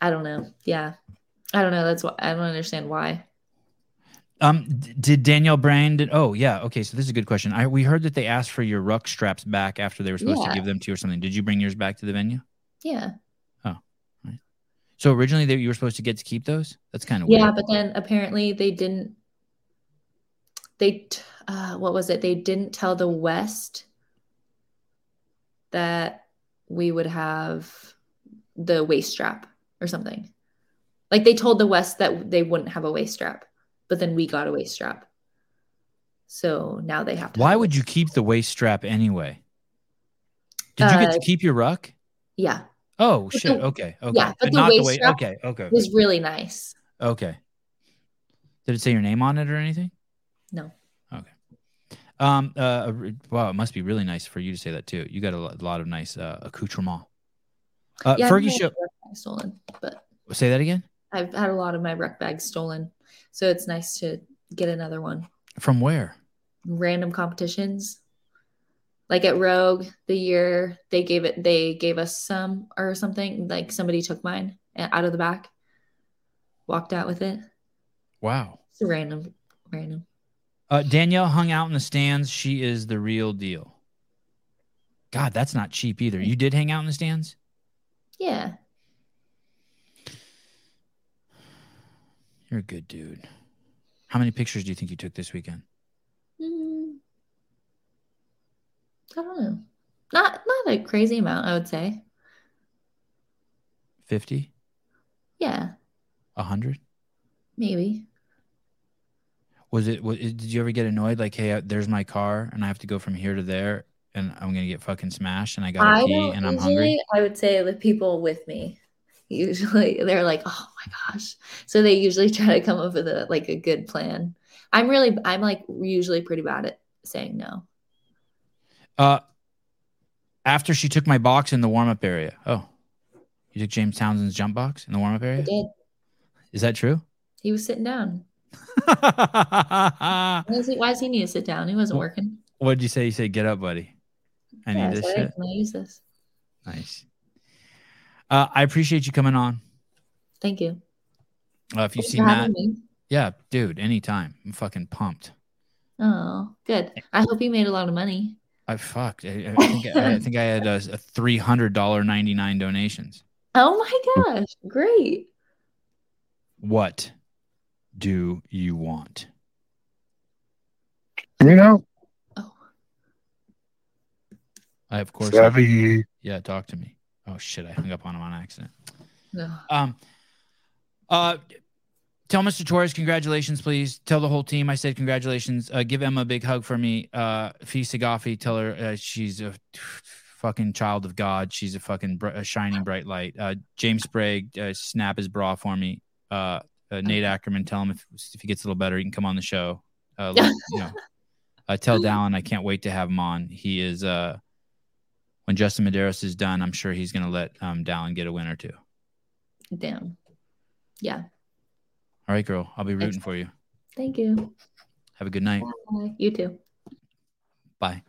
I don't know. Yeah, I don't know. That's why I don't understand why. Um, d- did Danielle Brand? Oh yeah, okay. So this is a good question. I we heard that they asked for your ruck straps back after they were supposed Yeah. to give them to you or something. Did you bring yours back to the venue? Yeah, So originally they, you were supposed to get to keep those. That's kind of yeah. weird. But then apparently they didn't. They t- uh, what was it? They didn't tell the West that we would have the waist strap or something. Like they told the West that they wouldn't have a waist strap, but then we got a waist strap. So now they have to. Why would you keep the waist strap anyway? Did you get to Uh, keep your ruck? Yeah. Oh But the- shit. Okay. Okay. Yeah, but, the not waist wa- strap Okay. Okay. was really nice. Okay. Did it say your name on it or anything? No. Okay. Um. Uh. Wow. It must be really nice for you to say that too. You got a lo- lot of nice uh, accoutrement. Uh, yeah, I've Fergie had show. my ruck bag stolen, but Say that again. I've had a lot of my ruck bags stolen, so it's nice to get another one. From where? Random competitions. Like at Rogue, the year they gave it, they gave us some or something. Like somebody took mine a- out of the back, walked out with it. Wow. It's random, random. Uh, Danielle hung out in the stands. She is the real deal. God, that's not cheap either. You did hang out in the stands? Yeah. You're a good dude. How many pictures do you think you took this weekend? Mm. I don't know. Not not a crazy amount, I would say. 50? Yeah, 100? maybe. Was it, was, did you ever get annoyed? Like, hey, uh, there's my car and I have to go from here to there and I'm going to get fucking smashed and I got I to pee don't and I'm usually. hungry? I would say the people with me usually they're like, "Oh my gosh!" So they usually try to come up with a like a good plan. I'm really, I'm like usually pretty bad at saying no. Uh, after she took my box in the warm up area. Oh, you took James Townsend's jump box in the warm up I area? did. Is that true? He was sitting down. what Why does he, why does he need to sit down? He wasn't working. did you say? You said, get up, buddy. I Yeah, need this so I shit. can I use this? Nice. Uh, I appreciate you coming on. Thank you. Uh, if you've Thanks seen for that, having me. yeah, dude, anytime. I'm fucking pumped. Oh, good. I hope you made a lot of money. I fucked. I, I think I, I think I had a, a three hundred dollar ninety nine donations. Oh my gosh, great. What do you want? You know, I of course. Savvy. Yeah, talk to me. Oh shit, I hung up on him on accident. No. Um. Uh. Tell Mr. Torres congratulations, please. Tell the whole team I said congratulations. Uh, give Emma a big hug for me. Uh, Fee Sagafi, tell her uh, she's a fucking child of God. She's a fucking br- a shining bright light. Uh, James Sprague, uh, snap his bra for me. Uh, uh, Nate Ackerman, tell him if, if he gets a little better, he can come on the show. Uh, let- you know. uh, tell Dallin I can't wait to have him on. He is uh, when Justin Medeiros is done, I'm sure he's going to let um, Dallin get a win or two. Damn. Yeah. All right, girl, I'll be rooting for you. Thank you. Have a good night. Bye. You too. Bye.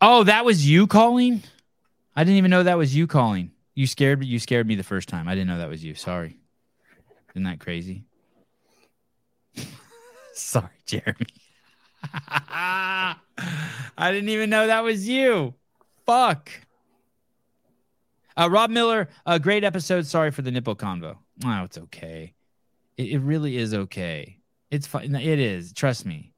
Oh, that was you calling? I didn't even know that was you calling. You scared you scared me the first time. I didn't know that was you. Sorry. Isn't that crazy? Sorry, Jeremy. I didn't even know that was you. Fuck. Uh, Rob Miller, a great episode. Sorry for the nipple convo. No, it's okay. It, it really is okay. It's fine. It is. Trust me.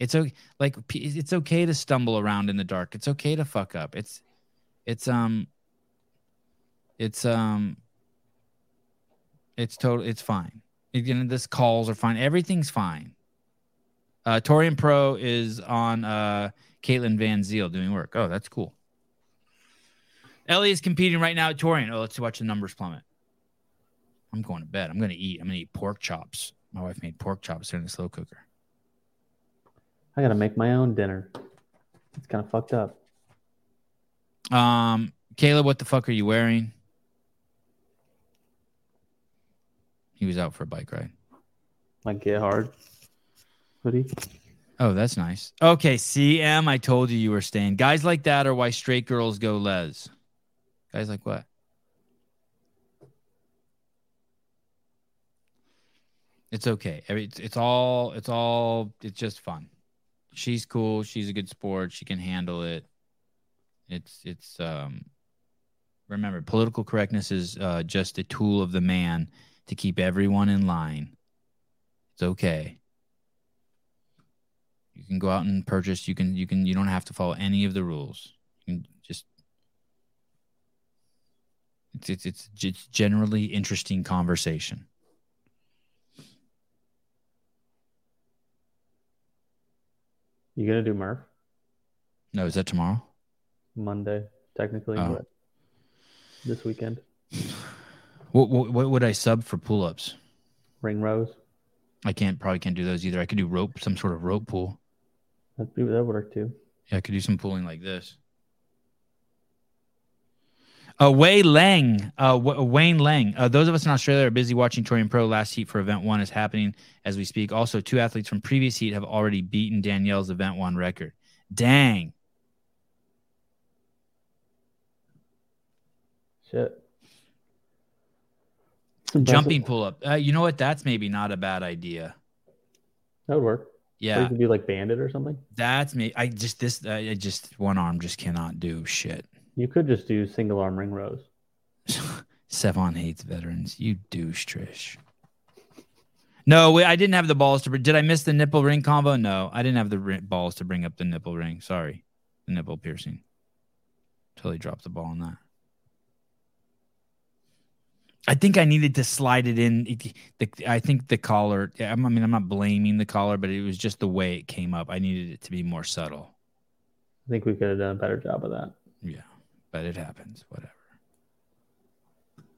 It's okay. Like p- it's okay to stumble around in the dark. It's okay to fuck up. It's, it's um. It's um. It's total. It's fine. Again, this calls are fine. Everything's fine. Uh, Torian Pro is on uh Caitlin Van Ziel doing work. Oh, that's cool. Ellie is competing right now at Torian. Oh, let's watch the numbers plummet. I'm going to bed. I'm going to eat. I'm going to eat pork chops. My wife made pork chops during the slow cooker. I gotta make my own dinner. It's kind of fucked up. Um, Kayla, what the fuck are you wearing? He was out for a bike ride. My get hard hoodie. Oh, that's nice. Okay, CM, I told you you were staying. Guys like that are why straight girls go les. Guys like what? It's okay. I mean, It's, it's all it's all it's just fun. She's cool. She's a good sport. She can handle it. It's it's um remember political correctness is uh, just a tool of the man to keep everyone in line. It's okay you can go out and purchase you can you can you don't have to follow any of the rules you can just it's it's it's, it's generally interesting conversation You gonna do Murph no is that tomorrow Monday technically, Oh. but this weekend what what, what would i sub for pull-ups ring rows. i can't probably can't do those either i could do rope some sort of rope pull That'd be that would work too. yeah i could do some pulling like this Uh, Wei Lang, uh, w- Wayne Lang. Uh, those of us in Australia are busy watching Torian Pro. Last heat for event one is happening as we speak. Also, two athletes from previous heat have already beaten Danielle's event one record. Dang. Shit. Jumping pull up. Uh, you know what? That's maybe not a bad idea. That would work. Or Yeah. you could be like banded or something. That's me. I just, this, uh, I just, one arm just cannot do shit. You could just do single arm ring rows. Sevon hates veterans. You douche, Trish. No, wait, I didn't have the balls to. br- Did I miss the nipple ring combo? No, I didn't have the ri- balls to bring up the nipple ring. Sorry, the nipple piercing. Totally dropped the ball on that. I think I needed to slide it in. It- the- I think the collar. yeah, I'm- I mean, I'm not blaming the collar, but it was just the way it came up. I needed it to be more subtle, I think we could have done a better job of that. but it happens. Whatever.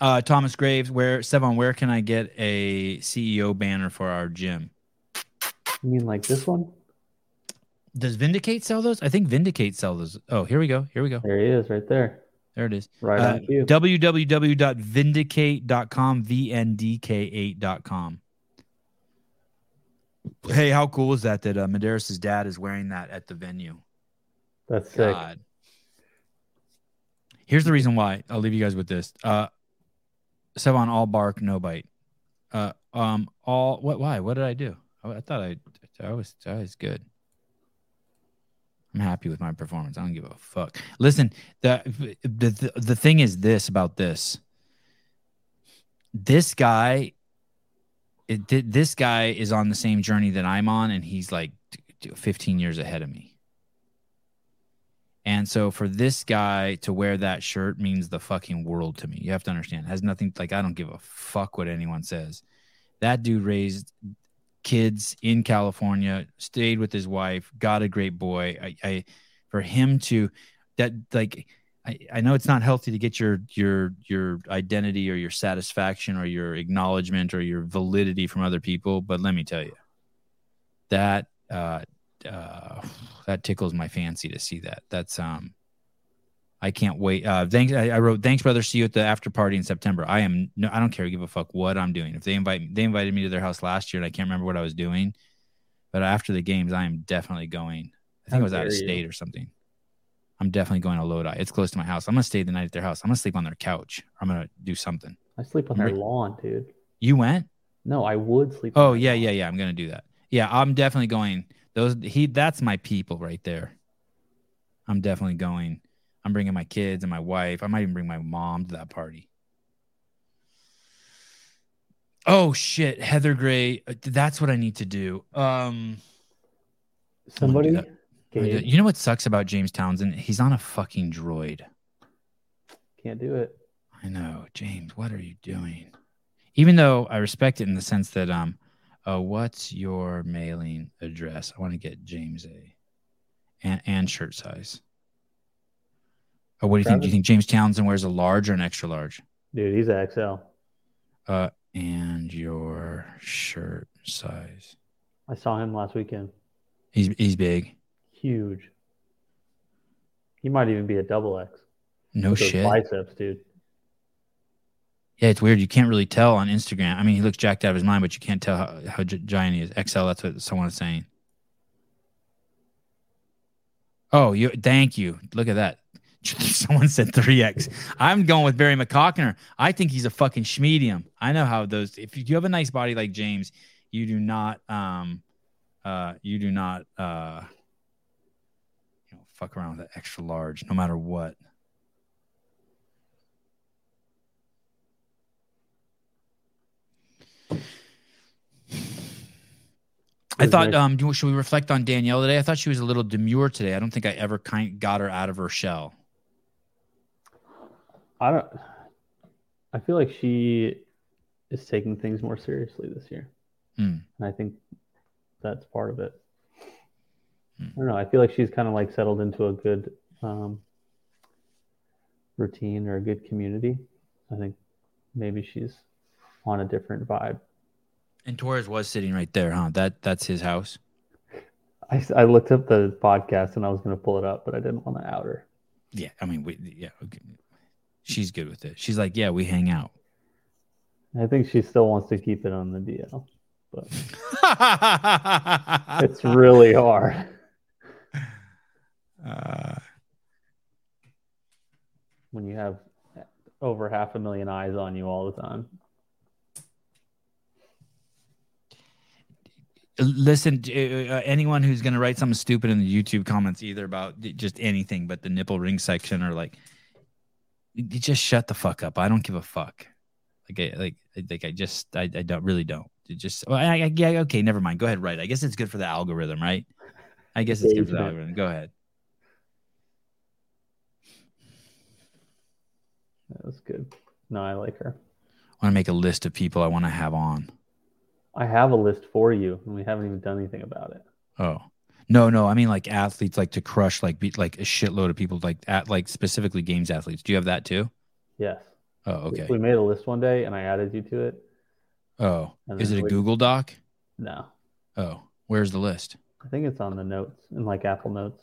Uh, Thomas Graves, where Sevon, where can I get a CEO banner for our gym? You mean like this one? Does Vindicate sell those? I think Vindicate sell those. Oh, here we go. Here we go. There he is, right there. There it is. Right Uh, on cue. www.vindicate.com, VNDK8.com. Hey, how cool is that that uh, Medeiros' dad is wearing that at the venue? That's sick. Here's the reason why. I'll leave you guys with this. Uh Sevon, all bark, no bite. Uh um all what why? What did I do? I, I thought I I was I was good. I'm happy with my performance. I don't give a fuck. Listen, the the the, the thing is this about this. This guy it, thi- this guy is on the same journey that I'm on and he's like t- t- 15 years ahead of me. And so for this guy to wear that shirt means the fucking world to me. You have to understand. It has nothing like I don't give a fuck what anyone says. That dude raised kids in California, stayed with his wife, got a great boy. I, I for him to that like I, I know it's not healthy to get your your your identity or your satisfaction or your acknowledgement or your validity from other people, but let me tell you that uh, uh, that tickles my fancy to see that. That's um, I can't wait. Uh, thanks. I, I wrote thanks, brother. See you at the after party in September. I am no, I don't care. Give a fuck what I'm doing. If they invite me, they invited me to their house last year, and I can't remember what I was doing. But after the games, I am definitely going. I think How I was out of dare you. state or something. I'm definitely going to Lodi. It's close to my house. I'm gonna stay the night at their house. I'm gonna sleep on their couch. I'm gonna do something. I sleep on I'm their re- lawn, dude. You went? No, I would sleep. Oh yeah, yeah, yeah. I'm gonna do that. Yeah, I'm definitely going. Those he that's my people right there. I'm definitely going. I'm bringing my kids and my wife. I might even bring my mom to that party. Oh shit, Heather Gray. uh, That's what I need to do. Um, Somebody. Gabe, you know what sucks about James Townsend? He's on a fucking droid. can't do it. I know, James. What are you doing? Even though I respect it in the sense that, um, uh, what's your mailing address? I want to get James a and, and shirt size. Oh, what do you think? Do you think James Townsend wears a large or an extra large? Dude, he's a XL. Uh, and your shirt size. I saw him last weekend. He's he's big. Huge. He might even be a double X. No With those shit. Biceps, dude. Yeah, it's weird. You can't really tell on Instagram. I mean, he looks jacked out of his mind, but you can't tell how, how gi- giant he is. XL, that's what someone is saying. Oh, you thank you. Look at that. Someone said 3X. I'm going with Barry McCockner. I think he's a fucking schmedium. I know how those if you have a nice body like James, you do not um uh you do not uh you know fuck around with that extra large no matter what. I Good thought, night. um, do- should we reflect on Danielle today? I thought she was a little demure today. I don't think I ever kind got her out of her shell. I don't. I feel like she is taking things more seriously this year, Hmm. and I think that's part of it. I don't know. I feel like she's kind of like settled into a good um, routine or a good community. I think maybe she's on a different vibe. And Torres was sitting right there, huh? That that's his house. I, I looked up the podcast and I was going to pull it up, but I didn't want to out her. yeah, I mean, we, yeah, okay. she's good with it. She's like, yeah, we hang out. I think she still wants to keep it on the DL, but it's really hard. Uh, when you have over half a million eyes on you all the time. Listen, uh, anyone who's going to write something stupid in the YouTube comments, either about just anything but the nipple ring section, or like, you just shut the fuck up. I don't give a fuck. Like, I, like, I- like I just, I, I don't really don't. It just, well, I, I, yeah, okay, never mind. Go ahead, write. it. I guess it's good for the algorithm, right? I guess it's good for the Engagement. algorithm. Go ahead. That was good. No, I like her. I want to make a list of people I want to have on. I have a list for you, and we haven't even done anything about it. Oh. No, no, I mean like athletes like to crush like beat like a shitload of people like at like specifically games athletes. Do you have that too? Yes. Oh, okay. We made a list one day, and I added you to it. Oh. And Is then it a we- Google Doc? No, Oh. Where's the list? I think it's on the notes in like Apple Notes.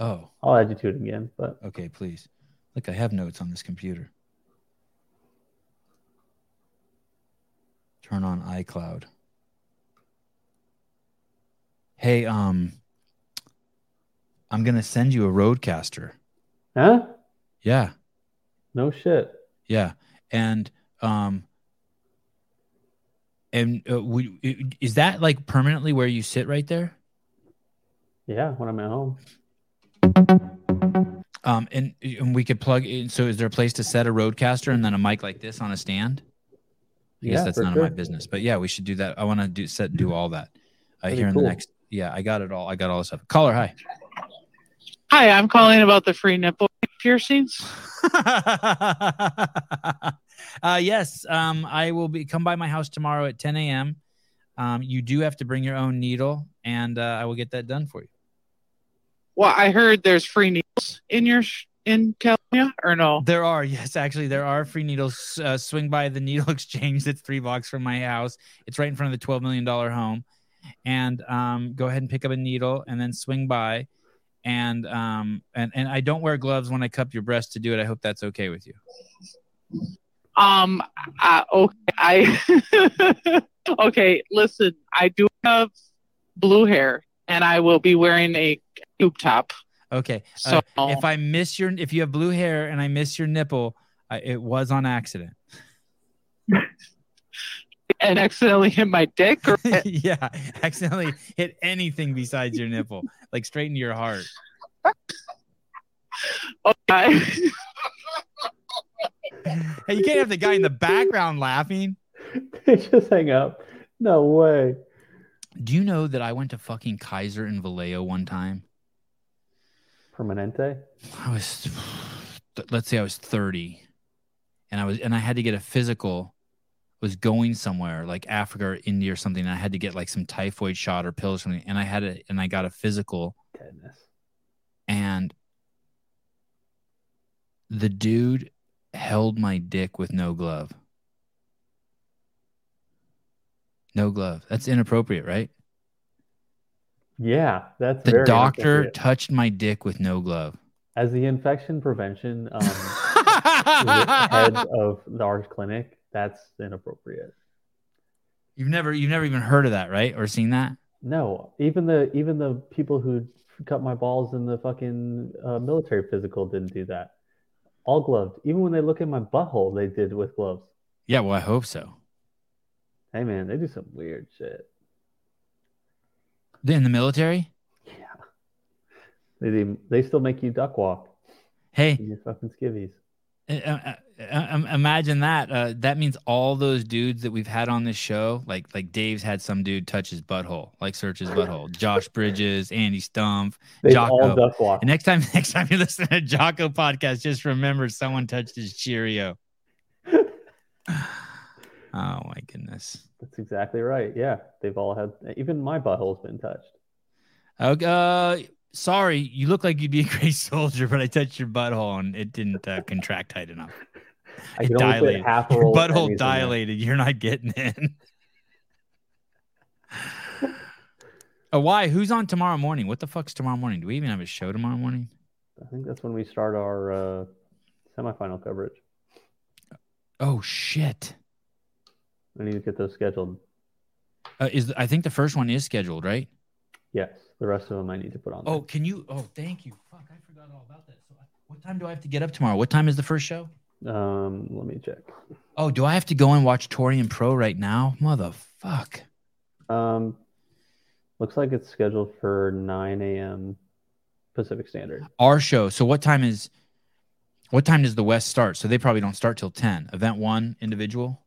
Oh. I'll add you to it again, but Okay, please. Look, I have notes on this computer. Turn on iCloud. Hey, um I'm going to send you a roadcaster. huh? Yeah. No shit. Yeah, and um, and uh, we, is that like permanently where you sit right there? Yeah, when I'm at home. Um, and and we could plug in. So, is there a place to set a roadcaster and then a mic like this on a stand? I guess Yeah, that's for none sure. of my business, but yeah, we should do that. I want to do set do all that uh, That'd be here in cool. the next. Yeah, I got it all. I got all this stuff. Caller, hi. Hi, I'm calling about the free nipple piercings. uh, yes, um, I will be come by my house tomorrow at 10 a.m. Um, you do have to bring your own needle, and uh, I will get that done for you. Well, I heard there's free needles in your sh- in California, or no? There are yes, actually there are free needles. Uh, swing by the needle exchange. That's three blocks from my house. It's right in front of the twelve million dollar home, and um, go ahead and pick up a needle, and then swing by, and um, and and I don't wear gloves when I cup your breast to do it. I hope that's okay with you. Um, I, okay, I okay. Listen, I do have blue hair, and I will be wearing a tube top. Okay. So- uh, if I miss your, if you have blue hair and I miss your nipple, I, it was on accident. and accidentally hit my dick. Or yeah, accidentally hit anything besides your nipple, like straight into your heart. Okay. Hey, you can't have the guy in the background laughing. They just hang up. No way. Do you know that I went to fucking Kaiser in Vallejo one time? Permanente. I was, th- let's say I was 30 and I was, and I had to get a physical, was going somewhere like Africa or India or something. And I had to get like some typhoid shot or pills or something. And I had it, and I got a physical. Goodness. and the dude held my dick with no glove. No glove. That's inappropriate, right? Yeah, that's The very doctor inappropriate. touched my dick with no glove. as the infection prevention um, head of the Arch Clinic. That's inappropriate. You've never you've never even heard of that, right? Or seen that? No, even the even the people who cut my balls in the fucking uh, military physical didn't do that. All gloved. Even when they look at my butthole, they did with gloves. Yeah, well, I hope so. Hey man, they do some weird shit. In the military? They do, they still make you duck walk. Hey, in your fucking skivvies. Uh, uh, uh, um, imagine that. Uh, that means all those dudes that we've had on this show, like like Dave's had some dude touch his butthole, like search his butthole. Josh Bridges, Andy Stumpf, They've all Jocko. duck walked. And next time, next time you listen to a Jocko podcast, just remember someone touched his Cheerio. oh my goodness. That's exactly right. Yeah, they've all had. Even my butthole's been touched. Okay, uh, sorry, you look like you'd be a great soldier, but I touched your butthole and it didn't uh, contract tight enough. I It can only fit dilated. half a your roll of pennies in butthole there. dilated. You're not getting in. oh, why? Who's on tomorrow morning? What the fuck's tomorrow morning? Do we even have a show tomorrow morning? I think that's when we start our uh, semifinal coverage. Oh shit! I need to get those scheduled. Uh, is I think the first one is scheduled, right? Yes, the rest of them I need to put on. Oh, can you? Oh, thank you. Fuck, I forgot all about that. So, I, what time do I have to get up tomorrow? What time is the first show? Um, let me check. Oh, do I have to go and watch Torian Pro right now? Motherfuck. Um, looks like it's scheduled for 9 a.m. Pacific Standard. Our show. So what time is? What time does the West start? So they probably don't start till ten. Event one, individual.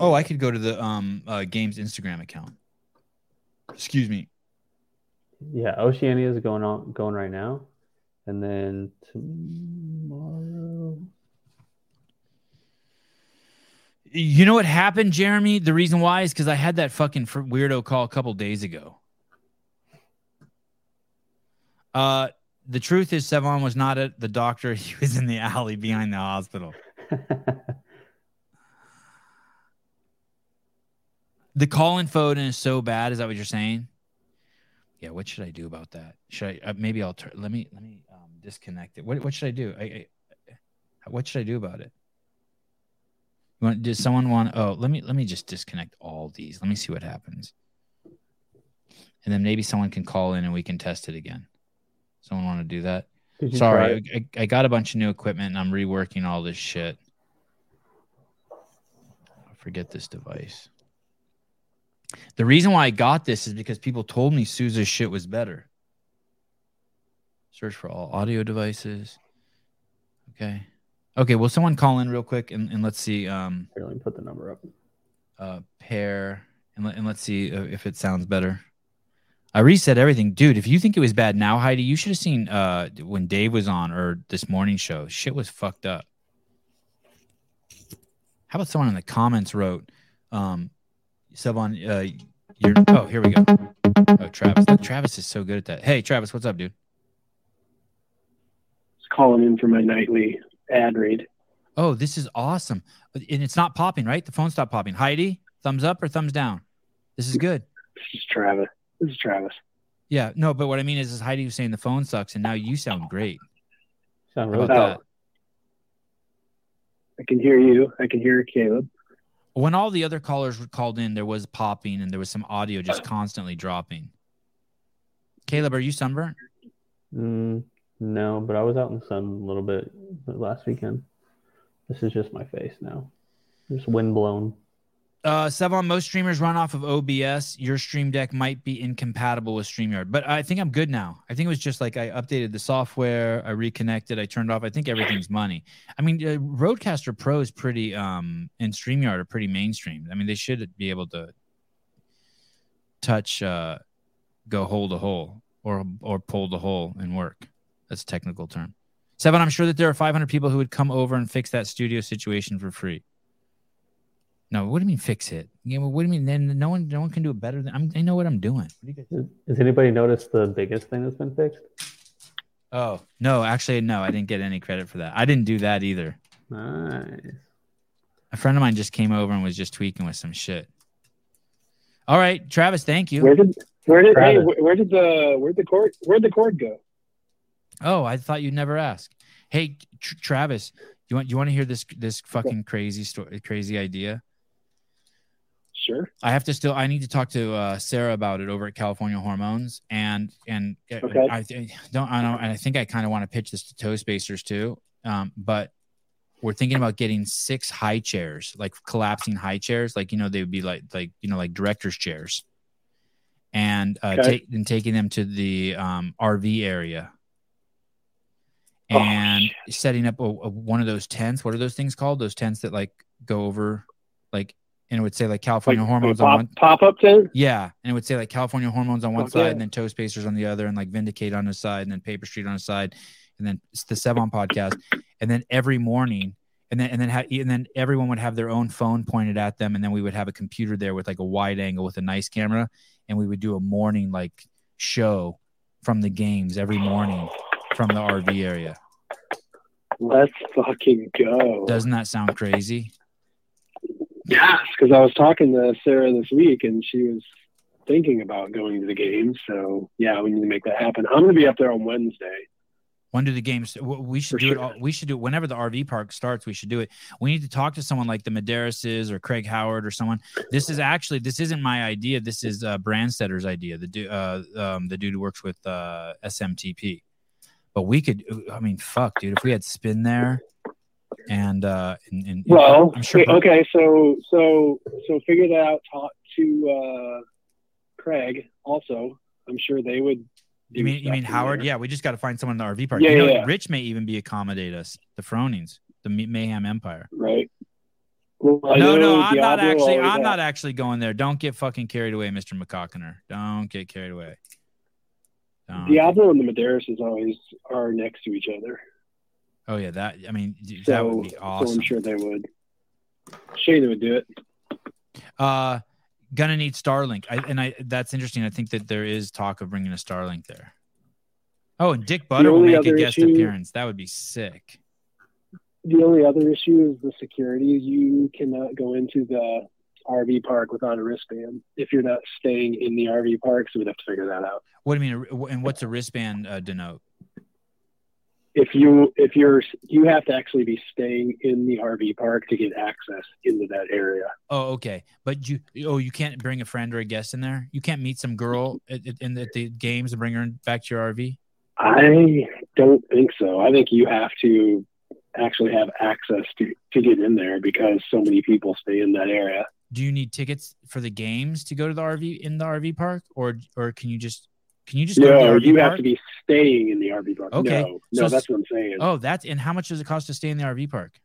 Oh, I could go to the um uh, game's Instagram account. Excuse me. Yeah, Oceania is going on going right now, and then tomorrow. You know what happened, Jeremy? The reason why is because I had that fucking fr- weirdo call a couple days ago. Uh, the truth is, Sevon was not at the doctor. He was in the alley behind the hospital. the call in Foden is so bad. Is that what you're saying? Yeah. What should I do about that? Should I? Uh, maybe I'll turn. Let me. Let me um, disconnect it. What What should I do? I, I, what should I do about it? You want? Does someone want? Oh, let me. Let me just disconnect all these. Let me see what happens. And then maybe someone can call in and we can test it again. Someone want to do that? Did you Sorry, I, I got a bunch of new equipment and I'm reworking all this shit. I forget this device. The reason why I got this is because people told me Sousa's shit was better. Search for all audio devices. Okay. Okay. Will someone call in real quick and, and let's see. Um, Here, let me put the number up. Uh, pair and, let, and let's see uh, if it sounds better. I reset everything, dude. If you think it was bad now, Heidi, you should have seen uh, when Dave was on or this morning show. Shit was fucked up. How about someone in the comments wrote, um, Sevon, uh, you're, oh, here we go. Oh, Travis. Travis is so good at that. Hey, Travis, what's up, dude? calling in for my nightly ad read. Oh, this is awesome. And it's not popping, right? The phone stopped popping. Heidi, thumbs up or thumbs down? This is good. This is Travis. This is Travis. Yeah, no, but what I mean is, is Heidi was saying the phone sucks, and now you sound great. Sound How really about that? I can hear you. I can hear Caleb. When all the other callers were called in, there was popping and there was some audio just constantly dropping. Caleb, are you sunburnt? Mm, no, but I was out in the sun a little bit last weekend. This is just my face now. Just windblown. Uh, Sevon, most streamers run off of OBS. Your Stream Deck might be incompatible with StreamYard, but I think I'm good now. I think it was just like I updated the software, I reconnected, I turned off. I think everything's money. I mean, uh, Roadcaster Pro is pretty, um, and StreamYard are pretty mainstream. I mean, they should be able to touch, uh, go hole to hole or or pull the hole and work. That's a technical term. Seven, I'm sure that there are 500 people who would come over and fix that studio situation for free. No, what do you mean fix it? Yeah, well, what do you mean? Then no one, no one can do it better than I'm, I know what I'm doing. Has anybody noticed the biggest thing that's been fixed? Oh no, actually, no, I didn't get any credit for that. I didn't do that either. Nice. A friend of mine just came over and was just tweaking with some shit. All right, Travis, thank you. Where did where did hey, Travis. where, where did the where the cord where'd the cord go? Oh, I thought you'd never ask. Hey, tr- Travis, you want you want to hear this this fucking crazy story, crazy idea? Sure. I have to still. I need to talk to uh, Sarah about it over at California Hormones, and and uh, Okay. I, I don't. I don't. And I think I kind of want to pitch this to Toe Spacers too. Um, but we're thinking about getting six high chairs, like collapsing high chairs, like you know they would be like like you know like directors chairs, and uh, Okay. take and taking them to the um, RV area. Oh, And setting up a, a- one of those tents. What are those things called? Those tents that like go over, like, and it would say like California Like, hormones pop, on one. pop up tent? Yeah, and it would say like California hormones on one Okay. side, and then Toe Spacers on the other, and like Vindicate on the side, and then Paper Street on the side, and then it's the Sevon podcast, and then every morning, and then and then ha- and then everyone would have their own phone pointed at them, and then we would have a computer there with like a wide angle with a nice camera, and we would do a morning like show from the games every morning from the RV area. Let's fucking go. Doesn't that sound crazy? Yes, because I was talking to Sarah this week and she was thinking about going to the game. So yeah, we need to make that happen. I'm going to be up there on Wednesday. When do the games? w- We should do it. All, we should do it whenever the RV park starts. We should do it. We need to talk to someone like the Medeiros or Craig Howard or someone. This is actually this isn't my idea. This is uh, Brandstetter's idea. The dude, uh, um, the dude who works with uh, SMTP. But we could. I mean, fuck, dude. If we had spin there, and uh, and, and Well, I'm sure. okay, okay, so so so figure that out. Talk to uh, Craig. Also, I'm sure they would. You mean you mean Howard? Yeah, we just got to find someone in the RV park. Yeah, you know, yeah, yeah. Rich may even be accommodate us. The Fronings, the May- Mayhem Empire. Right. Well, I no, know no, I'm not Diablo actually. always I'm has- not actually going there. Don't get fucking carried away, Mister McCockiner. Don't get carried away. Don't. Diablo and the Medeiros is always are next to each other. Oh yeah, that. I mean, d- that So, would be so awesome. I'm sure they would. Shane would do it. Uh, gonna need Starlink. I, and I. That's interesting. I think that there is talk of bringing a Starlink there. Oh, and Dick Butter will only make a other guest issue- appearance. That would be sick. The only other issue is the security. You cannot go into the RV park without a wristband if you're not staying in the RV park. So we'd have to figure that out. What do you mean? a wr- And what's a wristband uh, denote? If you if you're you have to actually be staying in the RV park to get access into that area. Oh, okay. But you, oh, you can't bring a friend or a guest in there. You can't meet some girl at, at, in the, at the games and bring her in- back to your RV. I don't think so. I think you have to actually have access to to get in there because so many people stay in that area. Do you need tickets for the games to go to the RV in the RV park, or or can you just can you just go no, to the RV you park? have to be staying in the RV park. Okay. No, So no, s- that's what I'm saying. Oh, that's and how much does it cost to stay in the RV park?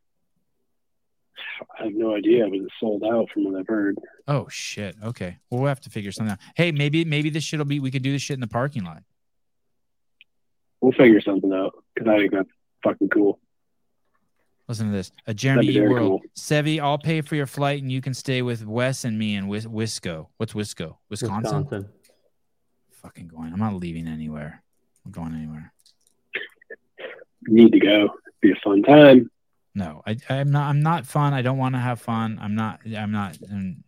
I have no idea, but it's sold out from what I've heard. Oh shit. Okay. Well, we'll have to figure something out. Hey, maybe maybe this shit'll be we could do this shit in the parking lot. We'll figure something out because I think that's fucking cool. Listen to this. A Jeremy That'd be E. very World. cool. Sevi, I'll pay for your flight and you can stay with Wes and me and Wis- Wisco. What's Wisco? Wisconsin? Wisconsin. Fucking going. I'm not leaving anywhere. I'm going anywhere. Need to go. Be a fun time. No, I, I'm not. I'm not fun. I don't want to have fun. I'm not. I'm not. I'm,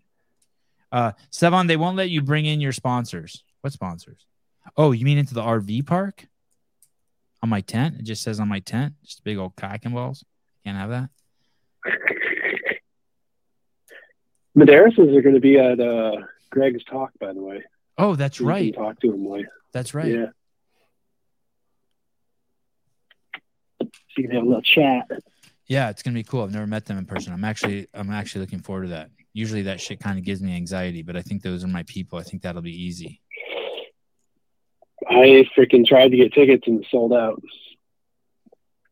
uh, Sevon, they won't let you bring in your sponsors. What sponsors? Oh, you mean into the RV park? On my tent? It just says on my tent. Just big old cock and balls. Can't have that. Medeiros are going to be at uh, Greg's talk, by the way. Oh, that's You can right. talk to him like That's right. Yeah. You can have a little chat. Yeah, it's gonna be cool. I've never met them in person. I'm actually I'm actually looking forward to that. Usually that shit kind of gives me anxiety, but I think those are my people. I think that'll be easy. I freaking tried to get tickets and it's sold out.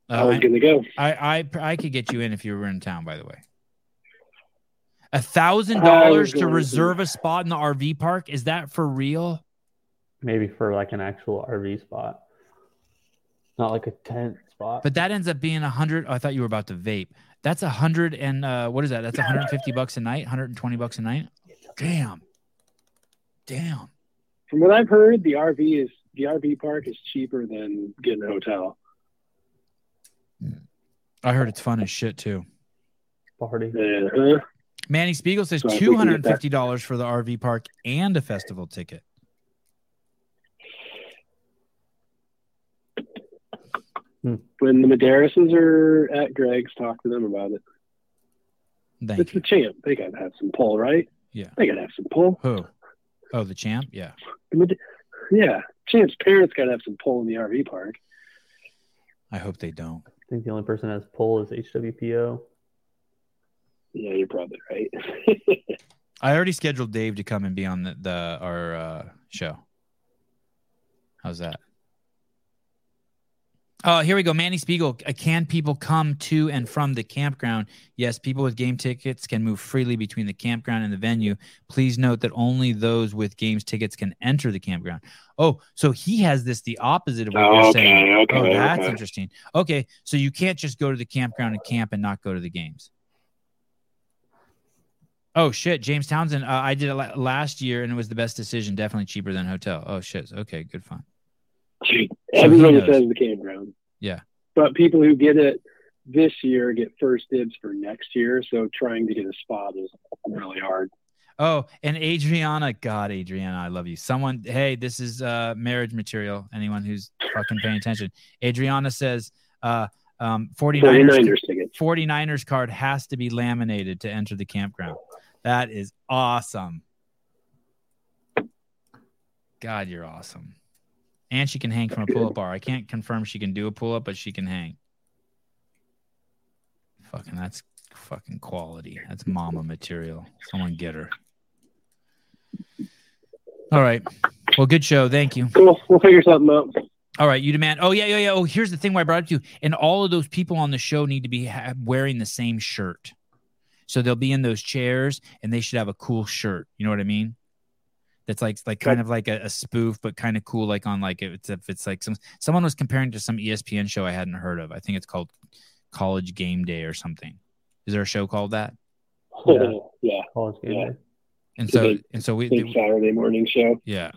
I Uh, was going to go. I, I I could get you in if you were in town, by the way. A thousand dollars to going to. reserve a spot in the RV park? Is that for real? Maybe for like an actual RV spot, not like a tent spot. But that ends up being a hundred. oh, I thought you were about to vape. That's a hundred and uh, what is that? That's 150 bucks a night, 120 bucks a night. Damn. Damn. From what I've heard, the RV is the RV park is cheaper than getting a hotel. I heard it's fun as shit too. Party. Uh-huh. Manny Spiegel says So I think we two can hundred and get that. fifty dollars for the RV park and a festival ticket. When the Medeiros are at Greg's, talk to them about it. Thank it's the champ. They got to have some pull, right? Yeah. They got to have some pull. Who? Oh, the champ. Yeah. The Mede- yeah. Champ's parents got to have some pull in the RV park. I hope they don't. I think the only person that's pull is HWPO. Yeah, you're probably right. I already scheduled Dave to come and be on the, the our uh, show. How's that? Oh, here we go. Manny Spiegel. uh, Can people come to and from the campground? Yes, people with game tickets can move freely between the campground and the venue. Please note that only those with games tickets can enter the campground. Oh, so he has this the opposite of what you're Okay, saying. oh, okay, that's okay. interesting. Okay, so you can't just go to the campground and camp and not go to the games. Oh shit, James Townsend. Uh, I did it la- last year, and it was the best decision. Definitely cheaper than hotel. Oh shit. Okay, good fun. he Everybody knows. says the campground. Yeah. But people who get it this year get first dibs for next year. So trying to get a spot is really hard. Oh, and Adriana, God, Adriana, I love you. Someone, hey, this is uh, marriage material. Anyone who's fucking paying attention, Adriana says, uh, um, 49ers, 49ers tickets. 49ers card has to be laminated to enter the campground. That is awesome. God, you're awesome. And she can hang from a pull up bar. I can't confirm she can do a pull up, but she can hang. Fucking, that's fucking quality. That's mama material. Someone get her. All right. Well, good show. Thank you. Cool. We'll figure something out. All right, you demand. Oh yeah, yeah, yeah. Oh, here's the thing. Why I brought it to you, and all of those people on the show need to be ha- wearing the same shirt, so they'll be in those chairs, and they should have a cool shirt. You know what I mean? That's like like kind of like a, a spoof, but kind of cool. Like on like if it's if it's like some someone was comparing to some E ESPN show I hadn't heard of. I think it's called College Game Day or something. Is there a show called that? Yeah. yeah. yeah. And It's a so big- and so we Big Saturday morning show. yeah.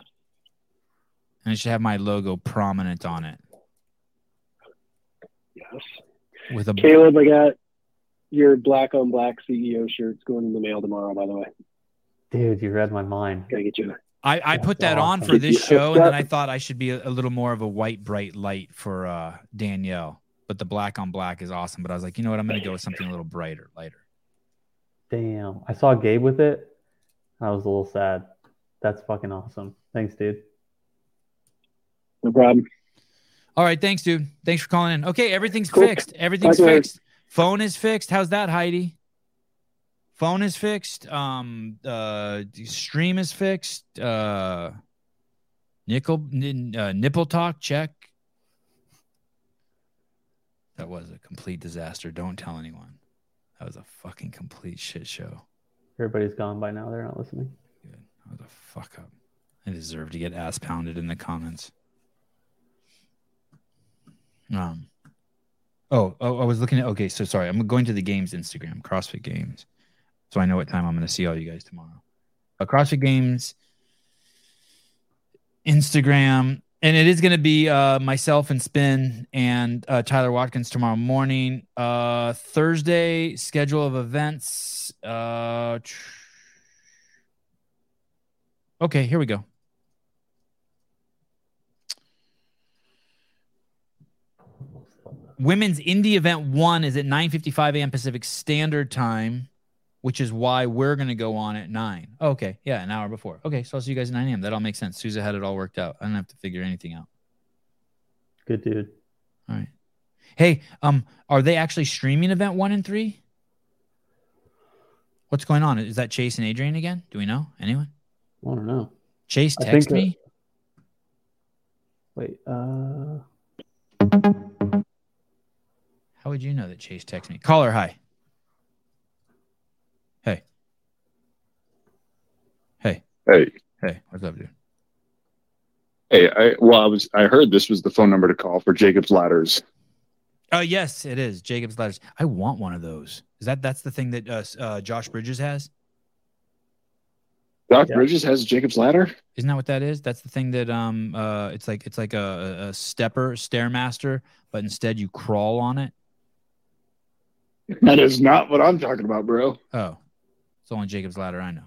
And it should have my logo prominent on it Yes. with a Caleb, I got your black on black CEO shirts going in the mail tomorrow, by the way. Dude, you read my mind. Gotta get you. I, I put that on awesome. for this Yeah, show, and then I that- thought I should be a, a little more of a white, bright light for uh, Danielle. But the black on black is awesome. But I was like, you know what? I'm going to go with something a little brighter, lighter. Damn. I saw Gabe with it. I was a little sad. That's fucking awesome. Thanks, dude. No problem. All right. Thanks, dude. Thanks for calling in. Okay. Everything's Cool. fixed. Everything's Bye, guys. fixed. Phone is fixed. How's that, Heidi? Phone is fixed. Um, uh, stream is fixed. Uh, nickel, n- uh, nipple talk check. That was a complete disaster. Don't tell anyone. That was a fucking complete shit show. Everybody's gone by now. They're not listening. Fuck up. I deserve to get ass pounded in the comments. Um. Oh, oh, I was looking at. Okay, so sorry. I'm going to the games Instagram, CrossFit Games, so I know what time I'm going to see all you guys tomorrow. Uh, CrossFit Games Instagram, and it is going to be uh, myself and Spin and uh, Tyler Watkins tomorrow morning. Uh, Thursday schedule of events. Uh, tr- okay, here we go. Women's Indie Event One is at 9:55 a.m. Pacific Standard Time, which is why we're going to go on at nine. Oh, Okay, yeah, an hour before. Okay, so I'll see you guys at 9 a.m. That all makes sense. Sousa had it all worked out. I don't have to figure anything out. Good dude. All right. Hey, um, are they actually streaming Event One and Three? What's going on? Is that Chase and Adrian again? Do we know anyone? I don't know. Chase I think text that- me. Wait. Uh, How would you know that Chase texted me? Caller, hi. Hey. Hey. Hey. Hey, what's up, dude? Hey, I well, I was I heard this was the phone number to call for Jacob's ladders. Oh yes, it is Jacob's ladders. I want one of those. Is that that's the thing that uh, s- uh, Josh Bridges has? Doc Bridges has Jacob's ladder. Isn't that what that is? That's the thing that um uh it's like it's like a, a- a stepper stairmaster, but instead you crawl on it. That is not what I'm talking about, bro. Oh, it's only Jacob's ladder I know.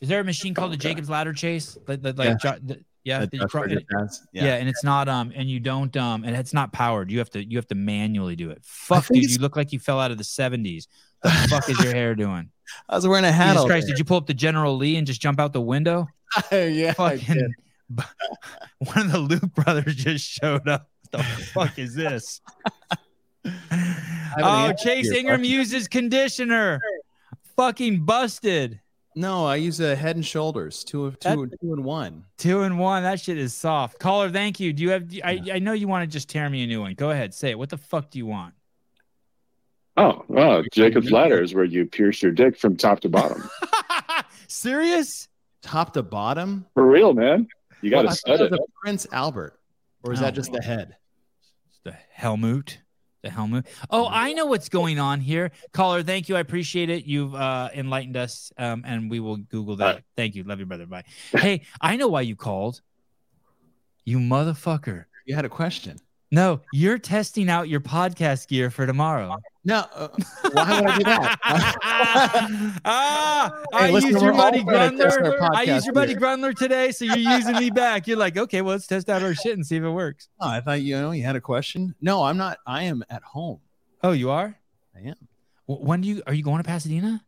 Is there a machine called the Jacob's ladder chase? Like, like, like Yeah. Jo- th- yeah, That that you Josh crawl- Bridges and it- has? yeah. Yeah. and it's not um, and you don't um, and it's not powered. You have to you have to manually do it. Fuck, think dude, it's- you look like you fell out of the seventies. The fuck is your hair doing? I was wearing a hat. Jesus all Christ, day. did you pull up the General Lee and just jump out the window? yeah, fucking. One of the Luke brothers just showed up. What the fuck is this? an oh, answer to Chase your Ingram question. uses conditioner. Fucking busted. No, I use a Head and Shoulders, two of two, two and one. Two and one. That shit is soft. Caller, thank you. Do you have? I, I know you want to just tear me a new one. Go ahead, say it. What the fuck do you want? Oh, oh, Jacob's ladder is where you pierce your dick from top to bottom. Serious? Top to bottom? For real, man. You got to Well, I thought set that it. was a Prince Albert, or is Oh, that just my the head? The Helmut. The Helmut. Oh, I know what's going on here. Caller, thank you. I appreciate it. You've uh, enlightened us, um, and we will Google that. Thank you. Love you, brother. Bye. hey, I know why you called. You motherfucker. You had a question. No, you're testing out your podcast gear for tomorrow. No, uh, why would I do that? ah, Hey, I listen, used your we're all buddy gonna test our Grundler. I used your podcast buddy gear. Grundler today, so you're using me back. You're like, okay, well, let's test out our shit and see if it works. Oh, I thought you know you had a question. No, I'm not. I am at home. Oh, you are? I am. W- When do you are you going to Pasadena?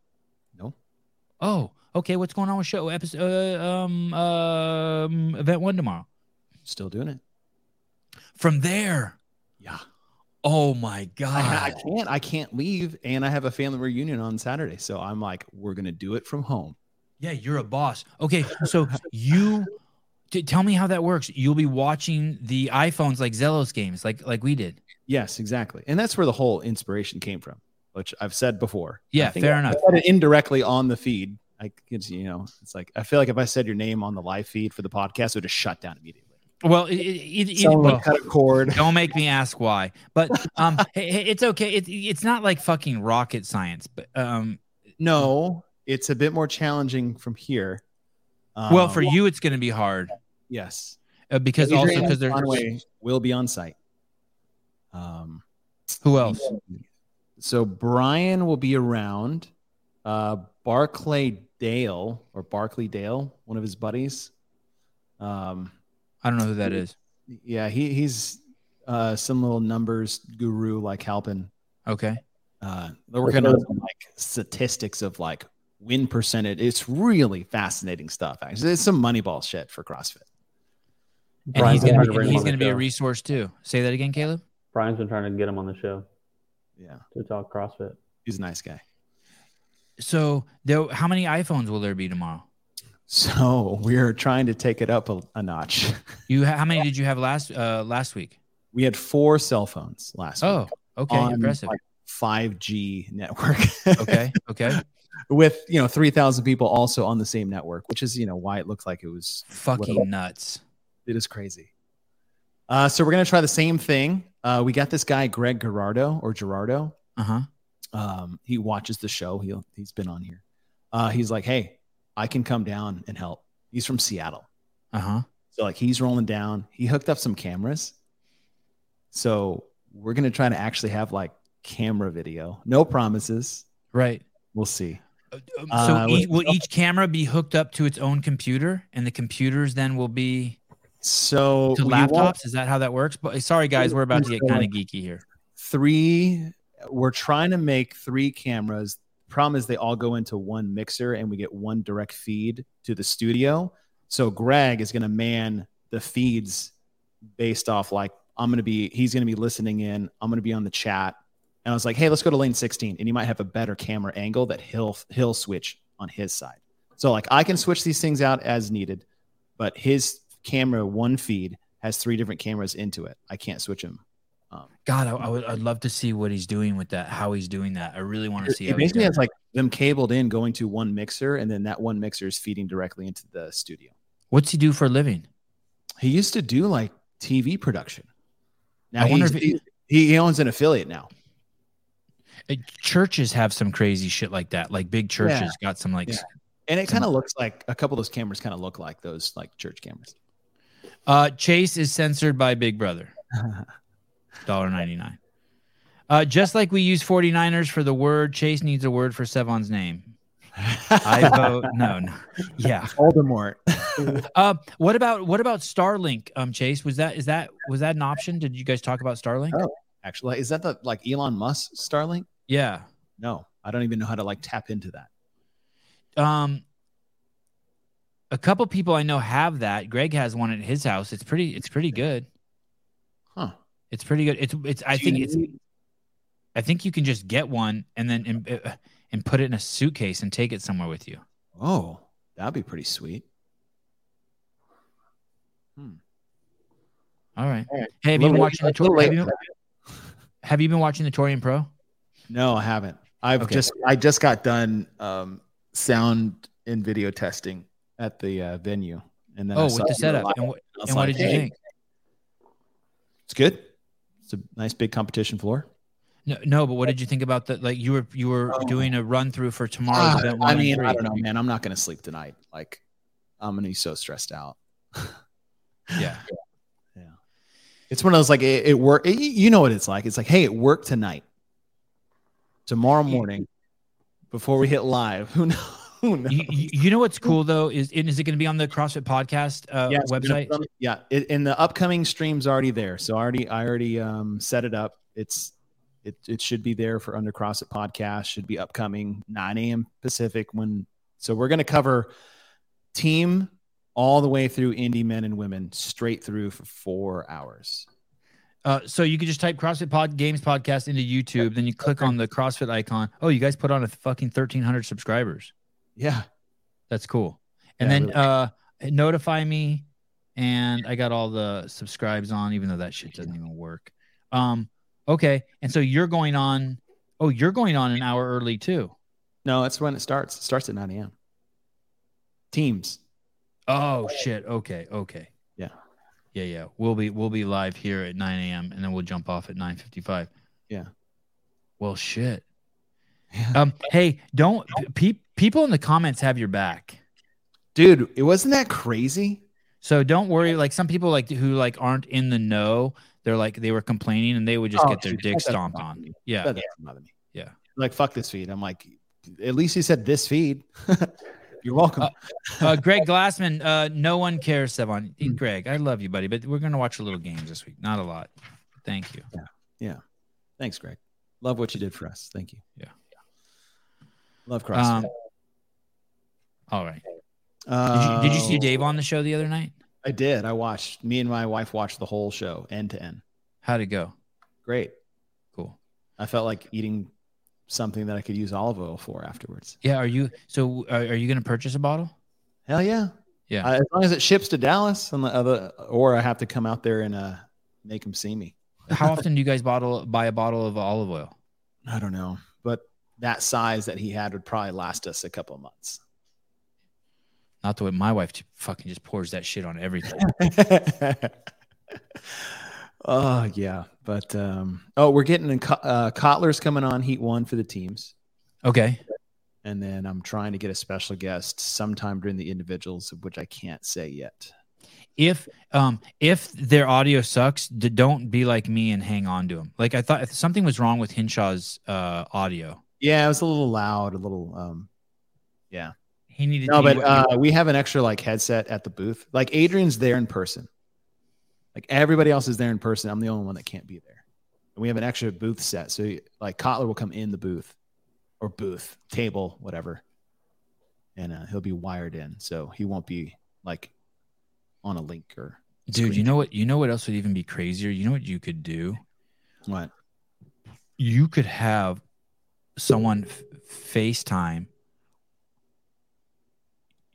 No. Oh, okay. What's going on with show episode uh, um um event one tomorrow? Still doing it. From there. Yeah. Oh my god. I, I can't. I can't leave, and I have a family reunion on Saturday, so I'm like, we're gonna do it from home. Yeah, you're a boss. Okay, so you t- tell me how that works. You'll be watching the iPhones like Zelos games, like like we did. Yes, exactly, and that's where the whole inspiration came from, which I've said before. Yeah, I think fair I- I enough. said it indirectly on the feed. I could, you know, it's like I feel like if I said your name on the live feed for the podcast, it would just shut down immediately. Well, it, it, it, it- Someone well, cut a cord. Don't make me ask why, but um, hey, hey, it's okay. It, it's not like fucking rocket science, but um, No, it's a bit more challenging from here. well, for Um, you it's going to be hard yes, uh, because Adrian also because there's Conway will be on site. Um, who else? So Brian will be around. Uh, Barclay Dale or Barclay Dale, one of his buddies. Um, I don't know who that is. Yeah, he he's uh, some little numbers guru like Halpin. Okay. Uh, they're working on some, like statistics of like win percentage. It's really fascinating stuff. Actually, it's some Moneyball shit for CrossFit. And he's Brian's going been to be, trying and to get he's him on going to the be a show. resource too. Say that again, Caleb. Brian's been trying to get him on the show. Yeah, to talk CrossFit. He's a nice guy. So, there, how many iPhones will there be tomorrow? So we're trying to take it up a, a notch. You ha- how many did you have last uh last week? We had four cell phones last Oh, week. okay, impressive. like, 5G network. okay, okay. With you know 3,000 people also on the same network, which is you know why it looked like it was Fucking little- nuts. It is crazy. Uh, so we're gonna try the same thing. Uh, we got this guy Greg Gerardo or Gerardo. Uh huh. Um, he watches the show. He he's been on here. Uh, he's like, hey, I can come down and help. He's from Seattle. Uh huh. So like he's rolling down. He hooked up some cameras. So we're gonna try to actually have like camera video. No promises. Right. We'll see. So Uh, each, with- will each camera be hooked up to its own computer, and the computers then will be so to we laptops? want- Is that how that works? But sorry, guys, we're about to get kind of geeky here. three we're trying to make three cameras problem is they all go into one mixer and we get one direct feed to the studio so greg is going to man the feeds based off like i'm going to be he's going to be listening in i'm going to be on the chat and i was like hey let's go to lane 16 and you might have a better camera angle that he'll he'll switch on his side so like i can switch these things out as needed but his camera one feed has three different cameras into it i can't switch them um, God, I, I would. I'd love to see what he's doing with that. How he's doing that. I really want to see. It how he's basically doing has that. like them cabled in going to one mixer, and then that one mixer is feeding directly into the studio. What's he do for a living? He used to do like TV production. Now I wonder if he's- he, he, owns an affiliate now. Uh, churches have some crazy shit like that. Like big churches got some like. Yeah. and it kind of looks like a couple of those cameras kind of look like those like church cameras. Uh, Chase is censored by Big Brother. Dollar ninety nine. Uh, just like we use 49ers for the word, Chase needs a word for Sevon's name. I vote no, no. Yeah. Voldemort. Uh, what about what about Starlink? Um, Chase, was that is that was that an option? Did you guys talk about Starlink? Oh, actually, is that the like Elon Musk Starlink? Yeah. No, I don't even know how to like tap into that. Um, a couple people I know have that. Greg has one at his house. It's pretty. It's pretty good. Huh. It's pretty good. It's. It's. I Do think you it's. need- I think you can just get one and then and, uh, and put it in a suitcase and take it somewhere with you. Oh, that'd be pretty sweet. Hmm. All right. All right. Hey, have you been Little late- watching the little Tor- have late you, for have you been watching the Torian Pro? No, I haven't. I've Okay. just I just got done um, sound and video testing at the uh, venue, and then I Oh, saw with the you were setup. live, And, what I was and what like, did you "Hey, think? It's good. It's a nice big competition floor. No, no, but what did you think about the like you were you were doing a run through for tomorrow's Ah, event? One Um, I and mean, three. I don't know, man. I'm not gonna sleep tonight. Like, I'm gonna be so stressed out. Yeah. Yeah. It's one of those like it, it worked. you know what it's like. It's like, hey, it worked tonight. Tomorrow morning, before we hit live, who knows? Who knows? You, you know what's cool though is and is it going to be on the CrossFit podcast uh, Yes, we're gonna website? put on- yeah, it, and the upcoming stream's already there. So I already I already um, set it up. It's it it should be there for Under CrossFit podcast. Should be upcoming 9 a.m. Pacific when. So we're gonna cover team all the way through indie men and women straight through for four hours. Uh, so you could just type CrossFit Pod Games Podcast into YouTube, then you click on the CrossFit icon. Oh, you guys put on a fucking thirteen hundred subscribers. Yeah, that's cool. And Yeah, then really. uh, notify me, and I got all the subscribes on, even though that shit doesn't even work. Um, okay, and so you're going on. Oh, you're going on an hour early too. No, that's when it starts. It starts at 9 a.m. Teams. Oh shit. Okay. Okay. Yeah. Yeah. Yeah. We'll be we'll be live here at 9 a.m. and then we'll jump off at 9:55. Yeah. Well, shit. Um. Hey, don't pe- people in the comments have your back, dude. It wasn't that crazy. So don't worry. Like some people like who like aren't in the know. They're like they were complaining and they would just Oh, get their dude, dick that doesn't stomped bother on. me. Yeah. That doesn't bother me. Yeah. Like fuck this feed. I'm like, at least he said this feed. You're welcome. uh, Greg Glassman, uh, no one cares, Sevon. Hmm. Greg, I love you, buddy, but we're gonna watch a little games this week. Not a lot. Thank you. yeah. Thanks, Greg. Love what you did for us. Thank you. Yeah. Love CrossFit. Um, all right. Uh, did, you, did you see Dave on the show the other night? I did. I watched. Me and my wife watched the whole show end to end. How'd it go? Great. Cool. I felt like eating something that I could use olive oil for afterwards. Yeah. Are you so? Are, are you gonna purchase a bottle? Hell yeah. Yeah. Uh, as long as it ships to Dallas, and the other, or I have to come out there and uh, make them see me. How often do you guys bottle buy a bottle of olive oil? I don't know, but that size that he had would probably last us a couple of months. Not the way my wife fucking just pours that shit on everything. Oh yeah, but um, oh, we're getting in, Co- uh, Kotler's coming on Heat One for the teams. Okay. and then I'm trying to get a special guest sometime during the individuals, which I can't say yet. if um if their audio sucks, d- don't be like me and hang on to them. Like I thought if something was wrong with Hinshaw's uh audio. Yeah, it was a little loud, a little um, yeah. He needed to No, but uh, we have an extra like headset at the booth. Like Adrian's there in person. Like everybody else is there in person. I'm the only one that can't be there. And we have an extra booth set. So like Kotler will come in the booth or booth, table, whatever. And uh, he'll be wired in. So he won't be like on a link or dude, you know what you know what else would even be crazier? You know what you could do? What? You could have someone f- FaceTime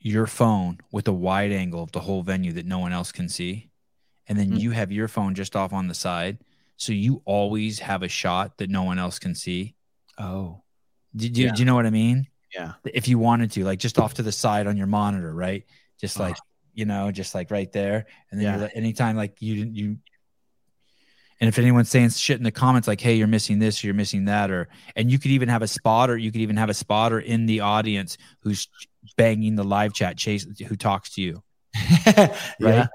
your phone with a wide angle of the whole venue that no one else can see. And Hmm. then you have your phone just off on the side. So you always have a shot that no one else can see. Oh. Do, do, Yeah. do you know what I mean? Yeah. If you wanted to, like just off to the side on your monitor, right? Just like, you know, just like right there. And then Uh-huh. Yeah. you're like, anytime like you didn't, you, and if anyone's saying shit in the comments, like, hey, you're missing this, or you're missing that, or, and you could even have a spotter, you could even have a spotter in the audience who's banging the live chat, chase, who talks to you. right. Yeah.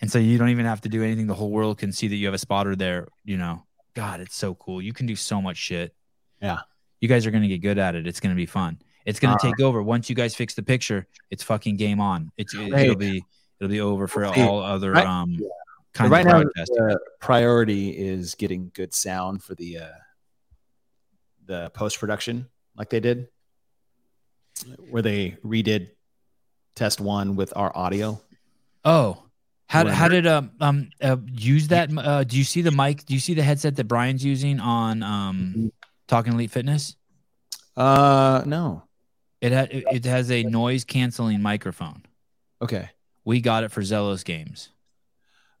And so you don't even have to do anything. The whole world can see that you have a spotter there, you know. God, it's so cool. You can do so much shit. Yeah. You guys are going to get good at it. It's going to be fun. It's going Uh, to take over once you guys fix the picture. It's fucking game on. It's it, Hey. will be it'll be over for Hey, all other right- um yeah. kinds right of now, broadcasting. the priority is getting good sound for the uh, the post production, like they did, where they redid test one with our audio. Oh, how, Whatever. how did um um uh, use that? Uh, do you see the mic? Do you see the headset that Brian's using on um Talking Elite Fitness? Mm-hmm. Uh, no. It ha- it it has a noise canceling microphone. Okay. We got it for Zelos Games.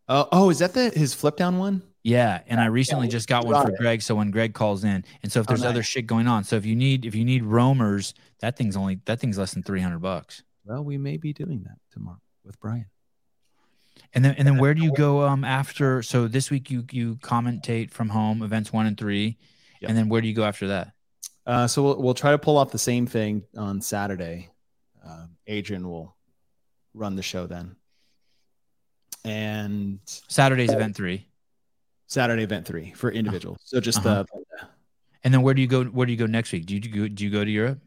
Oh, oh, is that the his flip down one? Yeah, and I recently we just got one got for it. Greg. So when Greg calls in, and so if Oh, there's other nice. shit going on, so if you need if you need roamers, that thing's only that thing's less than three hundred bucks. Well, we may be doing that tomorrow with Brian. And then and then where do you go um after? So this week you you commentate from home events one and three, and then where do you go after that? Uh, so we'll, we'll try to pull off the same thing on Saturday. Um, Adrian will run the show then. And Saturday's event three. Saturday event three for individuals. So just Uh-huh. the And then where do you go? Where do you go next week? Do you do you go, do you go to Europe?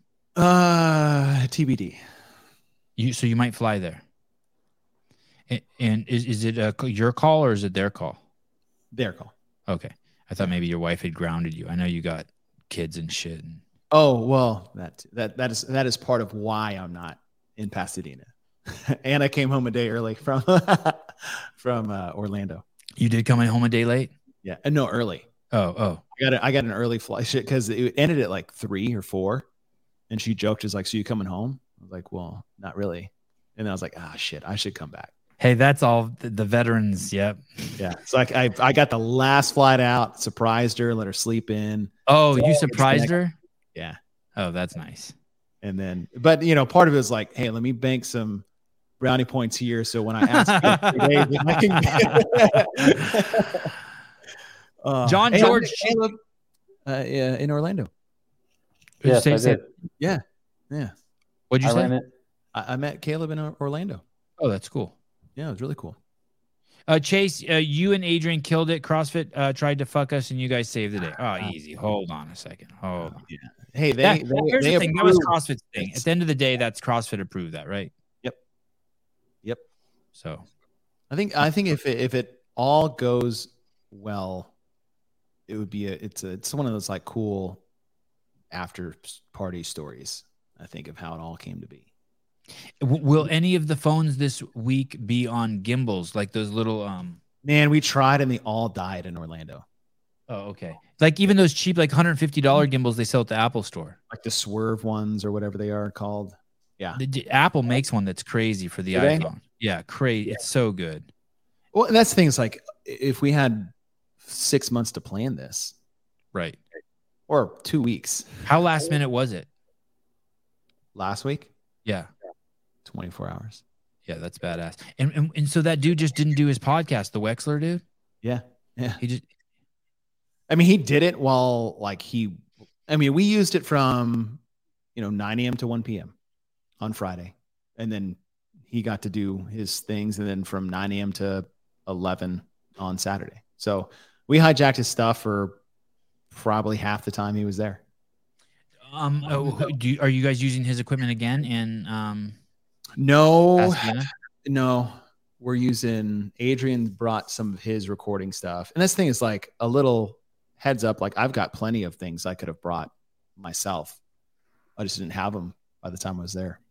Uh, TBD. You so you might fly there. And, and is is it a, your call or is it their call? their call. Okay, I thought maybe your wife had grounded you. I know you got kids and shit. And, Oh well, that that that is that is part of why I'm not in Pasadena, and I came home a day early from from uh, Orlando. You did come home a day late. Yeah, uh, no, early. Oh, oh, I got a, I got an early flight shit because it ended at like three or four, and she joked, "Is like, so you coming home?" I was like, "Well, not really," and then I was like, "Ah, shit, I should come back." hey, that's all the, the veterans. Yep. Yeah, so like I I got the last flight out, surprised her, let her sleep in. Oh, you surprised her? Yeah. Oh, that's nice. And then, but you know, part of it was like, hey, let me bank some brownie points here, so when I ask, for a raise, I can get- Uh, John hey, George- I'm- hey, look, uh, yeah, in Orlando. Yes, Say- I say- did. Yeah, yeah. What'd you I say? ran it. I, I met Caleb in Or- Orlando. Oh, that's cool. Yeah, it was really cool. Uh, Chase, uh, you and Adrian killed it. CrossFit uh, tried to fuck us, and you guys saved the day. Oh, easy. Hold on a second. Hold on. Ah. Hey, they- That, they- here's they the thing. That was approved CrossFit's thing. At the end of the day, that's CrossFit approved that, right? Yep. Yep. So I think I think if it, if it all goes well, it would be a it's a it's one of those like cool after party stories. I think of how it all came to be. W- will any of the phones this week be on gimbals, like those little um? Man, we tried and they all died in Orlando. Oh, okay. Like even those cheap, like hundred fifty dollar gimbals they sell at the Apple Store. Mm-hmm. Like the swerve ones or whatever they are called. Yeah. The- the- Apple makes one that's crazy for the Do they? iPhone. Yeah, crazy. It's so good. Well, and that's the thing. It's like if we had six months to plan this, right? Or two weeks. How last minute was it? Last week? Yeah. 24 hours. Yeah, that's badass. And, and and so that dude just didn't do his podcast, the Wexler dude. Yeah. Yeah. He just I mean, he did it while like he I mean, we used it from you know 9 a.m. to 1 p.m. on Friday. And then he got to do his things and then from 9 a.m. to 11 on Saturday. So we hijacked his stuff for probably half the time he was there. Um, oh, who- do you, are you guys using his equipment again? And um, No, Pasadena? no, we're using Adrian brought some of his recording stuff, and this thing is like a little heads up. Like I've got plenty of things I could have brought myself. I just didn't have them by the time I was there.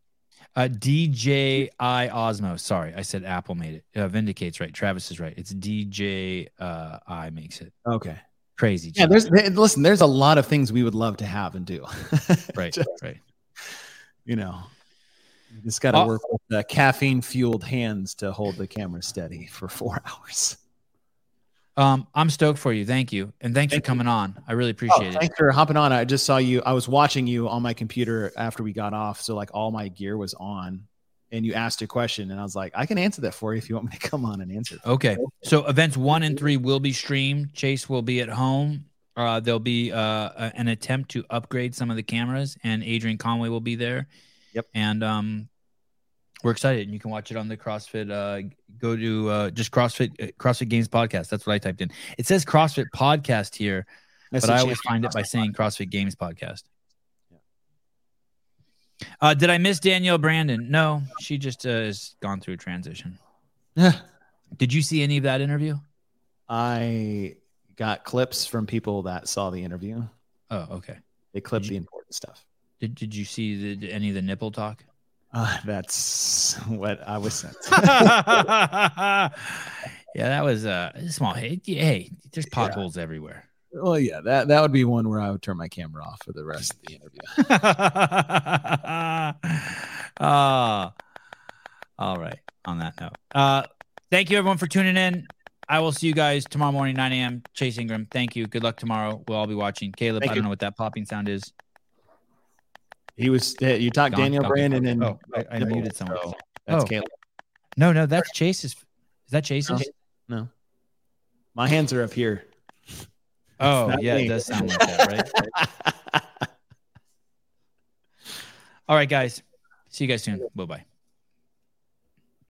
uh, DJI Osmo. Sorry, I said Apple made it. Uh, Vindicates right. Travis is right. It's DJI uh, I makes it. Okay. Crazy. Yeah, cheap. there's there- listen. There's a lot of things we would love to have and do. right, right. You know, you just got to Oh. work with the caffeine fueled hands to hold the camera steady for four hours. Um, I'm stoked for you. Thank you, and thanks for coming on. I really Oh, appreciate it. Thanks for hopping on. I just saw you. I was watching you on my computer after we got off. So like all my gear was on and you asked a question and I was like, I can answer that for you if you want me to come on and answer. it." Okay, so events one and three will be streamed. Chase will be at home. Uh, there'll be uh, a- an attempt to upgrade some of the cameras, and Adrian Conway will be there. Yep. And um, we're excited, and you can watch it on the CrossFit. Uh, go to uh, just CrossFit uh, CrossFit Games podcast. That's what I typed in. It says CrossFit podcast here, That's but a I always champion find it by saying CrossFit Games podcast. Uh, did I miss Danielle Brandon? No, she just uh, has gone through a transition. did you see any of that interview? I got clips from people that saw the interview. Oh, okay. They clipped the important stuff. Did Did you see the, any of the nipple talk? Uh, that's what I was sent. yeah, that was uh, small. Hey, hey, there's potholes everywhere. well, yeah, that, that would be one where I would turn my camera off for the rest of the interview. Ah. all right. On that note, uh, thank you everyone for tuning in. I will see you guys tomorrow morning, 9 a.m. Chase Ingram, thank you. Good luck tomorrow. We'll all be watching. Caleb, Thank I don't you. know what that popping sound is. He was, yeah, you talked Gone- Daniel gone. Brandon and Oh, I- I muted someone. Oh, that's Oh. Caleb. No, no, that's Chase's. Is that Chase's? No. My hands are up here. Oh, It's not yeah, it me. does sound like that, right? All right, guys. See you guys soon. Bye bye.